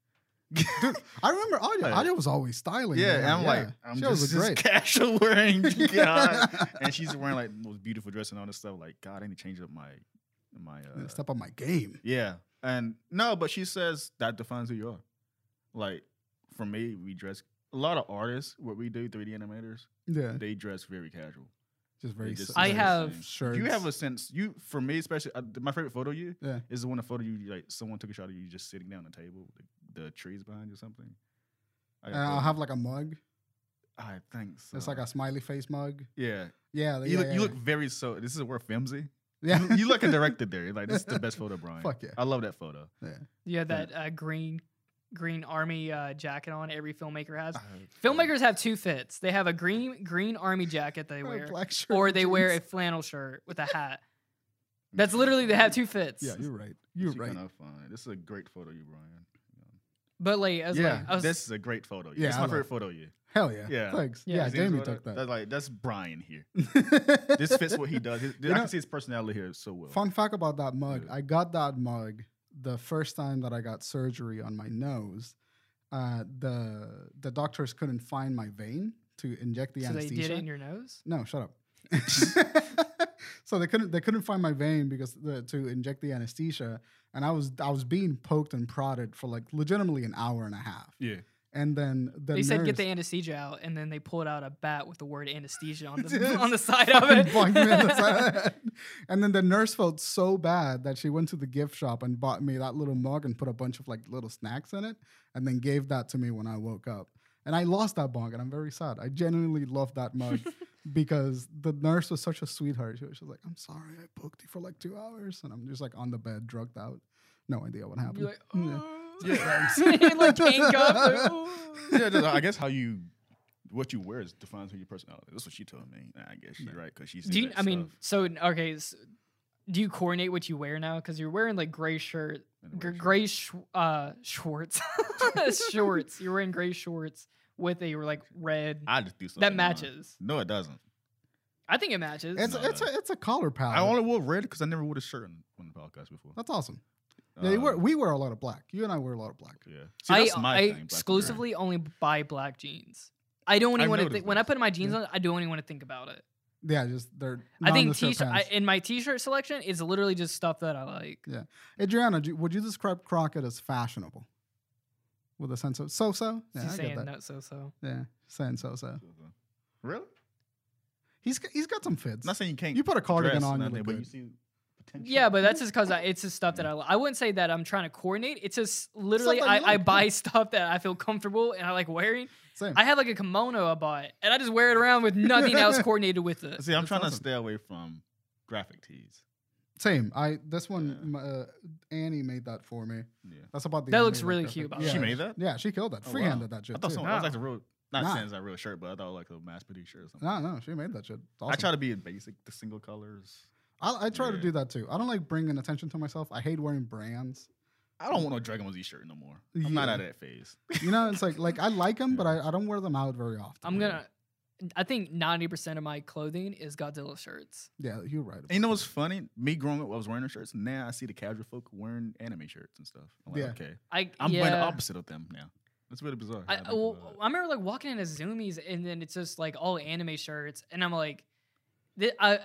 Speaker 1: I remember Aja.
Speaker 4: Like-
Speaker 1: Aja was always styling.
Speaker 4: yeah,
Speaker 1: man.
Speaker 4: and I'm like,
Speaker 1: Yeah.
Speaker 4: I'm
Speaker 1: she
Speaker 4: just
Speaker 1: always
Speaker 4: this
Speaker 1: looked
Speaker 4: [laughs]
Speaker 1: great.
Speaker 4: casual
Speaker 1: [laughs]
Speaker 4: wearing, God. and she's wearing like most beautiful dress and all this stuff. Like, God, I need to change up my my. Uh,
Speaker 1: Step up my game.
Speaker 4: Yeah, and no, but she says that defines who you are. Like for me, we dress a lot of artists. What we do, 3D animators,
Speaker 1: Yeah,
Speaker 4: they dress very casual.
Speaker 1: just
Speaker 4: They
Speaker 1: very.
Speaker 4: just
Speaker 1: s-
Speaker 2: I
Speaker 1: very
Speaker 4: dress the
Speaker 2: have-
Speaker 4: same.
Speaker 1: shirts.
Speaker 4: You have a sense. You for me, especially uh, my favorite photo you
Speaker 1: Yeah.
Speaker 4: is the one the photo you like someone took a shot of you just sitting down at the table, the, the trees behind you or something. I
Speaker 1: And
Speaker 4: got
Speaker 1: Uh, I'll
Speaker 4: those.
Speaker 1: have like a mug.
Speaker 4: I think
Speaker 1: Uh-huh.
Speaker 4: so.
Speaker 1: It's like a smiley face mug.
Speaker 4: yeah.
Speaker 1: Yeah,
Speaker 4: You
Speaker 1: yeah,
Speaker 4: look,
Speaker 1: yeah,
Speaker 4: you look very so. This is
Speaker 1: [laughs]
Speaker 4: where filmsy.
Speaker 1: yeah.
Speaker 4: You- you look a directed there. Like this is the best photo, Brian.
Speaker 1: Fuck yeah.
Speaker 4: I love that photo.
Speaker 2: You have
Speaker 4: Yeah.
Speaker 2: that uh, green green army uh, jacket on. Every filmmaker has.
Speaker 1: Uh-huh.
Speaker 4: I-
Speaker 2: Filmmakers have two fits. They have a green green army
Speaker 1: [laughs]
Speaker 2: jacket they
Speaker 1: And a
Speaker 2: wear,
Speaker 1: black shirt
Speaker 2: or
Speaker 1: and
Speaker 2: they wear a
Speaker 1: jeans.
Speaker 2: flannel shirt with a hat. That's literally they have two fits.
Speaker 1: Yeah, you're right. You're
Speaker 4: She
Speaker 1: right.
Speaker 4: Mm. kinda fine. This is a great photo, you Brian.
Speaker 2: But like, I was
Speaker 4: yeah,
Speaker 2: like, I was,
Speaker 4: this is a great photo. Yeah,
Speaker 1: Yeah,
Speaker 4: this is
Speaker 1: I
Speaker 4: my
Speaker 1: love
Speaker 4: favorite
Speaker 1: it.
Speaker 4: photo. You.
Speaker 1: Hell yeah.
Speaker 4: Yeah.
Speaker 1: Thanks.
Speaker 2: Yeah,
Speaker 1: Yeah,
Speaker 4: You see this
Speaker 1: Jamie
Speaker 4: photo?
Speaker 1: took that.
Speaker 4: That's like that's Brian here. This
Speaker 1: [laughs]
Speaker 4: fits what he does. His- I
Speaker 1: know-
Speaker 4: can see his personality here so well.
Speaker 1: Fun fact about that mug.
Speaker 4: Yeah.
Speaker 1: I got that mug the first time that I got surgery on my nose. Uh, the the doctors couldn't find my vein to inject the
Speaker 2: so they
Speaker 1: anesthesia.
Speaker 2: did it in your nose.
Speaker 1: No, shut up.
Speaker 2: [laughs]
Speaker 1: [laughs] so they couldn't they couldn't find my vein because the, to inject the anesthesia, and I was I was being poked and prodded for like legitimately an hour and a half,
Speaker 4: Yeah.
Speaker 1: and then the
Speaker 2: they said get
Speaker 1: nurse-
Speaker 2: the anesthesia out, and then they pulled out a bat with the word
Speaker 1: [laughs]
Speaker 2: anesthesia on
Speaker 1: Yes.
Speaker 2: the on the side of
Speaker 1: and [laughs]
Speaker 2: it.
Speaker 1: boinked me
Speaker 2: [laughs]
Speaker 1: on the side of the head. And then the nurse felt so bad that she went to the gift shop and bought me that little mug and put a bunch of like little snacks in it, and then gave that to me when I woke up. And I lost that mug, and I'm very sad. I genuinely love that
Speaker 2: [laughs]
Speaker 1: mug because the nurse was such a sweetheart. She was just like, "I'm sorry, I booked you for like two hours," and I'm just like on the bed, drugged out, no idea what happened.
Speaker 2: You're like,
Speaker 1: Yeah.
Speaker 2: oh.
Speaker 1: Yeah,
Speaker 2: [laughs] like
Speaker 1: thanks.
Speaker 2: handcuffed.
Speaker 1: [laughs]
Speaker 2: like, "Oh."
Speaker 4: yeah, just- I guess how you what you wear is defines who your personality. That's what she told me. And I guess she's
Speaker 1: Yeah.
Speaker 4: right because she's.
Speaker 2: Do you? I mean, so okay. s do you coordinate what you wear now? Because you're wearing like gray shirt, gr- gray sh- uh,
Speaker 1: [laughs]
Speaker 2: shorts, [laughs] shorts. You're wearing gray shorts with a like red
Speaker 4: I just do something
Speaker 2: that
Speaker 4: wrong.
Speaker 2: matches.
Speaker 4: No, it doesn't.
Speaker 2: I think it matches.
Speaker 1: It's
Speaker 4: No,
Speaker 1: it's
Speaker 4: no.
Speaker 1: a it's a collar palette.
Speaker 4: I only wore red because I never wore a shirt on, on the podcast before.
Speaker 1: That's awesome. Oh, yeah, you
Speaker 4: Uh,
Speaker 1: wear, we wear a lot of black. You and I wear a lot of black.
Speaker 4: Yeah. See,
Speaker 2: I,
Speaker 4: that's my
Speaker 2: I
Speaker 4: thing, black and gray.
Speaker 2: exclusively only buy black jeans. I don't
Speaker 4: I
Speaker 2: even want to
Speaker 4: noticed
Speaker 2: think when I
Speaker 4: this.
Speaker 2: put my jeans on. I don't even want to think about it.
Speaker 1: Yeah, just they're.
Speaker 2: I think
Speaker 1: nondescript
Speaker 2: t-shirt I,
Speaker 1: pants.
Speaker 2: in my t-shirt selection is literally just stuff that I like.
Speaker 1: Yeah. Adriana, do, would you describe Crockett as fashionable? With a sense of so-so? Yeah,
Speaker 2: She's
Speaker 1: I
Speaker 2: saying
Speaker 1: get that.
Speaker 2: that so so.
Speaker 1: Yeah, saying so-so.
Speaker 4: Really?
Speaker 1: He's g- he's got some fits.
Speaker 4: not saying you can't.
Speaker 1: You put a cardigan
Speaker 4: dress
Speaker 1: on, you
Speaker 4: nothing,
Speaker 1: look
Speaker 4: but
Speaker 1: good.
Speaker 4: you see potential.
Speaker 2: Yeah, but that's just because it's just stuff that I li- I wouldn't say that I'm trying to coordinate. It's just literally
Speaker 1: Stuff that
Speaker 2: I,
Speaker 1: you
Speaker 2: I
Speaker 1: like,
Speaker 2: buy
Speaker 1: yeah.
Speaker 2: stuff that I feel comfortable and I like wearing.
Speaker 1: Same.
Speaker 2: I have like a kimono I bought and I just wear it around with
Speaker 1: [laughs]
Speaker 2: nothing else coordinated with it.
Speaker 4: See, I'm
Speaker 1: That's
Speaker 4: trying to
Speaker 1: awesome.
Speaker 4: stay away from graphic tees.
Speaker 1: Same. I this one
Speaker 4: Yeah.
Speaker 1: m- uh, Annie made that for me.
Speaker 4: Yeah.
Speaker 1: That's about the.
Speaker 2: That
Speaker 1: only,
Speaker 2: looks
Speaker 1: like,
Speaker 2: really
Speaker 1: graphic-
Speaker 2: cute, by the
Speaker 1: Yeah.
Speaker 2: way.
Speaker 4: She made that.
Speaker 1: Yeah, she killed that.
Speaker 4: Oh, wow.
Speaker 1: Freehanded that shit.
Speaker 4: I thought
Speaker 1: too.
Speaker 4: someone. I was
Speaker 2: Nah.
Speaker 4: like the real. Not
Speaker 1: Nah.
Speaker 4: saying it's a real shirt, but I thought like a mass produced shirt or something.
Speaker 1: No, no, she made that shit. Awesome.
Speaker 4: I try to be basic, the single colors.
Speaker 1: I, I try to
Speaker 4: Yeah.
Speaker 1: do that too. I don't like bringing attention to myself. I hate wearing brands.
Speaker 4: I don't want no Dragon Ball Z shirt no more. I'm not
Speaker 1: Yeah.
Speaker 4: out of that phase.
Speaker 1: You know, it's like like I like them, but I, I don't wear them out very often.
Speaker 2: I'm gonna. I think 90% of my clothing is Godzilla shirts.
Speaker 1: Yeah, you're right.
Speaker 4: And you know what's funny? Me growing up, I was wearing their shirts. Now I see the casual folk wearing anime shirts and stuff. I'm like,
Speaker 1: Yeah.
Speaker 4: okay,
Speaker 2: I
Speaker 4: I'm
Speaker 2: yeah.
Speaker 4: wearing the opposite of them now. That's really bizarre.
Speaker 2: I,
Speaker 4: how they do
Speaker 2: well,
Speaker 4: that.
Speaker 2: I remember like walking into Zoomies and then it's just like all anime shirts and I'm like, thi- I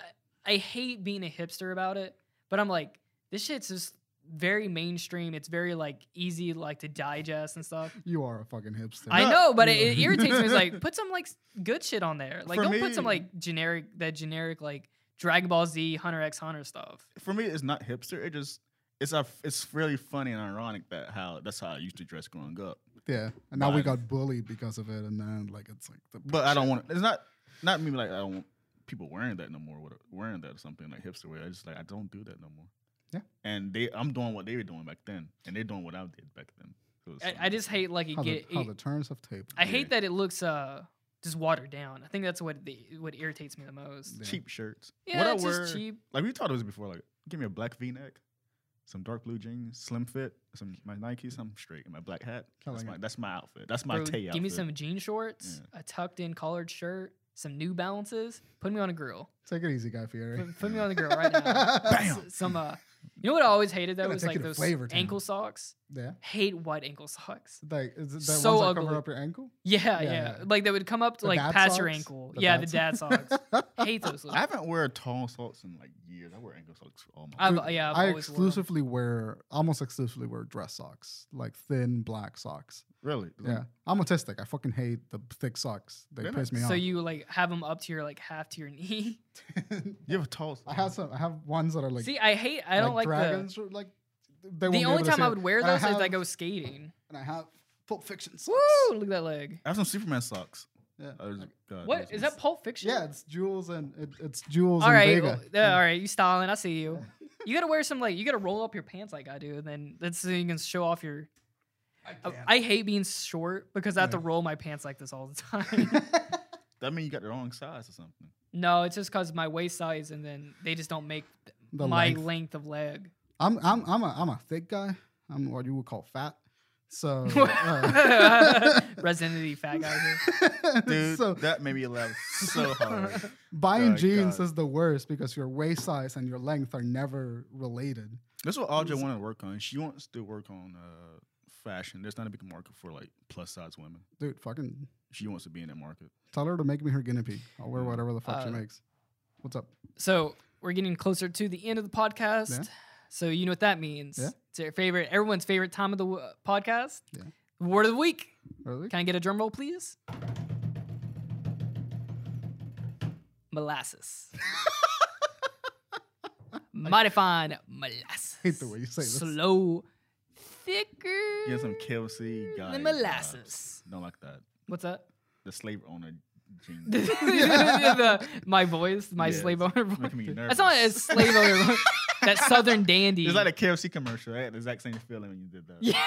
Speaker 2: I hate being a hipster about it, but I'm like this shit's just very mainstream. It's very like easy like to digest and stuff.
Speaker 1: You are a fucking hipster.
Speaker 2: I
Speaker 4: No.
Speaker 2: know, but it, it
Speaker 1: Yeah.
Speaker 2: irritates me. It's
Speaker 1: [laughs]
Speaker 2: like put some like s- good shit on there. Like
Speaker 4: For
Speaker 2: don't put some
Speaker 4: me-
Speaker 2: like generic that generic like Dragon Ball Z, Hunter X Hunter stuff.
Speaker 4: for me, it's not hipster. It just it's a it's really funny and ironic that how that's how I used to dress growing up.
Speaker 1: yeah, and now we
Speaker 4: But-
Speaker 1: got bullied because of it, and then like it's like the
Speaker 4: But I don't want it's not not me like I don't want people wearing that no more. what- Wearing that or something like hipster wear. I just like I don't do that no more.
Speaker 1: Yeah.
Speaker 4: And they I'm doing what they were doing back then, and they're doing what I did back then. So it's,
Speaker 2: I,
Speaker 4: um,
Speaker 2: I just hate like it
Speaker 1: how,
Speaker 2: get.
Speaker 1: the, how
Speaker 2: it-
Speaker 1: the terms have taped.
Speaker 2: I hate that it looks uh just watered down. I think that's what the what irritates me the most.
Speaker 1: Yeah.
Speaker 4: cheap shirts.
Speaker 2: Yeah,
Speaker 4: what I
Speaker 2: it's
Speaker 4: wear,
Speaker 2: just cheap.
Speaker 4: like we talked about this before. Like give me a black V neck. Some dark blue jeans, slim fit, some my Nikes, I'm straight, and my black hat. That's
Speaker 1: Killing
Speaker 4: my,
Speaker 1: it.
Speaker 4: that's my outfit. That's my
Speaker 2: Bro,
Speaker 4: Tay outfit.
Speaker 2: give me some jean shorts, a tucked in collared shirt, some New Balances. Put me on a grill.
Speaker 1: Take it easy, Guy Fieri.
Speaker 2: Put, put me on the grill right now.
Speaker 1: [laughs] Bam.
Speaker 2: S- Some uh, you know what I always hated though
Speaker 1: Gotta
Speaker 2: was
Speaker 1: take
Speaker 2: like
Speaker 1: you to
Speaker 2: those
Speaker 1: Flavor Town.
Speaker 2: ankle socks.
Speaker 1: Yeah,
Speaker 2: Hate white ankle socks. [laughs]
Speaker 1: like is it that
Speaker 2: So
Speaker 1: ones that cover
Speaker 2: ugly.
Speaker 1: up your
Speaker 2: [laughs]
Speaker 1: ankle.
Speaker 2: Yeah, yeah.
Speaker 1: Yeah, yeah.
Speaker 2: Like they would come up to
Speaker 1: The
Speaker 2: like
Speaker 1: dad
Speaker 2: past your
Speaker 1: socks?
Speaker 2: ankle.
Speaker 1: The
Speaker 2: yeah,
Speaker 1: dad
Speaker 2: the
Speaker 1: [laughs]
Speaker 2: dad socks. Hate those.
Speaker 4: I
Speaker 2: Little.
Speaker 4: haven't wear tall socks in like years. I wear ankle socks all my
Speaker 2: I've, uh,
Speaker 1: Dude,
Speaker 2: yeah, I've
Speaker 1: I
Speaker 2: always wore 'em.
Speaker 1: exclusively wear, almost exclusively wear dress socks, like thin black socks.
Speaker 4: Really?
Speaker 1: Yeah, I'm autistic. I fucking hate the thick socks. They
Speaker 4: Really?
Speaker 1: piss me off.
Speaker 2: So you like have them up to your like half to your knee.
Speaker 4: You have a tall
Speaker 1: [laughs] I have some. I have ones that are like.
Speaker 2: See, I hate. I don't like,
Speaker 1: dragons. Or, like they
Speaker 2: the.
Speaker 1: won't be
Speaker 2: The
Speaker 1: able
Speaker 2: only
Speaker 1: to
Speaker 2: time
Speaker 1: see
Speaker 2: I
Speaker 1: it.
Speaker 2: would wear
Speaker 1: And I
Speaker 2: those is
Speaker 1: have-
Speaker 2: I go skating.
Speaker 1: And I have Pulp Fiction
Speaker 2: Woo!
Speaker 1: socks.
Speaker 2: Look at that leg.
Speaker 4: I have some Superman socks.
Speaker 1: Yeah.
Speaker 4: I was- Oh, God,
Speaker 2: What
Speaker 4: uh, those
Speaker 2: is
Speaker 4: ones.
Speaker 2: that? Pulp Fiction.
Speaker 1: Yeah, it's Jules and it, it's Jules
Speaker 2: All
Speaker 1: and
Speaker 2: right,
Speaker 1: Vega.
Speaker 2: well, yeah, all right, you styling. I see
Speaker 1: [laughs]
Speaker 2: you. You gotta wear some like you gotta roll up your pants like I do, and then that's so you can show off your. I, I hate being short because I have to
Speaker 1: Yeah.
Speaker 2: roll my pants like this all
Speaker 1: [laughs]
Speaker 2: the time.
Speaker 4: That mean you got the wrong size or something. [laughs]
Speaker 2: no, it's just because my waist size, and then they just don't make
Speaker 1: The
Speaker 2: my
Speaker 1: length.
Speaker 2: length. of leg.
Speaker 1: I'm I'm I'm a I'm a thick guy. I'm what you would call fat.
Speaker 2: [laughs]
Speaker 1: So uh, [laughs]
Speaker 2: Resident fat guy. here.
Speaker 4: Dude,
Speaker 1: so
Speaker 4: that made me laugh [laughs] so hard.
Speaker 1: buying
Speaker 4: God,
Speaker 1: jeans
Speaker 4: God.
Speaker 1: is the worst because your waist size and your length are never related.
Speaker 4: That's what Audrey wanted to work on. She wants to work on uh, fashion. There's not a big market for like plus size women.
Speaker 1: Dude, fucking
Speaker 4: She wants to be in that market.
Speaker 1: tell her to make me her guinea pig. I'll
Speaker 4: Mm.
Speaker 1: wear whatever the fuck she
Speaker 2: Uh,
Speaker 1: makes. What's up?
Speaker 2: So we're getting closer to the end of the podcast.
Speaker 1: Yeah.
Speaker 2: So you know what that means.
Speaker 1: Yeah.
Speaker 2: It's your favorite, everyone's favorite time of the w- podcast.
Speaker 1: Yeah.
Speaker 2: Word of the week. [laughs]
Speaker 1: Really?
Speaker 2: Can I get a drum roll, please? Molasses. Mighty fine molasses.
Speaker 1: hate the way you say this.
Speaker 2: Slow, thicker
Speaker 4: Get some KFC guy.
Speaker 2: than Mm,
Speaker 4: vibes.
Speaker 2: molasses.
Speaker 4: Don't like that.
Speaker 2: What's that?
Speaker 4: The slave owner
Speaker 2: [laughs]
Speaker 4: jeans.
Speaker 2: The- my voice, my
Speaker 4: Yeah,
Speaker 2: slave
Speaker 4: it's
Speaker 2: owner voice.
Speaker 4: making
Speaker 2: [laughs]
Speaker 4: me
Speaker 2: That's not a
Speaker 4: nervous.
Speaker 2: slave owner voice. That southern dandy.
Speaker 4: It's like a KFC commercial. I had the exact same feeling when you did that.
Speaker 2: yeah.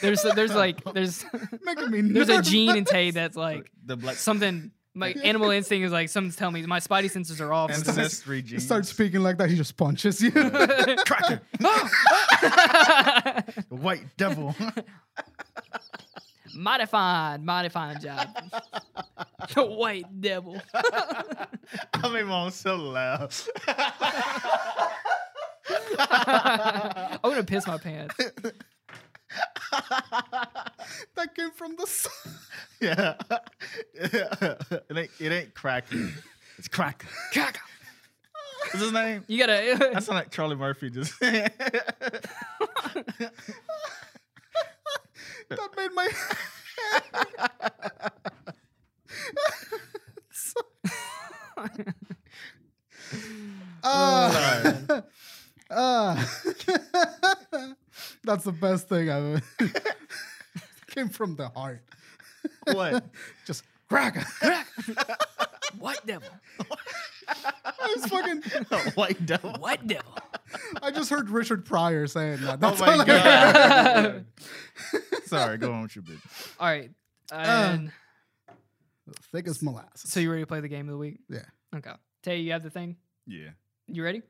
Speaker 2: There's there's like there's
Speaker 1: Making me
Speaker 2: there's a
Speaker 1: nervous.
Speaker 2: gene in Tay that's like
Speaker 4: the black
Speaker 2: something my animal instinct is like something's telling me my spidey sensors are off.
Speaker 4: ancestry
Speaker 1: You
Speaker 4: jeans.
Speaker 1: start
Speaker 4: [laughs]
Speaker 1: speaking like that, he just punches you.
Speaker 2: [laughs]
Speaker 4: Cracker,
Speaker 2: Ah!
Speaker 4: the white devil.
Speaker 2: [laughs] mighty fine, mighty fine [laughs] job. The white devil.
Speaker 4: [laughs] I made mom so loud. [laughs]
Speaker 2: I'm gonna piss my pants.
Speaker 1: [laughs] that came from the sun.
Speaker 4: yeah. [laughs] it, ain't, it ain't cracking. [clears throat] It's crack.
Speaker 2: Cracker.
Speaker 4: Is his name?
Speaker 2: You gotta [laughs]
Speaker 4: That sound like Charlie Murphy just. [laughs]
Speaker 1: that made
Speaker 2: [laughs]
Speaker 1: my uh, uh, [laughs] that's the best thing I've ever [laughs] came from the heart.
Speaker 4: what? [laughs]
Speaker 1: Just crack. [laughs] I
Speaker 2: white devil.
Speaker 1: was fucking
Speaker 4: White devil.
Speaker 2: White devil.
Speaker 1: I just heard Richard Pryor saying that.
Speaker 4: Oh
Speaker 1: That's all
Speaker 4: my
Speaker 1: I-
Speaker 2: [laughs]
Speaker 4: god. Sorry, go on with your bit.
Speaker 2: [laughs] All right. And
Speaker 1: Thick as molasses.
Speaker 2: Uh, so you ready to play the game of the week?
Speaker 1: Yeah.
Speaker 2: Okay. Tay, you have the thing?
Speaker 4: Yeah.
Speaker 2: You ready?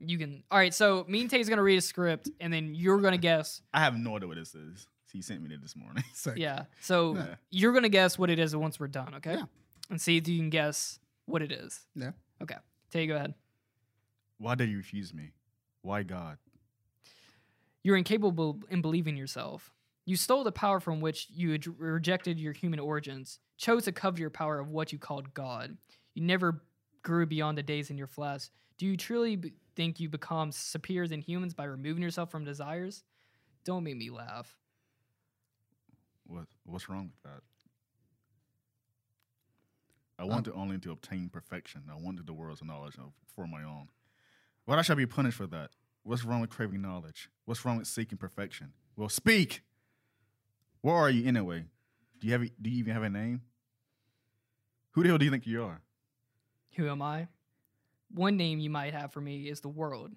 Speaker 2: You can. All right. So me and Tay's gonna read a script, and then you're gonna guess.
Speaker 4: I have no idea what this is. He sent me this morning. [laughs]
Speaker 1: Sick.
Speaker 2: Yeah. So
Speaker 4: Yeah.
Speaker 2: you're gonna guess what it is once we're done. Okay.
Speaker 1: Yeah.
Speaker 2: And see if you can guess what it is.
Speaker 1: Yeah.
Speaker 2: Okay. Tay, go ahead.
Speaker 4: Why did you refuse me? Why God?
Speaker 2: You're incapable in believing yourself. You stole the power from which you had rejected your human origins, chose to cover your power of what you called God. You never grew beyond the days in your flesh Do you truly b- think you become superior than humans by removing yourself from desires? Don't make me laugh.
Speaker 4: What what's wrong with that? I wanted only to obtain perfection. I wanted the world's knowledge of- for my own. But I shall be punished for that. What's wrong with craving knowledge? What's wrong with seeking perfection? Well, speak. Where are you anyway? Do you have? a- Do you even have a name? Who the hell do you think you are?
Speaker 2: Who am I? One name you might have for me is the world.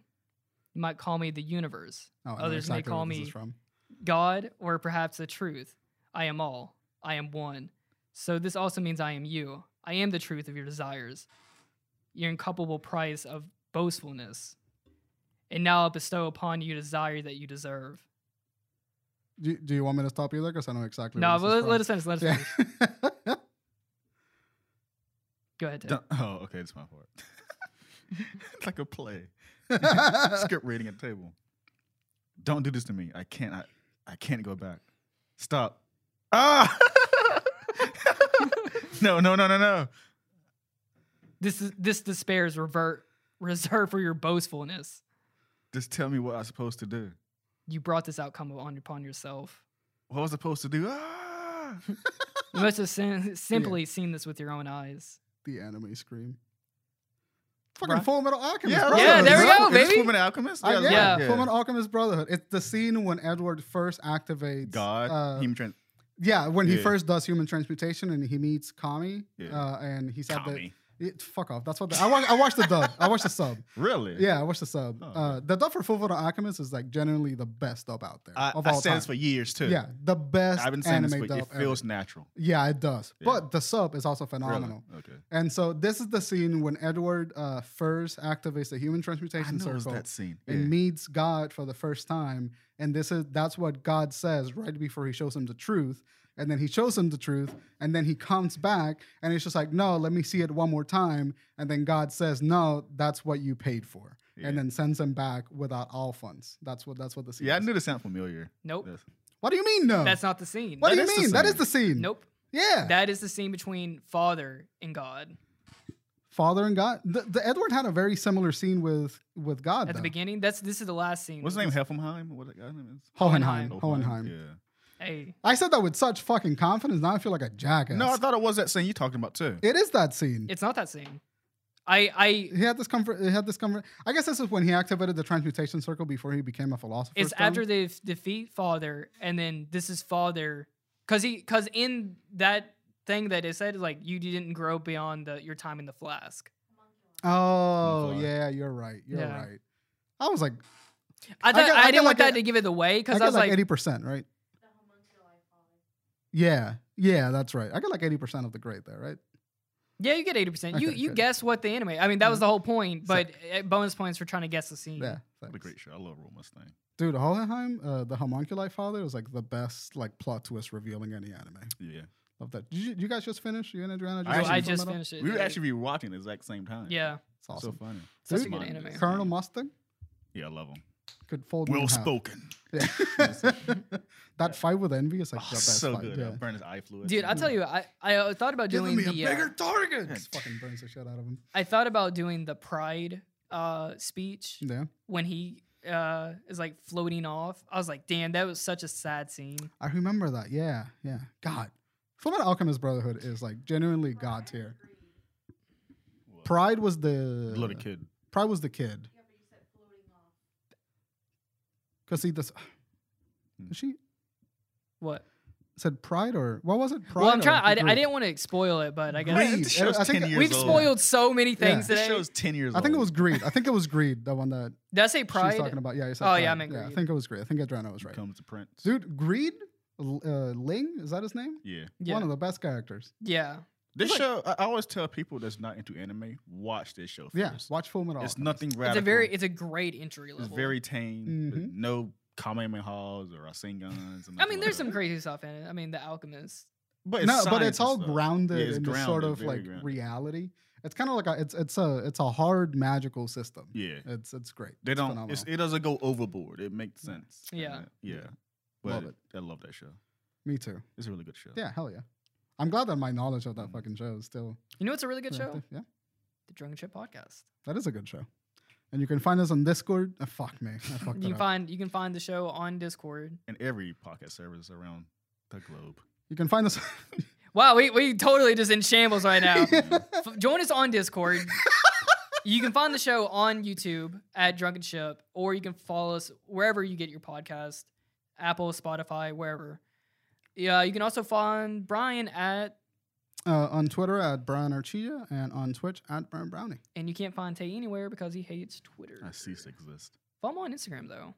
Speaker 2: You might call me the universe,
Speaker 1: Oh, I know
Speaker 2: Others may call
Speaker 1: where this
Speaker 2: me-
Speaker 1: is from.
Speaker 2: God, or perhaps the truth. I am all. I am one. So this also means I am you. I am the truth of your desires, your inculpable price of boastfulness. And now I'll bestow upon you desire that you deserve.
Speaker 1: Do, do you want me to stop you there? Because I know exactly.
Speaker 2: No,
Speaker 1: where
Speaker 2: but let, let us
Speaker 1: this [laughs]
Speaker 2: finish. Let us
Speaker 1: is
Speaker 2: finish.
Speaker 1: from. Yeah.
Speaker 2: Go ahead, Ted.
Speaker 4: Dun- [laughs] oh, okay, it's my fault. [laughs] it's like a play.
Speaker 1: [laughs]
Speaker 2: [laughs]
Speaker 4: script reading at the table. Don't do this to me. I can't. I, I can't go back. Stop. Ah! [laughs] no, no, no, no, no.
Speaker 2: This is this despair is revert reserved for your boastfulness.
Speaker 4: Just tell me what I'm supposed to do.
Speaker 2: You brought this outcome on upon yourself.
Speaker 4: What was I supposed to do? Ah!
Speaker 2: You must
Speaker 1: [laughs]
Speaker 2: have sin- simply seen this with your own eyes.
Speaker 1: the anime scream. Fucking
Speaker 2: Right.
Speaker 1: Full Metal Alchemist.
Speaker 4: right.
Speaker 2: Yeah,
Speaker 1: Brotherhood,
Speaker 2: there we
Speaker 1: bro.
Speaker 2: go,
Speaker 4: Is this
Speaker 2: baby.
Speaker 4: Fullmetal Alchemist?
Speaker 1: Uh, yeah,
Speaker 2: Yeah.
Speaker 1: Full Metal Alchemist Brotherhood. It's the scene when Edward first activates
Speaker 4: God,
Speaker 1: uh,
Speaker 4: human trans.
Speaker 1: yeah, when he
Speaker 4: Yeah.
Speaker 1: first does human transmutation and he meets Kami,
Speaker 4: Yeah.
Speaker 1: uh, and he said
Speaker 4: Kami.
Speaker 1: that it, fuck off. That's what the, I watched. I watched the dub. I watched the
Speaker 4: [laughs]
Speaker 1: sub.
Speaker 4: Really?
Speaker 1: Yeah, I watched the sub.
Speaker 4: Oh,
Speaker 1: uh, the dub for Full Metal Alchemist is like genuinely the best dub out there
Speaker 4: I,
Speaker 1: of
Speaker 4: I
Speaker 1: all
Speaker 4: said
Speaker 1: time.
Speaker 4: this for years too.
Speaker 1: yeah, the best
Speaker 4: I've been saying
Speaker 1: anime
Speaker 4: this, but
Speaker 1: dub.
Speaker 4: it
Speaker 1: ever.
Speaker 4: feels natural.
Speaker 1: yeah, it does.
Speaker 4: Yeah.
Speaker 1: But the sub is also
Speaker 4: Really?
Speaker 1: phenomenal.
Speaker 4: Okay.
Speaker 1: And so this is the scene when Edward uh, first activates the human
Speaker 4: I
Speaker 1: transmutation
Speaker 4: know it was
Speaker 1: circle
Speaker 4: that scene.
Speaker 1: and
Speaker 4: Yeah.
Speaker 1: meets God for the first time. And this is that's what God says right before he shows him the truth. And then he shows him the truth, and then he comes back, and it's just like, no, let me see it one more time. And then God says, no, that's what you paid for,
Speaker 4: Yeah.
Speaker 1: and then sends him back without all funds. That's what that's what the scene.
Speaker 4: yeah, I
Speaker 1: is.
Speaker 4: knew this sound familiar.
Speaker 2: Nope.
Speaker 4: That's-
Speaker 1: What do you mean no?
Speaker 2: That's not the scene.
Speaker 1: what
Speaker 4: that
Speaker 1: do
Speaker 4: is
Speaker 1: you
Speaker 4: the
Speaker 1: mean? That is
Speaker 4: scene.
Speaker 1: the scene.
Speaker 2: Nope.
Speaker 1: Yeah.
Speaker 2: That is the scene between father and God.
Speaker 1: Father and God. The, the Edward had a very similar scene with with God
Speaker 2: At the
Speaker 1: though.
Speaker 2: beginning, that's this is the last scene.
Speaker 4: What's his name? Heffelheim? What that guy's name is?
Speaker 1: Hohenheim.
Speaker 2: Hohenheim.
Speaker 1: Hohenheim.
Speaker 4: Yeah.
Speaker 2: Hey,
Speaker 1: I said that with such fucking confidence. Now I feel like a jackass.
Speaker 4: No, I thought it was that scene you talking about too.
Speaker 1: it is that scene.
Speaker 2: it's not that scene. I I
Speaker 1: he had this comfort. He had this comfort. I guess this is when he activated the transmutation circle before he became a philosopher.
Speaker 2: it's
Speaker 1: stone.
Speaker 2: after they f- defeat father and then this is father because he because in that thing that it said like you didn't grow beyond the, your time in the flask
Speaker 1: Oh
Speaker 4: Monkey Line.
Speaker 1: yeah, you're right. You're
Speaker 2: Yeah.
Speaker 1: right. I was like,
Speaker 2: i thought i,
Speaker 1: got- I got
Speaker 2: didn't
Speaker 1: like
Speaker 2: want that
Speaker 1: a-
Speaker 2: to give it away
Speaker 1: I
Speaker 2: because i
Speaker 1: got
Speaker 2: was
Speaker 1: like
Speaker 2: like,
Speaker 1: eighty percent, right?
Speaker 3: The homunculi folly.
Speaker 1: Yeah, yeah, that's right. I got like eighty percent of the grade there, right?
Speaker 2: yeah you get 80% you
Speaker 1: Okay,
Speaker 2: you
Speaker 1: good.
Speaker 2: guess what the anime i mean that was
Speaker 1: Mhm.
Speaker 2: the whole point
Speaker 1: So-
Speaker 2: but uh, bonus points for trying to guess the scene
Speaker 1: Yeah,
Speaker 4: What a
Speaker 1: thanks.
Speaker 4: great show. I love Roll Mustang.
Speaker 1: dude. Hohenheim, uh, the homunculi father, was like the best like plot twist revealing any anime.
Speaker 4: Yeah.
Speaker 1: Love that. Did you, you guys just finish? You and Adriana?
Speaker 2: so
Speaker 4: actually
Speaker 2: i
Speaker 1: finished
Speaker 2: just
Speaker 1: Fullmetal?
Speaker 2: finished it
Speaker 4: We would
Speaker 2: Yeah.
Speaker 4: actually be watching at the exact same time.
Speaker 2: yeah
Speaker 1: It's awesome.
Speaker 4: So funny.
Speaker 2: Such
Speaker 1: Dude,
Speaker 2: a good
Speaker 4: Mine
Speaker 2: anime.
Speaker 4: is-
Speaker 1: Colonel Mustang
Speaker 4: Yeah, I love him.
Speaker 1: could fold. me
Speaker 4: Well
Speaker 1: in half.
Speaker 4: spoken. [laughs]
Speaker 1: Yeah. [laughs] that fight with envy is like
Speaker 4: Oh,
Speaker 1: the best
Speaker 4: so
Speaker 1: fight.
Speaker 4: good.
Speaker 1: Yeah.
Speaker 4: I'll burn his eye fluid.
Speaker 2: dude i'll tell you i i uh, thought about doing the uh,
Speaker 4: target.
Speaker 1: Just fucking burns the shit out of him.
Speaker 2: i thought about doing the pride uh speech
Speaker 1: Yeah.
Speaker 2: when he uh is like floating off. I was like, damn, that was such a sad scene.
Speaker 1: I remember that. Yeah. Yeah. God. Fullmetal Alchemist Brotherhood is like genuinely God tier. Pride was the
Speaker 4: Little kid.
Speaker 1: Pride was the kid.
Speaker 3: Yeah, but you said floating off.
Speaker 1: Cause he this
Speaker 4: Hmm.
Speaker 1: she
Speaker 2: What?
Speaker 1: said Pride or what was it? Pride.
Speaker 2: well, I'm trying.
Speaker 1: or
Speaker 2: I, I
Speaker 1: Greed?
Speaker 2: didn't want to spoil it, but I guess
Speaker 1: Greed.
Speaker 4: Man, this show's
Speaker 1: I think-
Speaker 4: 10 years
Speaker 2: we've
Speaker 4: old.
Speaker 2: spoiled so many things
Speaker 4: This
Speaker 2: today.
Speaker 4: show's 10 years
Speaker 1: I
Speaker 4: old.
Speaker 1: think it was greed. I think it was greed. The one that
Speaker 2: Did I say
Speaker 1: she's talking
Speaker 2: pride?
Speaker 1: about. Yeah. You said
Speaker 2: Oh, yeah,
Speaker 1: Pride.
Speaker 2: I meant
Speaker 1: I
Speaker 2: Greed.
Speaker 1: think it was greed. I think Adriana was
Speaker 4: Here
Speaker 1: right.
Speaker 4: comes the prince.
Speaker 1: Dude, greed. L- Uh, Ling is that his name?
Speaker 4: Yeah.
Speaker 2: Yeah.
Speaker 1: One of the best characters.
Speaker 2: yeah.
Speaker 4: This
Speaker 2: It's
Speaker 4: show, I I always tell people that's not into anime, watch this show first.
Speaker 1: Yeah. Watch Full Metal.
Speaker 4: It's
Speaker 1: Alchemist.
Speaker 4: nothing radical.
Speaker 2: It's a very it's a great entry
Speaker 4: It's
Speaker 2: level.
Speaker 4: very tame.
Speaker 1: Mhm.
Speaker 4: No Kamehamehas or Rasengan's. and
Speaker 2: I mean,
Speaker 4: nothing like
Speaker 2: there's
Speaker 1: [laughs]
Speaker 4: that.
Speaker 2: some crazy stuff in it. I mean, The Alchemist.
Speaker 4: But
Speaker 1: no, but
Speaker 4: science
Speaker 1: it's
Speaker 4: and
Speaker 1: all
Speaker 4: stuff.
Speaker 1: grounded
Speaker 4: Yeah, it's
Speaker 1: in this sort
Speaker 4: grounded,
Speaker 1: of
Speaker 4: very
Speaker 1: like
Speaker 4: grounded.
Speaker 1: reality. It's kind of like a it's it's a it's a hard magical system.
Speaker 4: Yeah.
Speaker 1: It's it's great.
Speaker 4: They
Speaker 1: It's
Speaker 4: don't.
Speaker 1: phenomenal.
Speaker 4: It's, it doesn't go overboard. It makes sense. and
Speaker 2: Yeah.
Speaker 4: that- yeah. But
Speaker 1: Love
Speaker 4: I love that show.
Speaker 1: Me too.
Speaker 4: It's a really good show.
Speaker 1: Yeah, hell yeah. I'm glad that my knowledge
Speaker 4: Mm.
Speaker 1: of that fucking show is still
Speaker 2: You know, it's a really good show.
Speaker 1: active. Yeah,
Speaker 2: The Drunken Chip Podcast.
Speaker 1: that is a good show. And you can find us on Discord. Ah, fuck
Speaker 2: [laughs]
Speaker 1: me. I fucked
Speaker 2: You
Speaker 1: it
Speaker 2: can
Speaker 1: up.
Speaker 2: find you can find the show on Discord.
Speaker 4: and every podcast service around the globe.
Speaker 1: you can find us.
Speaker 2: Wow, we we totally just in shambles right
Speaker 4: [laughs]
Speaker 2: now.
Speaker 1: Yeah. [laughs]
Speaker 2: F- join us on Discord. you can find the show on YouTube at Drunken Ship, or you can follow us wherever you get your podcast, Apple, Spotify, wherever. Yeah, you can also find Brian at,
Speaker 1: Uh, on Twitter at Brian Archilla and on Twitch at Brian Brownie.
Speaker 2: and you can't find Tay anywhere because he hates Twitter.
Speaker 4: I cease to exist.
Speaker 2: Follow him on Instagram though.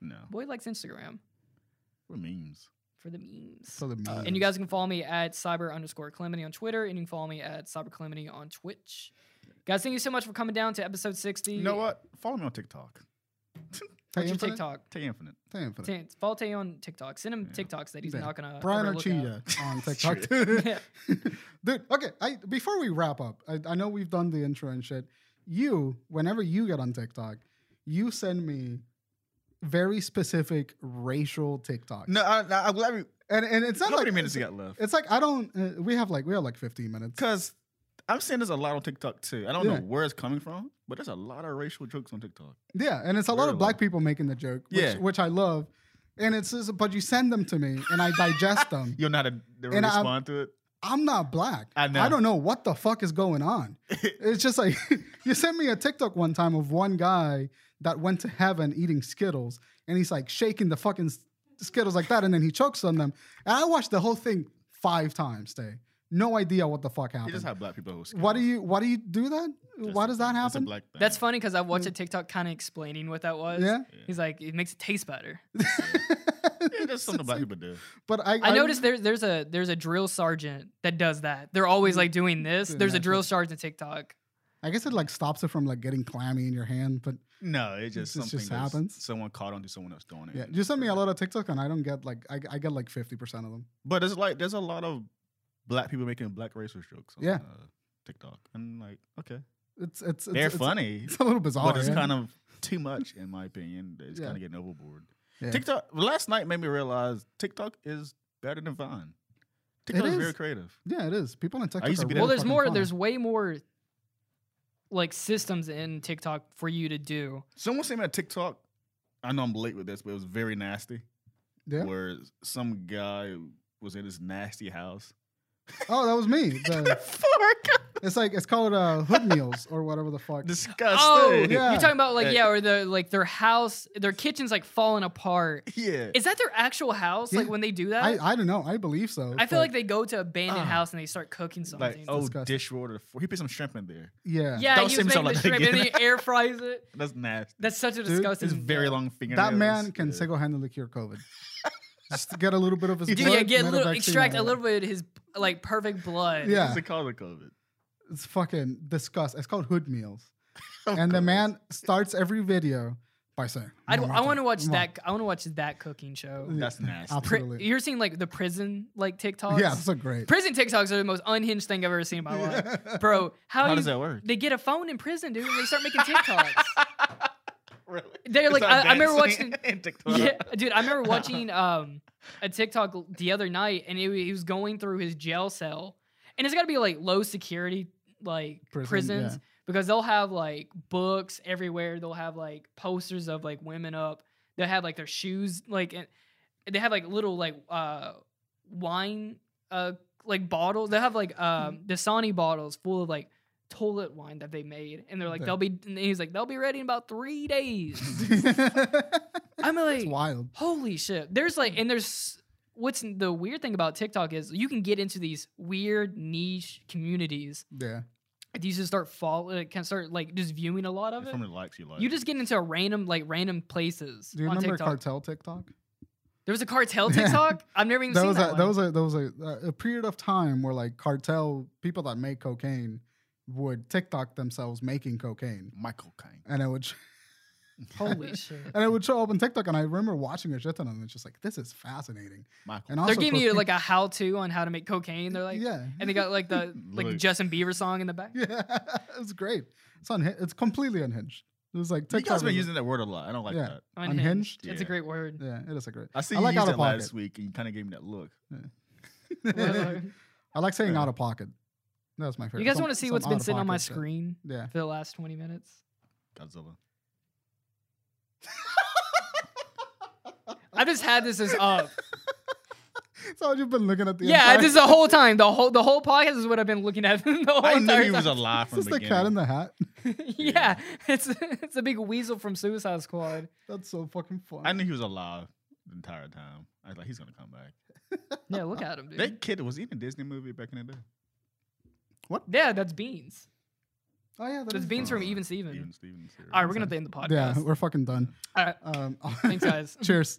Speaker 4: No,
Speaker 2: Boy likes Instagram
Speaker 4: we're memes.
Speaker 2: for the memes. Uh,
Speaker 1: So the
Speaker 2: and you guys can follow me at cyber underscore calamity on Twitter, and you can follow me at cyber calamity on Twitch. Guys, thank you so much for coming down to episode sixty.
Speaker 4: You know what? Follow me on TikTok.
Speaker 2: What's your TikTok?
Speaker 4: Tay Infinite.
Speaker 1: Tay Infinite.
Speaker 2: T- follow Tay on TikTok. Send him
Speaker 4: Yeah.
Speaker 2: TikToks that he's
Speaker 1: Yeah.
Speaker 2: not gonna.
Speaker 1: Brian
Speaker 2: ever look at.
Speaker 1: Archilla on
Speaker 2: [laughs]
Speaker 1: TikTok.
Speaker 2: Yeah.
Speaker 1: [laughs] Dude, okay. I before we wrap up, I, I know we've done the intro and shit. You, whenever you get on TikTok, you send me very specific racial TikToks.
Speaker 4: No, I, I, I'm glad we.
Speaker 1: and and it's not
Speaker 4: How many
Speaker 1: like
Speaker 4: minutes you
Speaker 1: it's,
Speaker 4: got left?
Speaker 1: it's like I don't. Uh, we have like we have like fifteen minutes.
Speaker 4: Because I'm seeing there's a lot on TikTok too. I don't
Speaker 1: Yeah.
Speaker 4: know where it's coming from, but there's a lot of racial jokes on TikTok.
Speaker 1: Yeah, and it's a lot
Speaker 4: Very
Speaker 1: of black
Speaker 4: long.
Speaker 1: people making the joke, which,
Speaker 4: Yeah.
Speaker 1: which I love. And it's just, but you send them to me and I digest them.
Speaker 4: You're not a they
Speaker 1: And I'm-
Speaker 4: respond to it.
Speaker 1: I'm not black.
Speaker 4: I know.
Speaker 1: I don't know what the fuck is going
Speaker 4: [laughs]
Speaker 1: on. it's just like [laughs] you sent me a TikTok one time of one guy that went to heaven eating Skittles, and he's like shaking the fucking s- Skittles like that, and then he chokes on them. And I watched the whole thing five times. Day, no idea what the fuck
Speaker 4: You
Speaker 1: happened.
Speaker 4: just have black people who.
Speaker 1: why do you why do you do that? why does that
Speaker 4: It's a
Speaker 1: happen?
Speaker 4: black thing.
Speaker 2: That's funny because I watched a TikTok kind of explaining what that was.
Speaker 1: Yeah. [laughs]
Speaker 4: Yeah.
Speaker 2: He's like, it makes it taste better.
Speaker 4: Yeah, that's something
Speaker 1: [laughs]
Speaker 4: black people do.
Speaker 1: But I,
Speaker 2: I noticed there, there's a there's a drill sergeant that does that. They're always like doing this.
Speaker 1: Mm, Doing
Speaker 2: There's a
Speaker 1: that
Speaker 2: drill
Speaker 1: shit.
Speaker 2: sergeant TikTok.
Speaker 1: I guess it like stops it from like getting clammy in your hand, but
Speaker 4: No, it just
Speaker 1: This just
Speaker 4: something that's-
Speaker 1: happens.
Speaker 4: Someone caught on to someone else doing it.
Speaker 1: yeah, you send me a lot of TikTok and I don't get like I, I get like fifty percent of them.
Speaker 4: But it's like there's a lot of black people making black racist jokes. On,
Speaker 1: Yeah.
Speaker 4: uh, TikTok and like okay,
Speaker 1: It's it's, it's
Speaker 4: they're
Speaker 1: it's,
Speaker 4: funny,
Speaker 1: It's a little bizarre.
Speaker 4: but it's
Speaker 1: yeah?
Speaker 4: kind of too much in my opinion. It's
Speaker 1: Yeah.
Speaker 4: kind of getting overboard.
Speaker 1: Yeah.
Speaker 4: TikTok last night made me realize TikTok is better than Vine. TikTok is.
Speaker 1: is.
Speaker 4: very creative.
Speaker 1: Yeah, it is. People on TikTok.
Speaker 4: used to
Speaker 1: are
Speaker 4: be that-
Speaker 2: Well,
Speaker 1: really
Speaker 2: there's
Speaker 1: fucking
Speaker 2: more.
Speaker 1: funny.
Speaker 2: There's way more like systems in TikTok for you to do.
Speaker 4: Someone sent me a TikTok. I know I'm late with this, but it was very nasty.
Speaker 1: Yeah?
Speaker 4: Where some guy was in his nasty
Speaker 1: [laughs]
Speaker 4: house. [laughs]
Speaker 1: Oh, that was me. The-
Speaker 4: Fork.
Speaker 1: it's like it's called uh, hood meals or whatever the fuck.
Speaker 4: Disgusting.
Speaker 2: oh,
Speaker 1: yeah.
Speaker 2: you're talking about like
Speaker 4: Yeah.
Speaker 2: yeah, or the like their house, their kitchen's like falling apart.
Speaker 4: Yeah.
Speaker 2: Is that their actual house? Like
Speaker 1: Yeah.
Speaker 2: when they do that?
Speaker 1: I, I don't know. I believe so.
Speaker 2: I feel
Speaker 1: but
Speaker 2: like they go to abandoned
Speaker 4: Ah.
Speaker 2: house and they start cooking
Speaker 4: like,
Speaker 2: something.
Speaker 4: oh,
Speaker 1: disgusting.
Speaker 4: dishwater. for- He put some shrimp in there.
Speaker 1: yeah.
Speaker 2: yeah,
Speaker 4: don't
Speaker 2: he
Speaker 4: say
Speaker 2: was
Speaker 4: something
Speaker 2: making the
Speaker 4: like
Speaker 2: shrimp
Speaker 4: that
Speaker 2: and
Speaker 4: again.
Speaker 2: he air fries it.
Speaker 4: That's nasty.
Speaker 2: That's such a
Speaker 1: Dude,
Speaker 2: disgusting.
Speaker 4: It's very
Speaker 2: yeah.
Speaker 4: long fingernails.
Speaker 1: That man can
Speaker 4: Yeah.
Speaker 1: single-handedly cure
Speaker 4: [laughs]
Speaker 1: COVID. Just get a little bit of his
Speaker 2: Dude,
Speaker 1: blood.
Speaker 2: yeah, get a
Speaker 1: made
Speaker 2: little,
Speaker 1: vaccine
Speaker 2: extract
Speaker 1: out
Speaker 2: a
Speaker 1: of
Speaker 2: little bit of his like perfect blood.
Speaker 1: Yeah.
Speaker 4: It's a color [laughs] COVID.
Speaker 1: it. It's fucking disgust. It's called hood meals. And the man starts every video by saying,
Speaker 2: Oh, I, want to watch
Speaker 1: "Mwah."
Speaker 2: that. I want to watch that cooking show.
Speaker 1: Yeah,
Speaker 4: That's nasty.
Speaker 1: [laughs]
Speaker 2: Pri-
Speaker 1: Absolutely.
Speaker 2: you're seeing like the prison like TikToks.
Speaker 1: Yeah, those are great.
Speaker 2: prison TikToks are the most unhinged thing I've ever seen in my life, bro. How,
Speaker 4: How
Speaker 2: do
Speaker 4: does
Speaker 2: you-
Speaker 4: that work?
Speaker 2: They get a phone in prison, dude, and they start making TikToks.
Speaker 4: [laughs] Really?
Speaker 2: They're like, I, I remember watching.
Speaker 4: in TikTok.
Speaker 2: Yeah, dude, I remember watching um a TikTok l- the other night, and it, wa- he was going through his jail cell, and it's got to be like low security like
Speaker 1: Prison,
Speaker 2: prisons
Speaker 1: yeah.
Speaker 2: because they'll have like books everywhere. They'll have like posters of like women up. They have like their shoes like and they have like little like uh wine uh like bottles. They have like um
Speaker 1: Hmm.
Speaker 2: Dasani bottles full of like toilet wine that they made, and they're like
Speaker 1: Yeah.
Speaker 2: they'll be. And he's like they'll be ready in about
Speaker 1: [laughs]
Speaker 2: three days. I'm
Speaker 1: [laughs]
Speaker 2: like
Speaker 1: it's wild.
Speaker 2: Holy shit. There's
Speaker 1: Hmm.
Speaker 2: like, and there's what's the weird thing about TikTok is you can get into these weird niche communities.
Speaker 1: Yeah.
Speaker 2: If you just start following, can start like just viewing a lot of
Speaker 4: It's
Speaker 2: it.
Speaker 4: From the likes you like.
Speaker 2: You just get into a random, like random places
Speaker 1: Do you
Speaker 2: on
Speaker 1: remember
Speaker 2: TikTok.
Speaker 1: cartel TikTok?
Speaker 2: there was a cartel
Speaker 1: [laughs] Yeah.
Speaker 2: TikTok. I've never even
Speaker 1: There
Speaker 2: seen
Speaker 1: was
Speaker 2: that.
Speaker 1: a,
Speaker 2: one.
Speaker 1: there was a there was a, a period of time where like cartel people that make cocaine would TikTok themselves making cocaine,
Speaker 4: Michael Kane.
Speaker 1: and it would sh- [laughs]
Speaker 2: Holy shit.
Speaker 1: and it would show up on TikTok, and I remember watching a shit ton of them. It's just like this is fascinating,
Speaker 4: Michael.
Speaker 1: and
Speaker 2: They're
Speaker 1: also
Speaker 2: giving
Speaker 1: for
Speaker 2: you
Speaker 1: peop- [laughs]
Speaker 2: like a how-to on how to make cocaine. They're like,
Speaker 1: yeah, [laughs]
Speaker 2: and they got like the like the
Speaker 4: Look.
Speaker 2: Justin Bieber song in the back.
Speaker 1: yeah, it's great. It's on it's completely unhinged. It was like
Speaker 4: you
Speaker 1: TikTok
Speaker 4: guys been
Speaker 1: was-
Speaker 4: using that word a lot. I don't like
Speaker 1: Yeah.
Speaker 4: that.
Speaker 2: Unhinged.
Speaker 1: Unhinged?
Speaker 2: It's a
Speaker 4: Yeah.
Speaker 2: great word.
Speaker 1: [laughs] yeah, it is a great.
Speaker 4: I see
Speaker 1: I
Speaker 4: you
Speaker 1: like
Speaker 4: used
Speaker 1: out
Speaker 4: it
Speaker 1: of pocket.
Speaker 4: last week, and you kind of gave me that look.
Speaker 1: I like saying
Speaker 4: Yeah.
Speaker 1: out of pocket. That's my favorite.
Speaker 2: you guys
Speaker 1: Some-
Speaker 2: want to see
Speaker 1: some
Speaker 2: what's been sitting on my
Speaker 1: out-of-pocket shit.
Speaker 2: screen
Speaker 1: Yeah.
Speaker 2: for the last 20 minutes?
Speaker 4: Godzilla.
Speaker 2: I've just had this as uh, up.
Speaker 1: [laughs] So you've been looking at the
Speaker 2: Yeah,
Speaker 1: entire- [laughs]
Speaker 2: this is the whole time. The whole the whole podcast is what I've been looking at [laughs] the whole
Speaker 4: I knew
Speaker 2: entire
Speaker 4: he was
Speaker 2: time.
Speaker 4: alive
Speaker 1: Is
Speaker 4: from
Speaker 1: Oh, this
Speaker 4: the
Speaker 1: the cat in
Speaker 4: beginning.
Speaker 1: the hat? [laughs]
Speaker 2: [laughs] yeah, [laughs] it's it's a big weasel from Suicide Squad.
Speaker 1: That's so fucking fun.
Speaker 4: I knew he was alive the entire time. I was like, he's gonna come back.
Speaker 2: Yeah, look at him, dude.
Speaker 4: That kid was he in a Disney movie back in the day?
Speaker 2: yeah, that's Beans.
Speaker 1: oh yeah, that
Speaker 2: That's
Speaker 1: is-
Speaker 2: Beans from
Speaker 4: fun.
Speaker 2: Even Steven.
Speaker 4: Even Stevens. here.
Speaker 2: All right, we're gonna have to end the podcast.
Speaker 1: Um, [laughs] Yeah,
Speaker 4: [laughs]
Speaker 1: we're fucking done.
Speaker 2: All right,
Speaker 1: Um,
Speaker 2: thanks, guys.
Speaker 1: cheers.